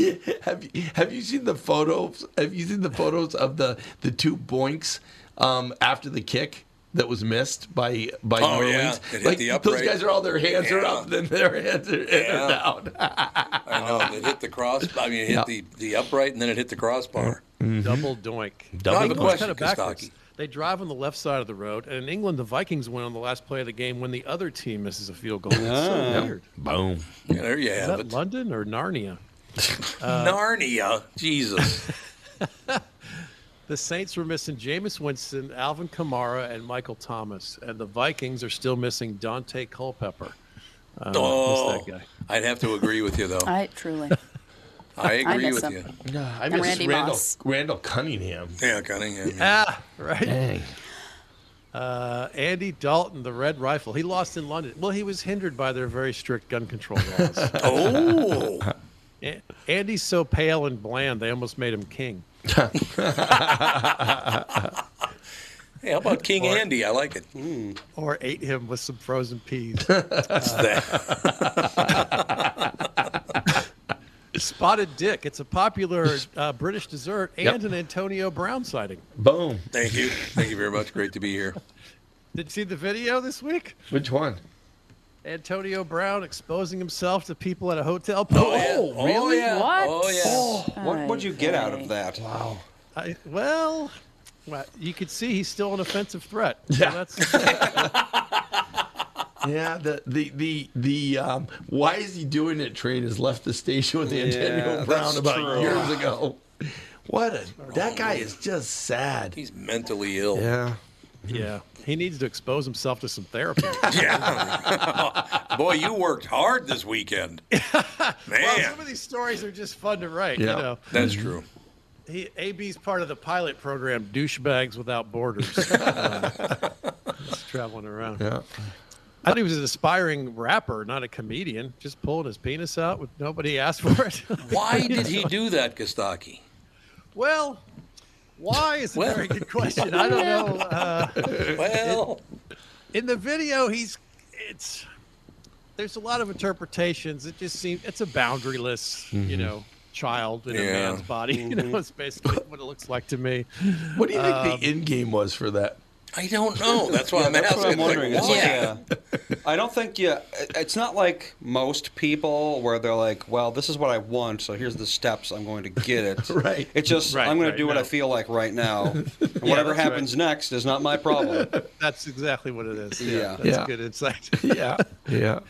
[SPEAKER 5] Have you have you seen the photos? Have you seen the photos of the the two boinks um, after the kick that was missed by by
[SPEAKER 1] Oh,
[SPEAKER 5] New
[SPEAKER 1] yeah.
[SPEAKER 5] Orleans?
[SPEAKER 1] It hit
[SPEAKER 5] Like
[SPEAKER 1] the
[SPEAKER 5] those
[SPEAKER 1] upright.
[SPEAKER 5] guys are all their hands are up, then their hands are,
[SPEAKER 1] Yeah.
[SPEAKER 5] are down.
[SPEAKER 1] I know. It hit the cross. I mean, it hit
[SPEAKER 5] Yeah.
[SPEAKER 1] the, the upright and then it hit the crossbar.
[SPEAKER 10] Double doink.
[SPEAKER 1] Now I have a
[SPEAKER 10] Well, it's
[SPEAKER 1] question,
[SPEAKER 10] kinda backwards.
[SPEAKER 1] Kostaki.
[SPEAKER 10] They drive on the left side of the road, and in England, the Vikings win on the last play of the game when the other team misses a field goal. It's
[SPEAKER 1] Ah.
[SPEAKER 10] so weird.
[SPEAKER 3] Boom.
[SPEAKER 1] Yeah, there you
[SPEAKER 10] Is uh,
[SPEAKER 1] have
[SPEAKER 10] that
[SPEAKER 1] it.
[SPEAKER 10] London or Narnia?
[SPEAKER 1] Narnia. Jesus.
[SPEAKER 10] The Saints were missing Jameis Winston, Alvin Kamara, and Michael Thomas, and the Vikings are still missing Dante Culpepper. Uh, miss
[SPEAKER 1] oh,
[SPEAKER 10] that guy.
[SPEAKER 1] I'd have to agree with you though.
[SPEAKER 6] I truly.
[SPEAKER 1] I
[SPEAKER 6] I
[SPEAKER 1] agree
[SPEAKER 6] miss
[SPEAKER 1] with
[SPEAKER 6] him.
[SPEAKER 1] you.
[SPEAKER 6] I And miss Randy
[SPEAKER 5] Randall,
[SPEAKER 6] Moss.
[SPEAKER 5] Randall Cunningham.
[SPEAKER 1] Yeah, Cunningham.
[SPEAKER 10] Ah, right. Uh, Andy Dalton, the Red Rifle. He lost in London. Well, he was hindered by their very strict gun control laws.
[SPEAKER 1] Oh,
[SPEAKER 10] A- Andy's so pale and bland, they almost made him king.
[SPEAKER 1] hey, how about King Andy? I like it.
[SPEAKER 10] Or ate him with some frozen peas.
[SPEAKER 1] That's that.
[SPEAKER 10] Spotted Dick. It's a popular uh, British dessert and an Antonio Brown sighting.
[SPEAKER 5] Boom.
[SPEAKER 1] Thank you. Thank you very much. Great to be here.
[SPEAKER 10] Did you see the video this week?
[SPEAKER 5] Which one?
[SPEAKER 10] Antonio Brown exposing himself to people at a hotel.
[SPEAKER 1] yeah.
[SPEAKER 10] Oh,
[SPEAKER 1] Oh, yeah.
[SPEAKER 6] What?
[SPEAKER 1] Oh, yeah.
[SPEAKER 2] What would you get out of that?
[SPEAKER 5] Wow.
[SPEAKER 10] I, well, well, you could see he's still an offensive threat. So that's,
[SPEAKER 5] Yeah, the the the the um, why is he doing it? Train has left the station with Antonio
[SPEAKER 2] Yeah,
[SPEAKER 5] Brown
[SPEAKER 2] that's
[SPEAKER 5] about
[SPEAKER 2] true.
[SPEAKER 5] years ago. What a that guy is just sad.
[SPEAKER 1] He's mentally ill.
[SPEAKER 5] Yeah,
[SPEAKER 10] yeah, he needs to expose himself to some therapy.
[SPEAKER 1] Yeah. Boy, you worked hard this weekend.
[SPEAKER 10] Well, some of
[SPEAKER 1] Man.
[SPEAKER 10] these stories are just fun to write.
[SPEAKER 5] Yeah.
[SPEAKER 10] You know,
[SPEAKER 1] That's true.
[SPEAKER 10] he, AB's part of the pilot program, Douchebags Without Borders. Uh, he's traveling around.
[SPEAKER 5] yeah.
[SPEAKER 10] I thought he was an aspiring rapper, not a comedian, just pulling his penis out with nobody asked for it.
[SPEAKER 1] Why did he do that, Kostaki?
[SPEAKER 10] well, why is a
[SPEAKER 1] Well-
[SPEAKER 10] very good question. I don't know. Uh,
[SPEAKER 1] Well,
[SPEAKER 10] in the video he's it's there's a lot of interpretations it just seems it's a boundaryless you know child in a
[SPEAKER 1] Mm-hmm. Yeah. Mm-hmm.
[SPEAKER 10] man's body you know it's basically what it looks like to me
[SPEAKER 5] What do you think the end game was for that?
[SPEAKER 1] I don't know. That's why I'm
[SPEAKER 2] That's
[SPEAKER 1] asking.
[SPEAKER 2] what I'm
[SPEAKER 1] Like,
[SPEAKER 2] wondering. It's
[SPEAKER 1] why?
[SPEAKER 2] like, yeah. I don't think yeah. It's not like most people where they're like, well, this is what I want, so here's the steps I'm going to get it.
[SPEAKER 5] Right.
[SPEAKER 2] It's just
[SPEAKER 10] Right,
[SPEAKER 2] I'm going
[SPEAKER 10] right,
[SPEAKER 2] to do what
[SPEAKER 10] no.
[SPEAKER 2] I feel like right now. And whatever
[SPEAKER 10] that's right.
[SPEAKER 2] happens next is not my problem.
[SPEAKER 10] that's exactly what it is yeah,
[SPEAKER 2] Yeah.
[SPEAKER 10] that's
[SPEAKER 5] Yeah.
[SPEAKER 10] good insight
[SPEAKER 5] Yeah, yeah.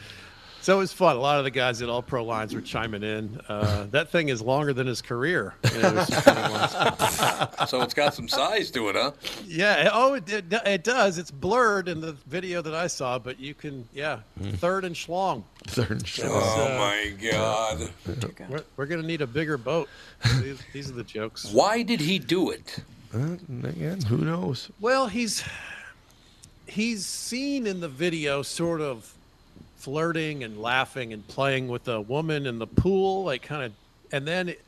[SPEAKER 10] so it was fun a lot of the guys at all pro lines were chiming in uh, that thing is longer than his career you know, there's some funny ones.
[SPEAKER 1] So it's got some size to it, huh?
[SPEAKER 10] yeah oh it, it, it does it's blurred in the video that i saw but you can yeah third and schlong
[SPEAKER 5] Third and short.
[SPEAKER 1] Oh,
[SPEAKER 2] uh,
[SPEAKER 1] my God.
[SPEAKER 10] We're, we're gonna need a bigger boat. These, these are the jokes.
[SPEAKER 1] Why did he do it?
[SPEAKER 5] Again, who knows?
[SPEAKER 10] Well, he's he's seen in the video sort of flirting and laughing and playing with a woman in the pool, like kind of, and then it,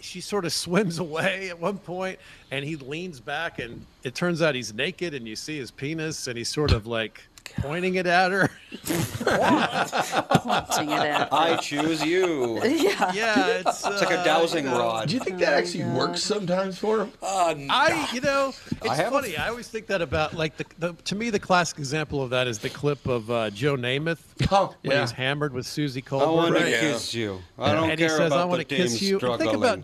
[SPEAKER 10] she sort of swims away at one point, and he leans back, and it turns out he's naked, and you see his penis, and he's sort of like pointing it at her.
[SPEAKER 6] Pointing it at.
[SPEAKER 2] I choose you. It's
[SPEAKER 6] Yeah.
[SPEAKER 10] yeah, it's,
[SPEAKER 2] like a
[SPEAKER 10] uh,
[SPEAKER 2] dowsing
[SPEAKER 10] you know.
[SPEAKER 2] rod.
[SPEAKER 5] Do you think that actually works sometimes for him?
[SPEAKER 1] Uh, n-
[SPEAKER 10] I, you know, it's
[SPEAKER 2] have a-
[SPEAKER 10] funny. I always think that about like the, the to me the classic example of that is the clip of uh, Joe Namath
[SPEAKER 5] Oh,
[SPEAKER 10] when
[SPEAKER 5] yeah.
[SPEAKER 10] he's hammered with Susie
[SPEAKER 2] I want
[SPEAKER 10] Colbert,
[SPEAKER 2] to
[SPEAKER 1] Yeah.
[SPEAKER 2] kiss you. I don't
[SPEAKER 10] and he
[SPEAKER 2] care
[SPEAKER 10] says,
[SPEAKER 2] about
[SPEAKER 10] "I want
[SPEAKER 2] the
[SPEAKER 10] to kiss
[SPEAKER 2] team
[SPEAKER 10] you." And
[SPEAKER 2] struggling.
[SPEAKER 10] Think about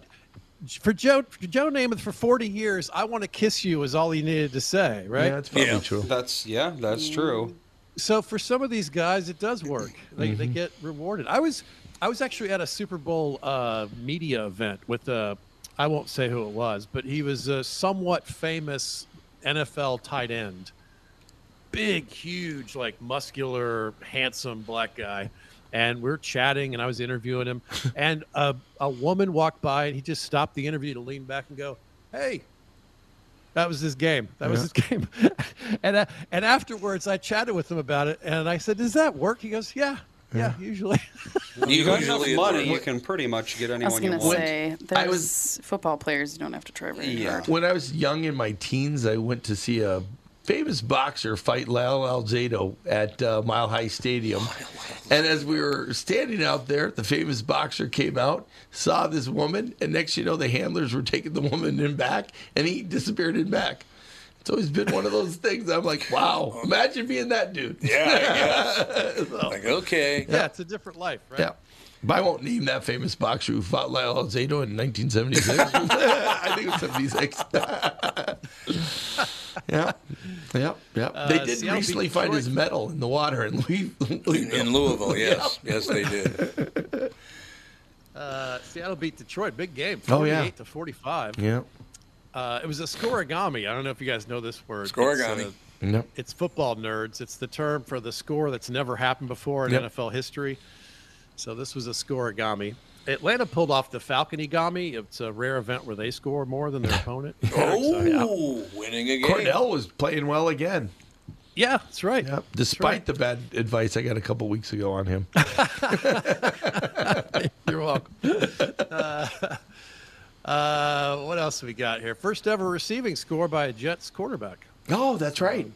[SPEAKER 10] for Joe for Joe Namath for forty years. I want to kiss you is all he needed to say, right?
[SPEAKER 5] Yeah, that's probably
[SPEAKER 1] Yeah.
[SPEAKER 5] true.
[SPEAKER 2] That's yeah, that's true.
[SPEAKER 10] so for some of these guys it does work they, they get rewarded i was i was actually at a super bowl uh, media event with uh, i won't say who it was but he was a somewhat famous nfl tight end big huge like muscular handsome black guy and we're chatting and i was interviewing him and a, a woman walked by and he just stopped the interview to lean back and go hey that was his game. That was his game. and uh, and afterwards, I chatted with him about it, and I said, "Does that work?" He goes, "Yeah, yeah, usually."
[SPEAKER 2] You got enough
[SPEAKER 1] usually it
[SPEAKER 2] money, you
[SPEAKER 1] works.
[SPEAKER 2] can pretty much get
[SPEAKER 6] I was
[SPEAKER 2] anyone you
[SPEAKER 6] gonna
[SPEAKER 2] want.
[SPEAKER 6] say
[SPEAKER 5] I
[SPEAKER 6] there's
[SPEAKER 5] was-
[SPEAKER 6] football players you don't have to try very
[SPEAKER 2] Yeah.
[SPEAKER 6] hard.
[SPEAKER 5] When I was young in my teens, I went to see a famous boxer fight Lal Alzado at uh, Mile High Stadium. And as we were standing out there, the famous boxer came out, saw this woman, and next you know, the handlers were taking the woman in back, and he disappeared in back. It's always been one of those things. I'm like, wow, imagine being that dude.
[SPEAKER 1] Yeah, I guess. like, okay.
[SPEAKER 10] yeah, it's a different life, right?
[SPEAKER 5] Yeah. But I won't name that famous boxer who fought Lyle Alzado in 1976. I think it was 76. yeah, yep, yep. they
[SPEAKER 10] Uh,
[SPEAKER 5] did
[SPEAKER 10] Seattle beat
[SPEAKER 5] recently find his
[SPEAKER 10] Detroit.
[SPEAKER 5] medal in the water in Louis- Louisville.
[SPEAKER 1] In Louisville, yes. Yes, they did.
[SPEAKER 10] Uh, Seattle beat Detroit. Big game.
[SPEAKER 5] Oh, yeah.
[SPEAKER 10] 48 to 45.
[SPEAKER 5] Yeah.
[SPEAKER 10] Uh, it was a scorigami. I don't know if you guys know this word.
[SPEAKER 1] Scorigami.
[SPEAKER 10] It's, uh,
[SPEAKER 5] Nope.
[SPEAKER 10] it's football nerds. It's the term for the score that's never happened before in
[SPEAKER 5] Yep.
[SPEAKER 10] NFL history. So this was a scorigami. Atlanta pulled off the Falconigami. It's a rare event where they score more than their opponent. So, yeah.
[SPEAKER 1] Oh, winning a game.
[SPEAKER 5] Cornell was playing well again.
[SPEAKER 10] yeah, that's right.
[SPEAKER 5] Yep. Despite the bad advice I got a couple weeks ago on him.
[SPEAKER 10] You're welcome. uh, uh, what else we got here? First ever receiving score by a Jets quarterback.
[SPEAKER 5] oh, that's right.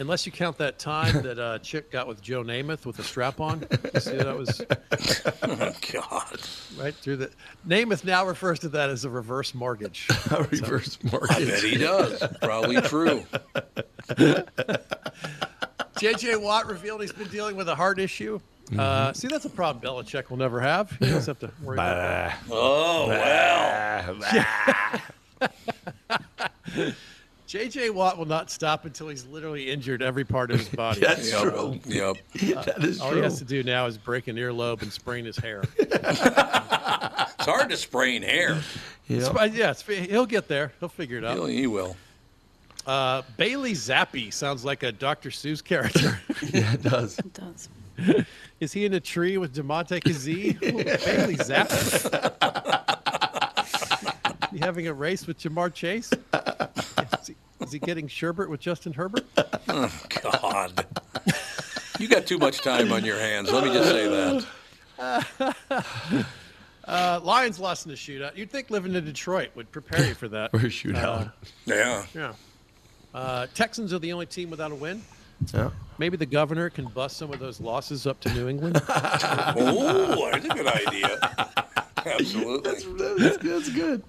[SPEAKER 10] Unless you count that time that uh, chick got with Joe Namath with a strap on. You see, that was
[SPEAKER 1] Oh, God.
[SPEAKER 10] right through the. Namath now refers to that as a reverse mortgage.
[SPEAKER 5] A reverse
[SPEAKER 1] I bet
[SPEAKER 5] mortgage.
[SPEAKER 1] he does. Probably true.
[SPEAKER 10] JJ Watt revealed he's been dealing with a heart issue.
[SPEAKER 5] Mm-hmm.
[SPEAKER 10] Uh, see, that's a problem Belichick will never have. He doesn't have to worry about that.
[SPEAKER 1] Oh, well.
[SPEAKER 10] JJ Watt will not stop until he's literally injured every part of his body.
[SPEAKER 5] That's
[SPEAKER 1] Yep.
[SPEAKER 5] true.
[SPEAKER 1] Yep.
[SPEAKER 5] That is
[SPEAKER 10] All
[SPEAKER 5] true.
[SPEAKER 10] he has to do now is break an earlobe and sprain his hair.
[SPEAKER 1] It's hard to sprain hair.
[SPEAKER 5] Yep.
[SPEAKER 10] But yeah, it's- he'll get there. He'll figure it out.
[SPEAKER 1] He'll- He will.
[SPEAKER 10] Uh, Bailey Zappi sounds like a Dr. Seuss character.
[SPEAKER 5] Yeah, it does.
[SPEAKER 6] It does.
[SPEAKER 10] Is he in a tree with Demonte Kazee? Ooh, Bailey Zappi. you having a race with Jamar Chase? Is he, is he getting sherbet with Justin Herbert?
[SPEAKER 1] God. You got too much time on your hands. Let me just say that.
[SPEAKER 10] Uh, Lions lost in the shootout. You'd think living in Detroit would prepare you for that.
[SPEAKER 5] Or a shootout.
[SPEAKER 1] Yeah.
[SPEAKER 10] Yeah. Uh, Texans are the only team without a win.
[SPEAKER 5] yeah.
[SPEAKER 10] Maybe the governor can bust some of those losses up to New England.
[SPEAKER 1] Oh, that's a good idea. Absolutely.
[SPEAKER 5] That's, that's good.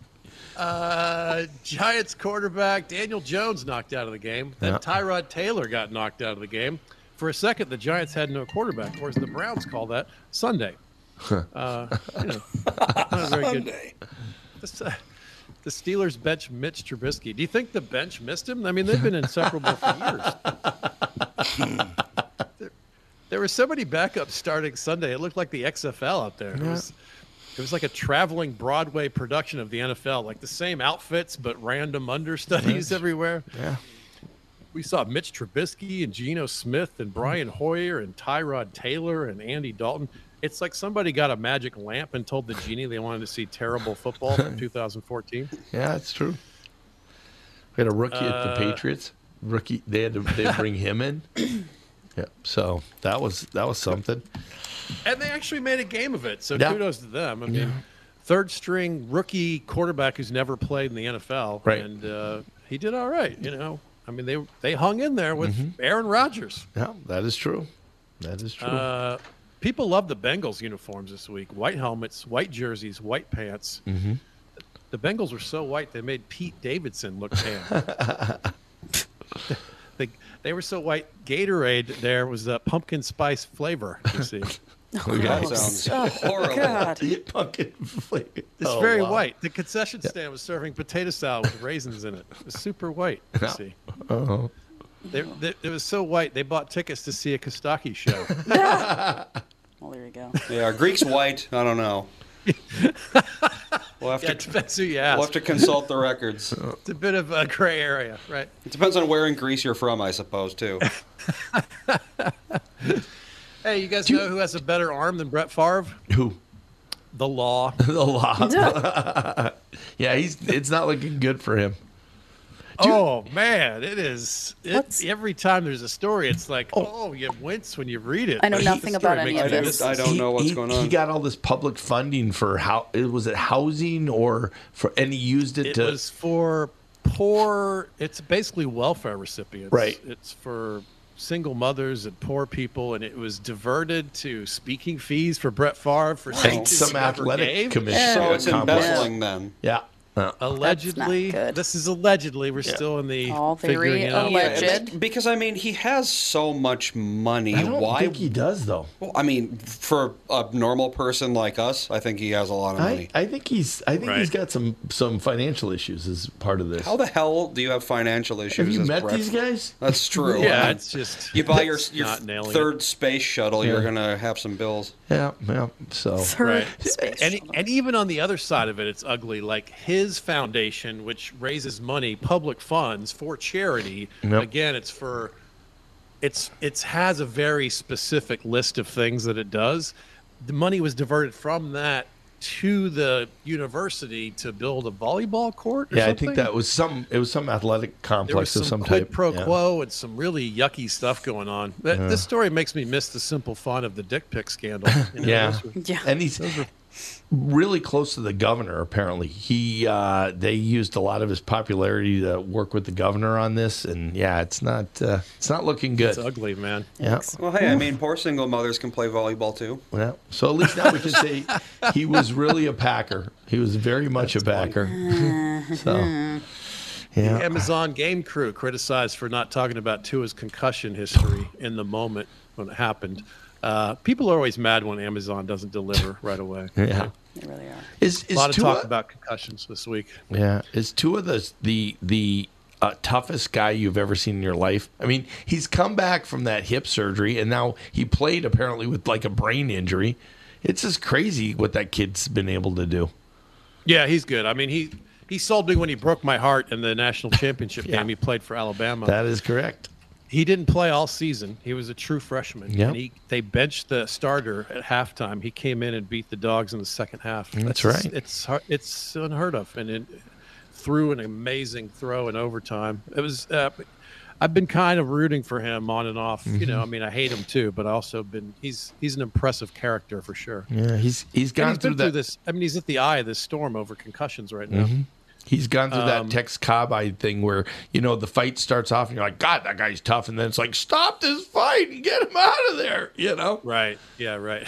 [SPEAKER 10] Uh, Giants quarterback Daniel Jones knocked out of the game. Then
[SPEAKER 5] Yeah.
[SPEAKER 10] Tyrod Taylor got knocked out of the game. For a second, the Giants had no quarterback, or as the Browns call that, Sunday. Uh, you know, not a very good.
[SPEAKER 1] Sunday.
[SPEAKER 10] This, uh, the Steelers bench Mitch Trubisky. Do you think the bench missed him? I mean, they've been inseparable for years. there, there were so many backups starting Sunday. It looked like the XFL out there. It, was, it was like a traveling Broadway production of the NFL, like the same outfits but random understudies everywhere.
[SPEAKER 5] Yeah.
[SPEAKER 10] We saw Mitch Trubisky and Geno Smith and Brian
[SPEAKER 5] Hmm.
[SPEAKER 10] Hoyer and Tyrod Taylor and Andy Dalton. It's like somebody got a magic lamp and told the genie they wanted to see terrible football from 2014.
[SPEAKER 5] Yeah, it's true. We had a rookie at the
[SPEAKER 10] Uh,
[SPEAKER 5] Patriots. Rookie, they had to they had to bring him in. Yeah, so that was that was something.
[SPEAKER 10] And they actually made a game of it. So
[SPEAKER 5] Yeah.
[SPEAKER 10] kudos to them. I mean, third string rookie quarterback who's never played in the NFL.
[SPEAKER 5] Right.
[SPEAKER 10] And uh, he did all right, you know. I mean, they they hung in there with
[SPEAKER 5] Mm-hmm.
[SPEAKER 10] Aaron Rodgers.
[SPEAKER 5] Yeah, that is true. That is true.
[SPEAKER 10] Uh, people love the Bengals uniforms this week white helmets, white jerseys, white pants.
[SPEAKER 5] Mm-hmm.
[SPEAKER 10] The Bengals were so white, they made Pete Davidson look tan. they, they were so white, Gatorade there was a pumpkin spice flavor, you see.
[SPEAKER 2] That
[SPEAKER 6] Oh,
[SPEAKER 2] sounds
[SPEAKER 6] oh, God.
[SPEAKER 5] Pumpkin flavor.
[SPEAKER 10] It's
[SPEAKER 5] Oh,
[SPEAKER 10] very
[SPEAKER 5] wow.
[SPEAKER 10] white. The concession stand was serving potato salad with raisins in it. It was super white. You see,
[SPEAKER 5] Oh,
[SPEAKER 10] they, they, it was so white they bought tickets to see a Kostaki show.
[SPEAKER 6] Well, there you go.
[SPEAKER 2] Yeah, are Greeks white? I don't know. We'll have
[SPEAKER 10] yeah, it
[SPEAKER 2] to
[SPEAKER 10] depends who you
[SPEAKER 2] we'll
[SPEAKER 10] ask.
[SPEAKER 2] have to consult the records.
[SPEAKER 5] Oh.
[SPEAKER 10] It's a bit of a gray area, right?
[SPEAKER 2] It depends on where in Greece you're from, I suppose, too.
[SPEAKER 10] Hey, you guys know who has a better arm than Brett Favre?
[SPEAKER 5] who?
[SPEAKER 10] The law.
[SPEAKER 5] the law. Yeah, he's. It's not looking good for him.
[SPEAKER 10] oh man, it is. It,
[SPEAKER 6] What's-
[SPEAKER 10] every time there's a story, it's like, oh, you wince when you read it.
[SPEAKER 6] I know
[SPEAKER 10] Like,
[SPEAKER 6] nothing
[SPEAKER 10] the
[SPEAKER 6] about
[SPEAKER 10] story
[SPEAKER 6] any
[SPEAKER 10] makes
[SPEAKER 6] of
[SPEAKER 10] you
[SPEAKER 6] this.
[SPEAKER 10] miss
[SPEAKER 2] I don't
[SPEAKER 5] He-
[SPEAKER 2] know what's
[SPEAKER 5] he-
[SPEAKER 2] going on.
[SPEAKER 5] He got all this public funding for how it was it housing or for, and he used it,
[SPEAKER 10] it
[SPEAKER 5] to.
[SPEAKER 10] was for poor it's basically welfare recipients
[SPEAKER 5] Right.
[SPEAKER 10] it's for single mothers and poor people and it was diverted to speaking fees for brett Favre for
[SPEAKER 5] Thanks
[SPEAKER 10] speeches
[SPEAKER 5] some
[SPEAKER 10] he never
[SPEAKER 5] athletic
[SPEAKER 10] gave.
[SPEAKER 5] commission.
[SPEAKER 2] so it's
[SPEAKER 5] accomplice.
[SPEAKER 2] embezzling then.
[SPEAKER 5] Yeah.
[SPEAKER 10] Allegedly, this is allegedly. We're
[SPEAKER 2] Yeah.
[SPEAKER 10] still in the
[SPEAKER 6] All
[SPEAKER 10] figuring
[SPEAKER 6] very
[SPEAKER 10] it out.
[SPEAKER 6] alleged.
[SPEAKER 2] Yeah, like, because I mean, he has so much money.
[SPEAKER 5] I don't
[SPEAKER 2] Why
[SPEAKER 5] think he does though?
[SPEAKER 2] Well, I mean, for a normal person like us, I think he has a lot of
[SPEAKER 5] I,
[SPEAKER 2] money.
[SPEAKER 5] I think he's I think he's
[SPEAKER 2] Right.
[SPEAKER 5] got some some financial issues as part of this.
[SPEAKER 2] How the hell do you have financial issues?
[SPEAKER 5] you
[SPEAKER 2] as
[SPEAKER 5] met
[SPEAKER 2] Brett?
[SPEAKER 5] these guys?
[SPEAKER 2] That's true.
[SPEAKER 5] Yeah,
[SPEAKER 2] I mean,
[SPEAKER 5] it's just-
[SPEAKER 2] you buy your
[SPEAKER 5] it's
[SPEAKER 2] your
[SPEAKER 5] not nailing it.
[SPEAKER 2] third space shuttle, you're
[SPEAKER 5] Yeah.
[SPEAKER 2] gonna have some bills.
[SPEAKER 5] Yeah, yeah. So
[SPEAKER 10] Right. And, and even on the other side of it, it's ugly. Like his foundation, which raises money, public funds for charity.
[SPEAKER 5] Yep.
[SPEAKER 10] Again, it's for, it's it's has a very specific list of things that it does. The money was diverted from that to the university to build a volleyball court. Or
[SPEAKER 5] yeah, I
[SPEAKER 10] something?
[SPEAKER 5] think that was some it was some athletic
[SPEAKER 10] there was
[SPEAKER 5] complex
[SPEAKER 10] some,
[SPEAKER 5] of some
[SPEAKER 10] quid
[SPEAKER 5] type.
[SPEAKER 10] pro
[SPEAKER 5] yeah.
[SPEAKER 10] quo and some really yucky stuff going on. That,
[SPEAKER 5] Yeah.
[SPEAKER 10] This story makes me miss the simple fun of the dick pic scandal. You know,
[SPEAKER 5] Yeah.
[SPEAKER 10] those were-
[SPEAKER 5] And he's
[SPEAKER 10] those were
[SPEAKER 5] really close to the governor, apparently. He uh, they used a lot of his popularity to work with the governor on this and yeah, it's not uh, it's not looking good.
[SPEAKER 10] It's ugly, man.
[SPEAKER 5] Yeah.
[SPEAKER 2] Well, hey, I mean, poor single mothers can play volleyball too.
[SPEAKER 5] Yeah. So at least now we can say he was really a packer. He was very much a packer. Uh-huh. so
[SPEAKER 10] The
[SPEAKER 5] yeah.
[SPEAKER 10] Amazon game crew criticized for not talking about Tua's concussion history in the moment when it happened. Uh, people are always mad when Amazon doesn't deliver right away.
[SPEAKER 5] Yeah.
[SPEAKER 6] They really are.
[SPEAKER 5] Is, is
[SPEAKER 10] a lot of
[SPEAKER 5] Tua-
[SPEAKER 10] talk about concussions this week.
[SPEAKER 5] Yeah, is Tua the the the uh, toughest guy you've ever seen in your life? I mean, he's come back from that hip surgery, and now he played apparently with like a brain injury. It's just crazy what that kid's been able to do.
[SPEAKER 10] Yeah, he's good. I mean, he he sold me when he broke my heart in the national championship
[SPEAKER 5] Yeah.
[SPEAKER 10] game. He played for Alabama.
[SPEAKER 5] That is correct.
[SPEAKER 10] He didn't play all season. He was a true freshman.
[SPEAKER 5] Yep.
[SPEAKER 10] And he, they benched the starter at halftime. He came in and beat the dogs in the second half.
[SPEAKER 5] That's right.
[SPEAKER 10] It's har- it's unheard of, and it threw an amazing throw in overtime. It was. Uh, I've been kind of rooting for him on and off. You know,
[SPEAKER 5] Mhm.
[SPEAKER 10] I mean, I hate him too, but I also been he's he's an impressive character for sure.
[SPEAKER 5] Yeah, he's he's
[SPEAKER 10] And
[SPEAKER 5] Mm-hmm. gone
[SPEAKER 10] been
[SPEAKER 5] through that.
[SPEAKER 10] this. I mean, he's at the eye of this storm over concussions right now.
[SPEAKER 5] Mhm. He's gone through
[SPEAKER 10] Um,
[SPEAKER 5] that Tex Cobb thing where you know the fight starts off and you're like, God, that guy's tough, and then it's like, stop this fight and get him out of there. You know?
[SPEAKER 10] Right. Yeah, right.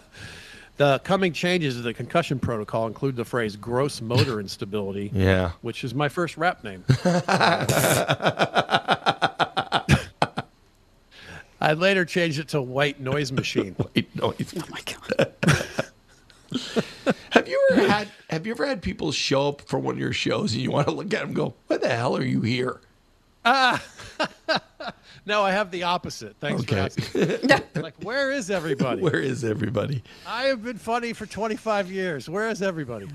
[SPEAKER 10] the coming changes to the concussion protocol include the phrase gross motor instability.
[SPEAKER 5] Yeah.
[SPEAKER 10] Which is my first rap name. I later changed it to White Noise Machine.
[SPEAKER 5] White Noise. Oh my god. have you ever had Have you ever had people show up for one of your shows and you want to look at them and go, "Why the hell are you here?"
[SPEAKER 10] Ah. no, I have the opposite. Thanks
[SPEAKER 5] Okay.
[SPEAKER 10] for asking. like, where is everybody?
[SPEAKER 5] Where is everybody?
[SPEAKER 10] I have been funny for 25 years. Where is everybody?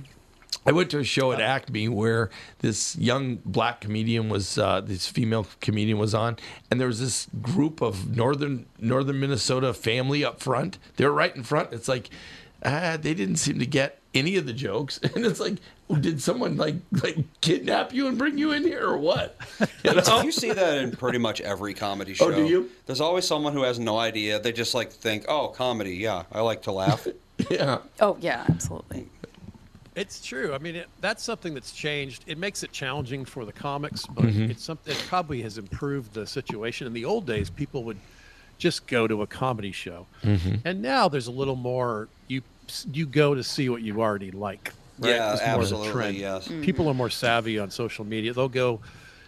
[SPEAKER 5] I went to a show at Acme where this young black comedian was, uh, this female comedian was on, and there was this group of northern northern Minnesota family up front. They were right in front. It's like uh, they didn't seem to get any of the jokes, and it's like, did someone like like kidnap you and bring you in here or what? You
[SPEAKER 10] Oh.
[SPEAKER 5] know?
[SPEAKER 2] you see that in pretty much every comedy show.
[SPEAKER 5] Oh, do you?
[SPEAKER 2] There's always someone who has no idea. They just like think, "Oh, comedy. Yeah, I like to laugh."
[SPEAKER 5] yeah.
[SPEAKER 6] Oh yeah, absolutely.
[SPEAKER 10] It's true. I mean, it, that's something that's changed. It makes it challenging for the comics, but
[SPEAKER 5] Mhm.
[SPEAKER 10] it's something that probably has improved the situation. In the old days, people would just go to a comedy show,
[SPEAKER 5] Mhm.
[SPEAKER 10] and now there's a little more. You you go to see what you already like.
[SPEAKER 2] Yeah,
[SPEAKER 10] It's more the
[SPEAKER 2] absolutely,
[SPEAKER 10] trend.
[SPEAKER 2] yes. Mhm.
[SPEAKER 10] People are more savvy on social media. They'll go.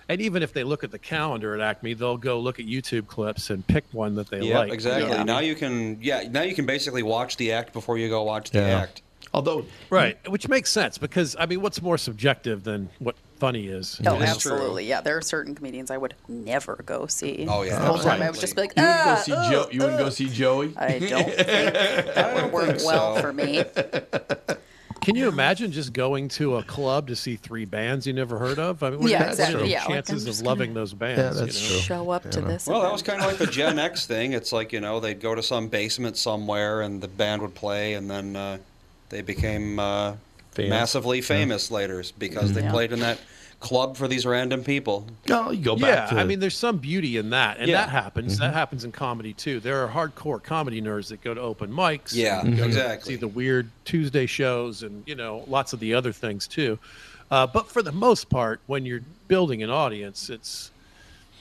[SPEAKER 10] And even if they look at the calendar at Acme, they'll go look at YouTube clips and pick one that they
[SPEAKER 2] yeah,
[SPEAKER 10] like.
[SPEAKER 2] exactly. Now you can, yeah, now you can basically watch the act before you go watch the
[SPEAKER 10] Yeah.
[SPEAKER 2] act.
[SPEAKER 5] Although,
[SPEAKER 10] right, which makes sense because I mean, what's more subjective than what funny is?
[SPEAKER 6] Oh, absolutely. Yeah, there are certain comedians I would never go see.
[SPEAKER 10] Oh, yeah,
[SPEAKER 6] The whole time I would
[SPEAKER 10] absolutely.
[SPEAKER 6] just be like,
[SPEAKER 5] You wouldn't go
[SPEAKER 6] ah,
[SPEAKER 5] see
[SPEAKER 6] ugh,
[SPEAKER 5] Joe. You wouldn't go see Joey.
[SPEAKER 6] I don't think that would work well for me.
[SPEAKER 10] Can you imagine just going to a club to see three bands you never heard of? I mean, what
[SPEAKER 6] Yeah,
[SPEAKER 10] are the- what are
[SPEAKER 6] exactly.
[SPEAKER 10] the
[SPEAKER 6] Yeah, like, I'm
[SPEAKER 10] chances
[SPEAKER 6] just
[SPEAKER 10] of
[SPEAKER 6] gonna-
[SPEAKER 10] loving those bands?
[SPEAKER 6] Yeah, that's
[SPEAKER 10] you know?
[SPEAKER 6] true. Show up to Yeah. this
[SPEAKER 2] Well, that
[SPEAKER 6] event.
[SPEAKER 2] was kind of like the Gen X thing. It's like you know they'd go to some basement somewhere, and the band would play, and then uh, they became uh,
[SPEAKER 5] Famous.
[SPEAKER 2] massively famous later because they
[SPEAKER 10] Yeah.
[SPEAKER 2] played in that club for these random people.
[SPEAKER 5] No, Oh, you go
[SPEAKER 10] yeah, I mean, there's some beauty in that, and
[SPEAKER 2] Yeah.
[SPEAKER 10] that happens.
[SPEAKER 2] Mhm.
[SPEAKER 10] That happens in comedy too. There are hardcore comedy nerds that go to open mics.
[SPEAKER 2] Yeah,
[SPEAKER 10] and go to
[SPEAKER 2] exactly.
[SPEAKER 10] See the weird Tuesday shows, and you know, lots of the other things too. Uh, but for the most part, when you're building an audience, it's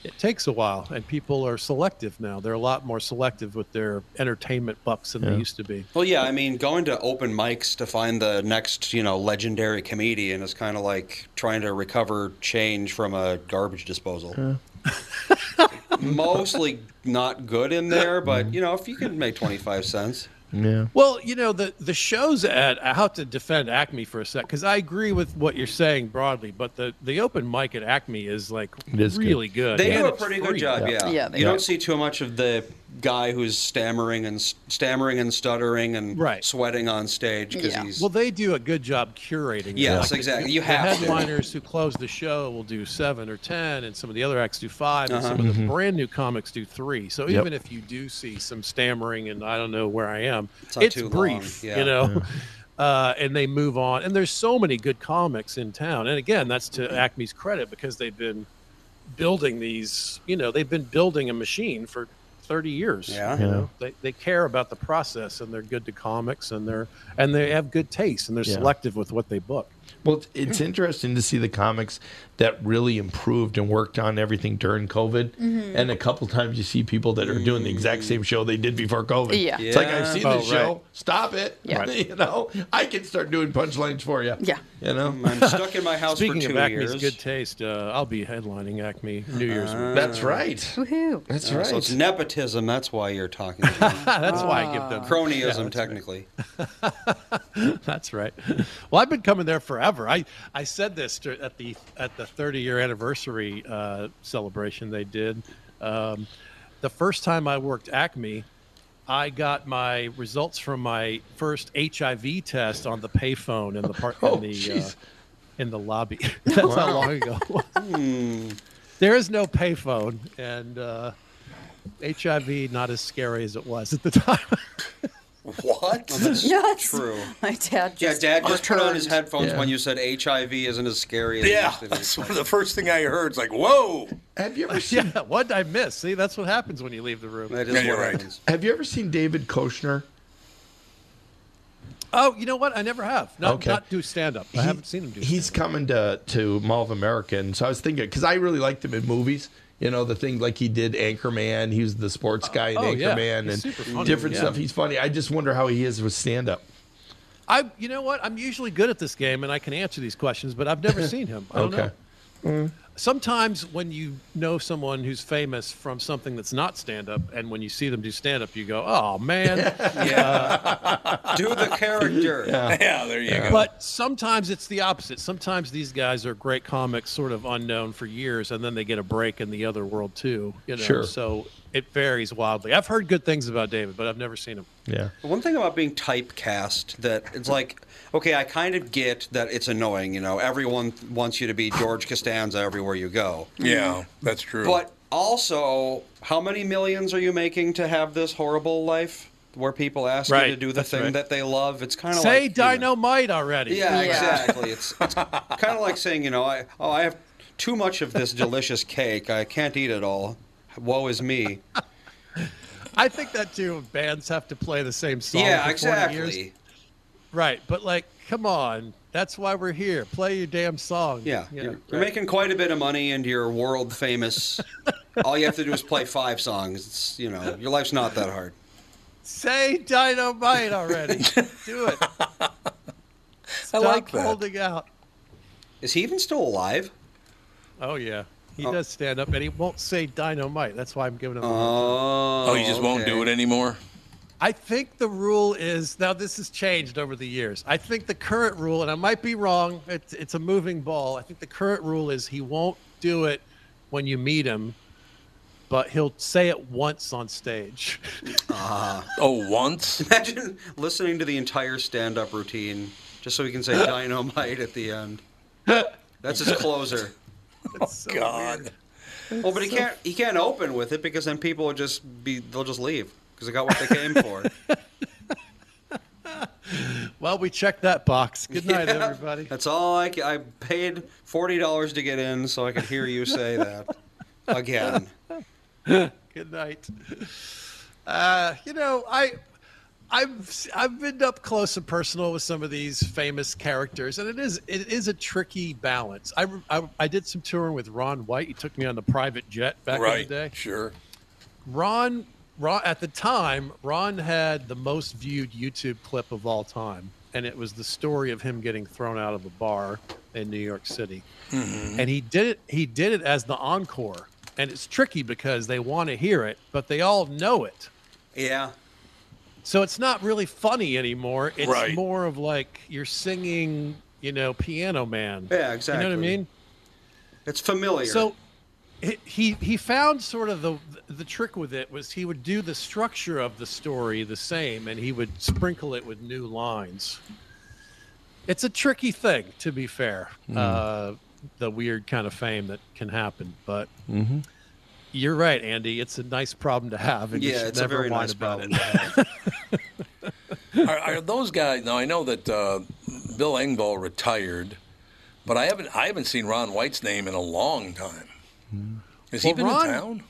[SPEAKER 10] it takes a while, and people are selective now. They're a lot more selective with their entertainment bucks than they
[SPEAKER 2] Yeah.
[SPEAKER 10] used to be.
[SPEAKER 2] Well, yeah, I mean, going to open mics to find the next, you know, legendary comedian is kind of like trying to recover change from a garbage disposal. Mostly not good in there, but you know, if you can make twenty-five cents,
[SPEAKER 3] Yeah.
[SPEAKER 10] Well, you know the the shows at I have to defend Acme for a sec because I agree with what you're saying broadly, but the the open mic at Acme is like
[SPEAKER 3] It is good.
[SPEAKER 10] really good.
[SPEAKER 2] they
[SPEAKER 10] and
[SPEAKER 2] do a
[SPEAKER 10] it's
[SPEAKER 2] pretty
[SPEAKER 10] free.
[SPEAKER 2] good job. Yeah, you don't see too much of the guy who's stammering and s- stammering and stuttering and sweating on stage because he's
[SPEAKER 10] Well, they do a good job curating. it.
[SPEAKER 2] Yes,
[SPEAKER 10] the-
[SPEAKER 2] exactly. You
[SPEAKER 10] the
[SPEAKER 2] have to.
[SPEAKER 10] headliners who close the show will do seven or ten, and some of the other acts do 5 and
[SPEAKER 2] Uh-huh.
[SPEAKER 10] some of the
[SPEAKER 2] Mhm.
[SPEAKER 10] brand new comics do three. So
[SPEAKER 2] Yep.
[SPEAKER 10] even if you do see some stammering and I don't know where I am,
[SPEAKER 2] It's
[SPEAKER 10] it's,
[SPEAKER 2] not too
[SPEAKER 10] brief,
[SPEAKER 2] long, yeah.
[SPEAKER 10] you know. Uh, and they move on, and there's so many good comics in town. And again, that's to Acme's credit because they've been building these. You know, they've been building a machine for 30 years.
[SPEAKER 2] Yeah.
[SPEAKER 10] you
[SPEAKER 2] Yeah.
[SPEAKER 10] know? they, they care about the process and they're good to comics and they're and they have good taste and they're
[SPEAKER 3] Yeah.
[SPEAKER 10] selective with what they book.
[SPEAKER 3] Well, it's, it's interesting to see the comics that really improved and worked on everything during COVID.
[SPEAKER 10] Mhm.
[SPEAKER 3] And a couple times you see people that are doing the exact same show they did before COVID.
[SPEAKER 10] Yeah.
[SPEAKER 3] It's like, I've seen
[SPEAKER 10] Yeah.
[SPEAKER 3] the
[SPEAKER 10] Oh, right.
[SPEAKER 3] show. Stop it.
[SPEAKER 10] Yeah.
[SPEAKER 3] You know, I can start doing punchlines for you.
[SPEAKER 6] Yeah.
[SPEAKER 3] You know,
[SPEAKER 2] I'm stuck in my house
[SPEAKER 10] Speaking
[SPEAKER 2] for two
[SPEAKER 10] of Acme's
[SPEAKER 2] years.
[SPEAKER 10] good taste, uh, I'll be headlining Acme New Year's.
[SPEAKER 2] Ah.
[SPEAKER 10] week.
[SPEAKER 2] That's right.
[SPEAKER 6] Woohoo!
[SPEAKER 3] That's
[SPEAKER 2] Uh, So it's nepotism. That's why you're talking. about it.
[SPEAKER 10] Ah, that's why I give them Yeah,
[SPEAKER 2] cronyism,
[SPEAKER 10] that's right.
[SPEAKER 2] technically.
[SPEAKER 10] That's right. Well, I've been coming there forever. I, I said this dur- at the at the 30 year anniversary uh, celebration they did. Um, the first time I worked Acme, I got my results from my first HIV test on the payphone in the part
[SPEAKER 3] Oh,
[SPEAKER 10] in the uh,
[SPEAKER 3] jeez.
[SPEAKER 10] in the lobby. That's how
[SPEAKER 3] Wow.
[SPEAKER 10] long ago. it was.
[SPEAKER 3] Hmm.
[SPEAKER 10] There is no payphone, and uh, HIV not as scary as it was at the time.
[SPEAKER 2] What? that's
[SPEAKER 6] Yes.
[SPEAKER 2] true.
[SPEAKER 6] My dad
[SPEAKER 2] Yeah,
[SPEAKER 6] just
[SPEAKER 2] Dad just put on his
[SPEAKER 6] returned.
[SPEAKER 2] headphones
[SPEAKER 3] Yeah.
[SPEAKER 2] when you said HIV isn't as scary as it
[SPEAKER 1] Yeah,
[SPEAKER 2] used to
[SPEAKER 1] that's one of the first thing I heard. It's like, whoa.
[SPEAKER 3] Have you ever seen
[SPEAKER 10] yeah, what I miss? See, that's what happens when you leave the room.
[SPEAKER 2] That
[SPEAKER 1] is Yeah, you're what right.
[SPEAKER 3] Have you ever seen David Koshner?
[SPEAKER 10] Oh, you know what? I never have. Not,
[SPEAKER 3] Okay.
[SPEAKER 10] not do stand up. I
[SPEAKER 3] He-
[SPEAKER 10] haven't seen him do.
[SPEAKER 3] He's coming to to Mall of America, and so I was thinking because I really liked him in movies. You know the thing like he did Anchorman. He was the sports guy in
[SPEAKER 10] Oh, yeah.
[SPEAKER 3] Anchorman
[SPEAKER 10] He's
[SPEAKER 3] and
[SPEAKER 10] super funny,
[SPEAKER 3] different
[SPEAKER 10] yeah.
[SPEAKER 3] stuff. He's funny. I just wonder how he is with stand up.
[SPEAKER 10] I, you know what? I'm usually good at this game, and I can answer these questions, but I've never seen him. I don't
[SPEAKER 3] Okay.
[SPEAKER 10] know. Sometimes when you know someone who's famous from something that's not stand up, and when you see them do stand up, you go, "Oh man!"
[SPEAKER 2] Do the character.
[SPEAKER 3] Yeah.
[SPEAKER 1] there you go.
[SPEAKER 10] But sometimes it's the opposite. Sometimes these guys are great comics, sort of unknown for years, and then they get a break in the other world too. You know,
[SPEAKER 3] Sure.
[SPEAKER 10] so it varies wildly. I've heard good things about David, but I've never seen him.
[SPEAKER 3] Yeah.
[SPEAKER 2] One thing about being typecast that it's like, okay, I kind of get that it's annoying. You know, everyone wants you to be George Costanza everywhere you go.
[SPEAKER 1] Yeah, that's true.
[SPEAKER 2] But also, how many millions are you making to have this horrible life where people ask
[SPEAKER 10] Right,
[SPEAKER 2] you to do the
[SPEAKER 10] that's
[SPEAKER 2] thing
[SPEAKER 10] right.
[SPEAKER 2] that they love? It's kind of
[SPEAKER 10] Say
[SPEAKER 2] like,
[SPEAKER 10] dynamite already.
[SPEAKER 2] Yeah, exactly. It's, it's kind of like saying, you know, I oh, I have too much of this delicious cake. I can't eat it all. Woe is me.
[SPEAKER 10] I think that too. Bands have to play the same song.
[SPEAKER 2] yeah,
[SPEAKER 10] for 40 years.
[SPEAKER 2] exactly.
[SPEAKER 10] Right, but like, come on, that's why we're here. Play your damn song.
[SPEAKER 2] Yeah,
[SPEAKER 10] You
[SPEAKER 2] you're,
[SPEAKER 10] know,
[SPEAKER 2] you're
[SPEAKER 10] right.
[SPEAKER 2] making quite a bit of money, and you're world famous. all you have to do is play five songs. It's you know, your life's not that hard.
[SPEAKER 10] Say dynamite already. Do it. Stop
[SPEAKER 2] like that.
[SPEAKER 10] holding out.
[SPEAKER 2] Is he even still alive?
[SPEAKER 10] Oh yeah, he does stand up, and he won't say dynamite. That's why I'm giving him.
[SPEAKER 2] Oh,
[SPEAKER 1] Oh, you just won't do it anymore?
[SPEAKER 10] I think the rule is now. This has changed over the years. I think the current rule, and I might be wrong. It's it's a moving ball. I think the current rule is he won't do it when you meet him, but he'll say it once on stage.
[SPEAKER 1] Oh, once?
[SPEAKER 2] Imagine listening to the entire stand-up routine just so he can say dynamite at the end. That's his closer. Oh,
[SPEAKER 10] It's so
[SPEAKER 1] God.
[SPEAKER 10] weird.
[SPEAKER 2] Well, but he
[SPEAKER 10] so-
[SPEAKER 2] can't. He can't open with it because then people would just be. They'll just leave because they got what they came for.
[SPEAKER 10] Well, we checked that box. Good night,
[SPEAKER 2] Yeah.
[SPEAKER 10] everybody.
[SPEAKER 2] That's all I. ca- I paid forty dollars to get in, so I could hear you say that again.
[SPEAKER 10] Good night. Uh, you know, I I've I've been up close and personal with some of these famous characters, and it is it is a tricky balance. I I, I did some touring with Ron White. He took me on the private jet back in
[SPEAKER 4] Right,
[SPEAKER 10] the day.
[SPEAKER 1] Sure.
[SPEAKER 10] Ron, Ron at the time, Ron had the most viewed YouTube clip of all time, and it was the story of him getting thrown out of a bar in New York City. And he did it he did it as the encore. And it's tricky because they want to hear it, but they all know it.
[SPEAKER 2] Yeah.
[SPEAKER 10] So it's not really funny anymore. It's
[SPEAKER 2] Right.
[SPEAKER 10] more of like you're singing, you know, Piano Man.
[SPEAKER 2] Yeah,
[SPEAKER 10] You know
[SPEAKER 2] exactly.
[SPEAKER 10] what I mean?
[SPEAKER 2] It's familiar.
[SPEAKER 10] So he- he he found sort of the the trick with it was he would do the structure of the story the same, and he would sprinkle it with new lines. It's a tricky thing, to be fair. Uh, the weird kind of fame that can happen, but
[SPEAKER 3] Mm-hmm.
[SPEAKER 10] you're right, Andy. It's a nice problem to have, and you
[SPEAKER 2] Yeah,
[SPEAKER 10] should
[SPEAKER 2] it's a
[SPEAKER 10] never
[SPEAKER 2] very
[SPEAKER 10] whine
[SPEAKER 2] nice
[SPEAKER 10] about
[SPEAKER 2] problem
[SPEAKER 10] it.
[SPEAKER 1] are, are those guys now? I know that uh, Bill Engvall retired, but I haven't I haven't seen Ron White's name in a long time. Has he
[SPEAKER 10] Hmm.
[SPEAKER 1] been
[SPEAKER 10] Well, Ron-
[SPEAKER 1] in town?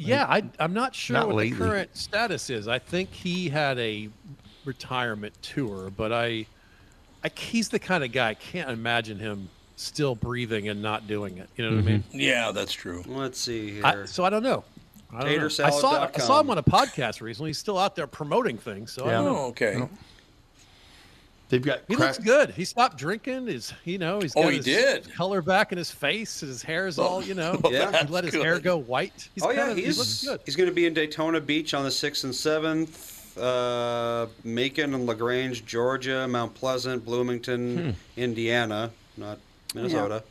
[SPEAKER 10] Yeah, I, I'm not sure
[SPEAKER 1] Not
[SPEAKER 10] what
[SPEAKER 1] lately.
[SPEAKER 10] the current status is. I think he had a retirement tour, but I, I he's the kind of guy I can't imagine him still breathing and not doing it. You know what I mean?
[SPEAKER 1] Yeah, that's true.
[SPEAKER 2] Let's see
[SPEAKER 1] Mm-hmm.
[SPEAKER 2] here.
[SPEAKER 10] I, so I don't know. I, don't know. I saw I saw him on a podcast recently. He's still out there promoting things. So I don't
[SPEAKER 1] Oh,
[SPEAKER 10] know.
[SPEAKER 3] They've got
[SPEAKER 10] He looks good. He stopped drinking. His, you know, he's
[SPEAKER 1] Oh,
[SPEAKER 10] got
[SPEAKER 1] he
[SPEAKER 10] his
[SPEAKER 1] did. Oh,
[SPEAKER 10] color back in his face. His hair's all, you know.
[SPEAKER 2] well, Yeah.
[SPEAKER 10] he let his
[SPEAKER 2] that's
[SPEAKER 10] hair
[SPEAKER 2] good.
[SPEAKER 10] go white. He's
[SPEAKER 2] oh yeah,
[SPEAKER 10] kind of- he looks
[SPEAKER 2] he's
[SPEAKER 10] good.
[SPEAKER 2] he's going to be in Daytona Beach on the sixth and seventh, uh, Macon and Lagrange, Georgia, Mount Pleasant, Bloomington,
[SPEAKER 10] Hmm.
[SPEAKER 2] Indiana, not Minnesota.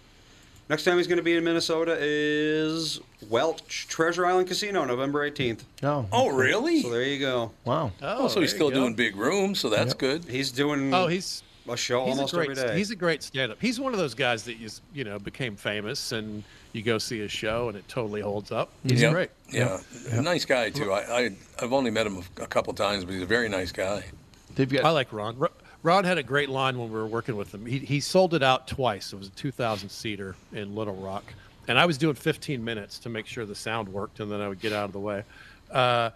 [SPEAKER 2] Next time he's going to be in Minnesota is Welch Treasure Island Casino, November eighteenth.
[SPEAKER 3] Oh.
[SPEAKER 1] Oh, really?
[SPEAKER 2] So there you go.
[SPEAKER 3] Wow.
[SPEAKER 1] Oh, so he's
[SPEAKER 10] there you
[SPEAKER 1] still
[SPEAKER 10] go.
[SPEAKER 1] doing big rooms, so that's good.
[SPEAKER 2] He's doing.
[SPEAKER 10] Oh, he's
[SPEAKER 2] a show
[SPEAKER 10] he's
[SPEAKER 2] almost
[SPEAKER 10] a great,
[SPEAKER 2] every day.
[SPEAKER 10] He's a great stand-up. He's one of those guys that you you know became famous, and you go see his show, and it totally holds up. He's
[SPEAKER 1] yeah.
[SPEAKER 10] great.
[SPEAKER 1] Yeah. nice guy too. I, I I've only met him a couple times, but he's a very nice guy.
[SPEAKER 3] They've got.
[SPEAKER 10] I like Ron. Ro- Ron had a great line when we were working with him. He he sold it out twice. It was a 2,000 seater in Little Rock, and I was doing 15 minutes to make sure the sound worked, and then I would get out of the way. Uh,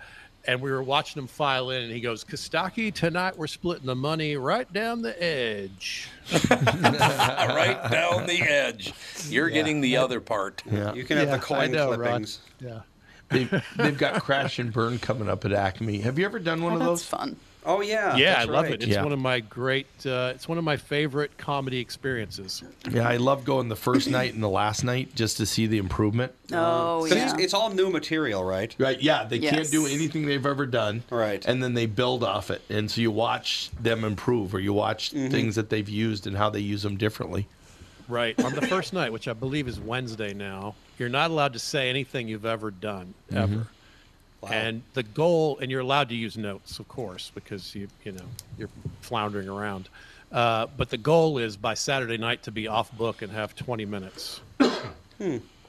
[SPEAKER 10] and we were watching him file in, and he goes, "Kostaki, tonight we're splitting the money right down the edge."
[SPEAKER 1] right down the edge. You're getting the other part.
[SPEAKER 3] Yeah.
[SPEAKER 2] You can have
[SPEAKER 10] Yeah,
[SPEAKER 2] the
[SPEAKER 10] I
[SPEAKER 2] coin
[SPEAKER 10] know, Ron.
[SPEAKER 2] clippings.
[SPEAKER 10] Yeah.
[SPEAKER 3] They've, they've got Crash and Burn coming up at Acme. Have you ever done one
[SPEAKER 6] Oh,
[SPEAKER 3] of
[SPEAKER 6] that's
[SPEAKER 3] those?
[SPEAKER 6] fun.
[SPEAKER 2] Oh yeah,
[SPEAKER 10] yeah, I
[SPEAKER 2] that's
[SPEAKER 10] love
[SPEAKER 2] right.
[SPEAKER 10] it. It's
[SPEAKER 3] Yeah.
[SPEAKER 10] one of my great. Uh, it's one of my favorite comedy experiences.
[SPEAKER 3] Yeah, I love going the first night and the last night just to see the improvement.
[SPEAKER 6] Oh,
[SPEAKER 2] So
[SPEAKER 6] yeah.
[SPEAKER 2] it's, it's all new material, right?
[SPEAKER 3] Right? Yeah, they can't do
[SPEAKER 6] Yes.
[SPEAKER 3] anything they've ever done.
[SPEAKER 2] Right.
[SPEAKER 3] And then they build off it, and so you watch them improve, or you watch things that they've used and how they use them differently.
[SPEAKER 10] Right. On the first night, which I believe is Wednesday now, you're not allowed to say anything you've ever done, ever. And the goal, and you're allowed to use notes, of course, because you you know you're floundering around. Uh, but the goal is by Saturday night to be off book and have 20 minutes.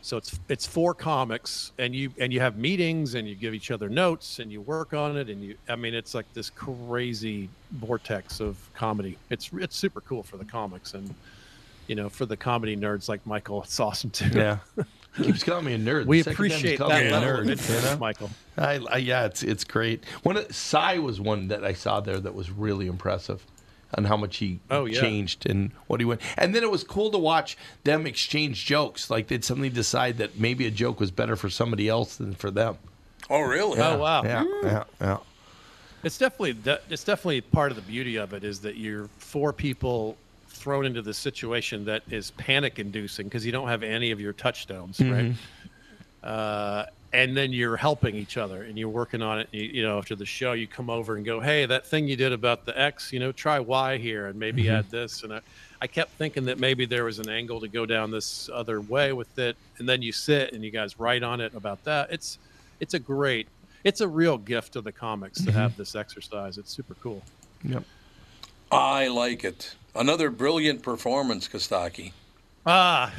[SPEAKER 10] So it's it's four comics, and you and you have meetings, and you give each other notes, and you work on it, and you I mean it's like this crazy vortex of comedy. It's it's super cool for the comics, and you know for the comedy nerds like Michael, it's awesome too.
[SPEAKER 3] Yeah. Keeps calling me a nerd. The
[SPEAKER 10] we
[SPEAKER 3] second time he's
[SPEAKER 10] appreciate that
[SPEAKER 3] called me a
[SPEAKER 10] level of
[SPEAKER 3] you
[SPEAKER 10] interest,
[SPEAKER 3] know?
[SPEAKER 10] Michael.
[SPEAKER 3] I, I, yeah, it's it's great. One of- Psy was one that I saw there that was really impressive, on how much he
[SPEAKER 10] Oh, yeah.
[SPEAKER 3] changed and what he went. And then it was cool to watch them exchange jokes. Like they'd suddenly decide that maybe a joke was better for somebody else than for them.
[SPEAKER 1] Oh really?
[SPEAKER 10] Oh wow,
[SPEAKER 3] Yeah, yeah, yeah.
[SPEAKER 10] It's definitely de- it's definitely part of the beauty of it is that you're four people thrown into this situation that is panic inducing because you don't have any of your touchstones, right? Uh, and then you're helping each other and you're working on it. You, you know, after the show, you come over and go, "Hey, that thing you did about the X, you know, try Y here and maybe add this." And I, I kept thinking that maybe there was an angle to go down this other way with it. And then you sit and you guys write on it about that. It's it's a great it's a real gift to the comics to have this exercise it's super cool
[SPEAKER 3] Yep.
[SPEAKER 1] I like it. Another brilliant performance, Kostaki.
[SPEAKER 10] ah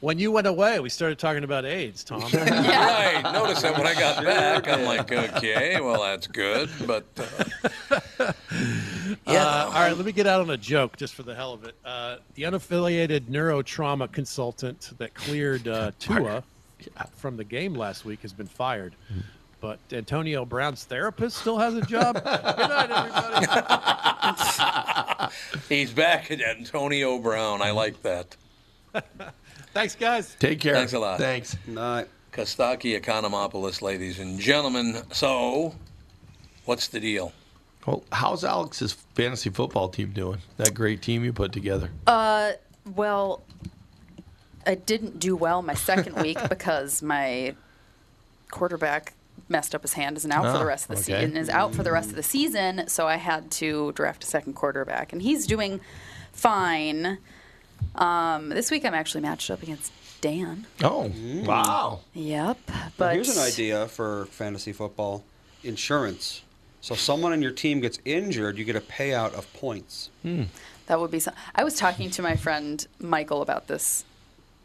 [SPEAKER 10] when you went away we started talking about aids tom
[SPEAKER 1] Right. Notice that when I got back, I'm like, okay, well, that's good. But uh,
[SPEAKER 10] Uh, all right, let me get out on a joke just for the hell of it. Uh, the unaffiliated neurotrauma consultant that cleared uh, Tua from the game last week has been fired. but Antonio Brown's therapist still has a job. Good night, everybody.
[SPEAKER 1] He's back at Antonio Brown. I like that.
[SPEAKER 10] Thanks, guys.
[SPEAKER 3] Take care.
[SPEAKER 1] Thanks a lot.
[SPEAKER 5] Thanks.
[SPEAKER 2] Night.
[SPEAKER 1] Kostaki Economopoulos, ladies and gentlemen. So, what's the deal?
[SPEAKER 3] Well, how's Alex's fantasy football team doing? That great team you put together.
[SPEAKER 6] Uh, well, I didn't do well my second week because my quarterback messed up his hand. Is now out for
[SPEAKER 11] Ah,
[SPEAKER 6] the rest of the
[SPEAKER 11] okay.
[SPEAKER 6] season. Is out for the rest of the season. So I had to draft a second quarterback, and he's doing fine. Um, this week I'm actually matched up against Dan.
[SPEAKER 3] Oh,
[SPEAKER 6] mm.
[SPEAKER 2] wow.
[SPEAKER 6] Yep.
[SPEAKER 2] Well,
[SPEAKER 6] But
[SPEAKER 2] here's an idea for fantasy football insurance. So if someone on your team gets injured, you get a payout of points.
[SPEAKER 6] That would be some. I was talking to my friend Michael about this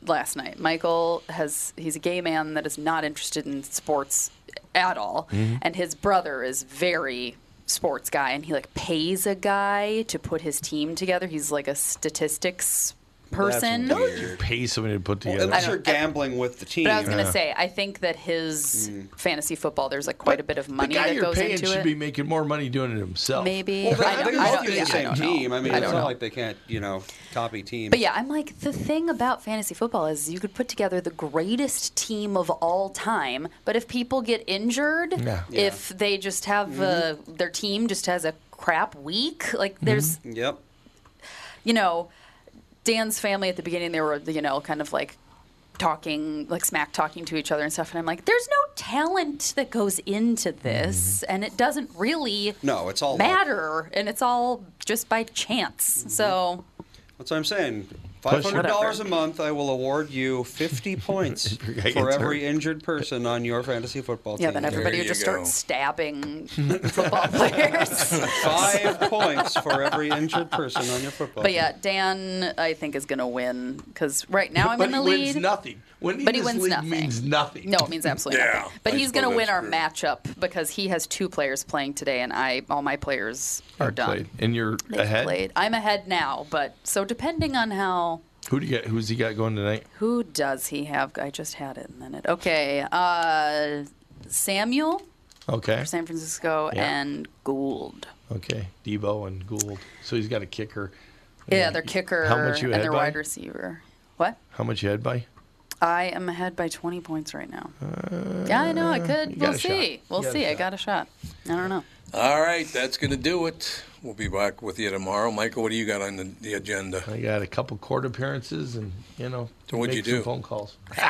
[SPEAKER 6] last night. Michael has he's a gay man that is not interested in sports at all,
[SPEAKER 3] Mm-hmm.
[SPEAKER 11] Mhm.
[SPEAKER 6] and his brother is very sports guy, and he like pays a guy to put his team together. He's like a statistics person.
[SPEAKER 3] Why would you pay somebody to put
[SPEAKER 2] Well,
[SPEAKER 3] together?
[SPEAKER 6] I
[SPEAKER 2] unless
[SPEAKER 6] don't-
[SPEAKER 2] you're gambling with the team.
[SPEAKER 6] But I was gonna
[SPEAKER 3] Yeah. Mm.
[SPEAKER 6] say, I think that his fantasy football there's like quite a bit of money
[SPEAKER 3] the guy
[SPEAKER 6] that
[SPEAKER 3] you're
[SPEAKER 6] goes
[SPEAKER 3] paying
[SPEAKER 6] into
[SPEAKER 3] should
[SPEAKER 6] it.
[SPEAKER 3] be making more money doing it himself.
[SPEAKER 6] Maybe
[SPEAKER 2] Well, they-
[SPEAKER 6] I don't,
[SPEAKER 2] they
[SPEAKER 6] I
[SPEAKER 2] both
[SPEAKER 6] don't,
[SPEAKER 2] use
[SPEAKER 6] yeah,
[SPEAKER 2] the
[SPEAKER 6] I
[SPEAKER 2] same
[SPEAKER 6] don't know.
[SPEAKER 2] team. I mean,
[SPEAKER 6] I
[SPEAKER 2] it's
[SPEAKER 6] don't
[SPEAKER 2] not
[SPEAKER 6] know.
[SPEAKER 2] like they can't, you know, copy teams.
[SPEAKER 6] But yeah, I'm like, the thing about fantasy football is you could put together the greatest team of all time, but if people get injured,
[SPEAKER 2] Yeah. Yeah. Mm-hmm.
[SPEAKER 6] if they just have uh, their team just has a crap week, like there's,
[SPEAKER 2] Yep.
[SPEAKER 6] you know, Dan's family at the beginning, they were, you know, kind of like talking, like smack talking to each other and stuff. And I'm like, there's no talent that goes into this, and it doesn't really
[SPEAKER 2] No, it's all luck.
[SPEAKER 6] matter, and it's all just by chance. So.
[SPEAKER 2] That's what I'm saying.
[SPEAKER 6] Plus-
[SPEAKER 2] Five hundred dollars a month. I will award you fifty points
[SPEAKER 3] guy
[SPEAKER 2] for
[SPEAKER 3] gets
[SPEAKER 2] every injured person on your fantasy football team.
[SPEAKER 6] Yeah, then everybody would just start stabbing football players.
[SPEAKER 2] Five points for every injured person on your football.
[SPEAKER 6] But yeah, Dan, I think is going to win because right now I'm
[SPEAKER 5] But
[SPEAKER 6] in the
[SPEAKER 5] he
[SPEAKER 6] lead.
[SPEAKER 5] wins nothing. Winning
[SPEAKER 6] But he
[SPEAKER 5] this
[SPEAKER 6] wins
[SPEAKER 5] league
[SPEAKER 6] nothing.
[SPEAKER 5] means nothing.
[SPEAKER 6] No, it means absolutely
[SPEAKER 5] Yeah,
[SPEAKER 6] nothing. But
[SPEAKER 5] I
[SPEAKER 6] he's going to
[SPEAKER 5] suppose
[SPEAKER 6] win
[SPEAKER 5] that's
[SPEAKER 6] our
[SPEAKER 5] true.
[SPEAKER 6] matchup because he has two players playing today, and I all my players are
[SPEAKER 3] You've
[SPEAKER 6] done.
[SPEAKER 3] played. And you're
[SPEAKER 6] They've
[SPEAKER 3] ahead.
[SPEAKER 6] played. I'm ahead now, but so depending on how
[SPEAKER 3] Who do you get? Who's he got going tonight?
[SPEAKER 6] who does he have? I just had it, and then it. Okay, uh, Samuel
[SPEAKER 3] Okay.
[SPEAKER 6] for San Francisco
[SPEAKER 3] Yeah.
[SPEAKER 6] and Gould.
[SPEAKER 3] Okay. Debo and Gould. So he's got a kicker.
[SPEAKER 6] Yeah, their kicker
[SPEAKER 3] How much you
[SPEAKER 6] and
[SPEAKER 3] ahead
[SPEAKER 6] their
[SPEAKER 3] by?
[SPEAKER 6] wide receiver. What?
[SPEAKER 3] How much you ahead by?
[SPEAKER 6] I am ahead by 20 points right now.
[SPEAKER 3] Uh,
[SPEAKER 6] yeah, I know. I
[SPEAKER 3] you
[SPEAKER 6] could.
[SPEAKER 3] got
[SPEAKER 6] We'll
[SPEAKER 3] a shot.
[SPEAKER 6] see. We'll
[SPEAKER 1] You got a
[SPEAKER 6] see. I
[SPEAKER 1] shot.
[SPEAKER 6] got a shot. I don't know.
[SPEAKER 1] All right, that's going to do it. We'll be back with you tomorrow. Michael, what do you got on the, the agenda?
[SPEAKER 3] I got a couple court appearances and, you know,
[SPEAKER 1] So what'd
[SPEAKER 3] make
[SPEAKER 1] you
[SPEAKER 3] some
[SPEAKER 1] do?
[SPEAKER 3] phone calls.
[SPEAKER 1] All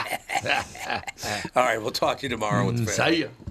[SPEAKER 1] right, we'll talk to you tomorrow. with the
[SPEAKER 3] Mm,
[SPEAKER 1] family.
[SPEAKER 3] see ya.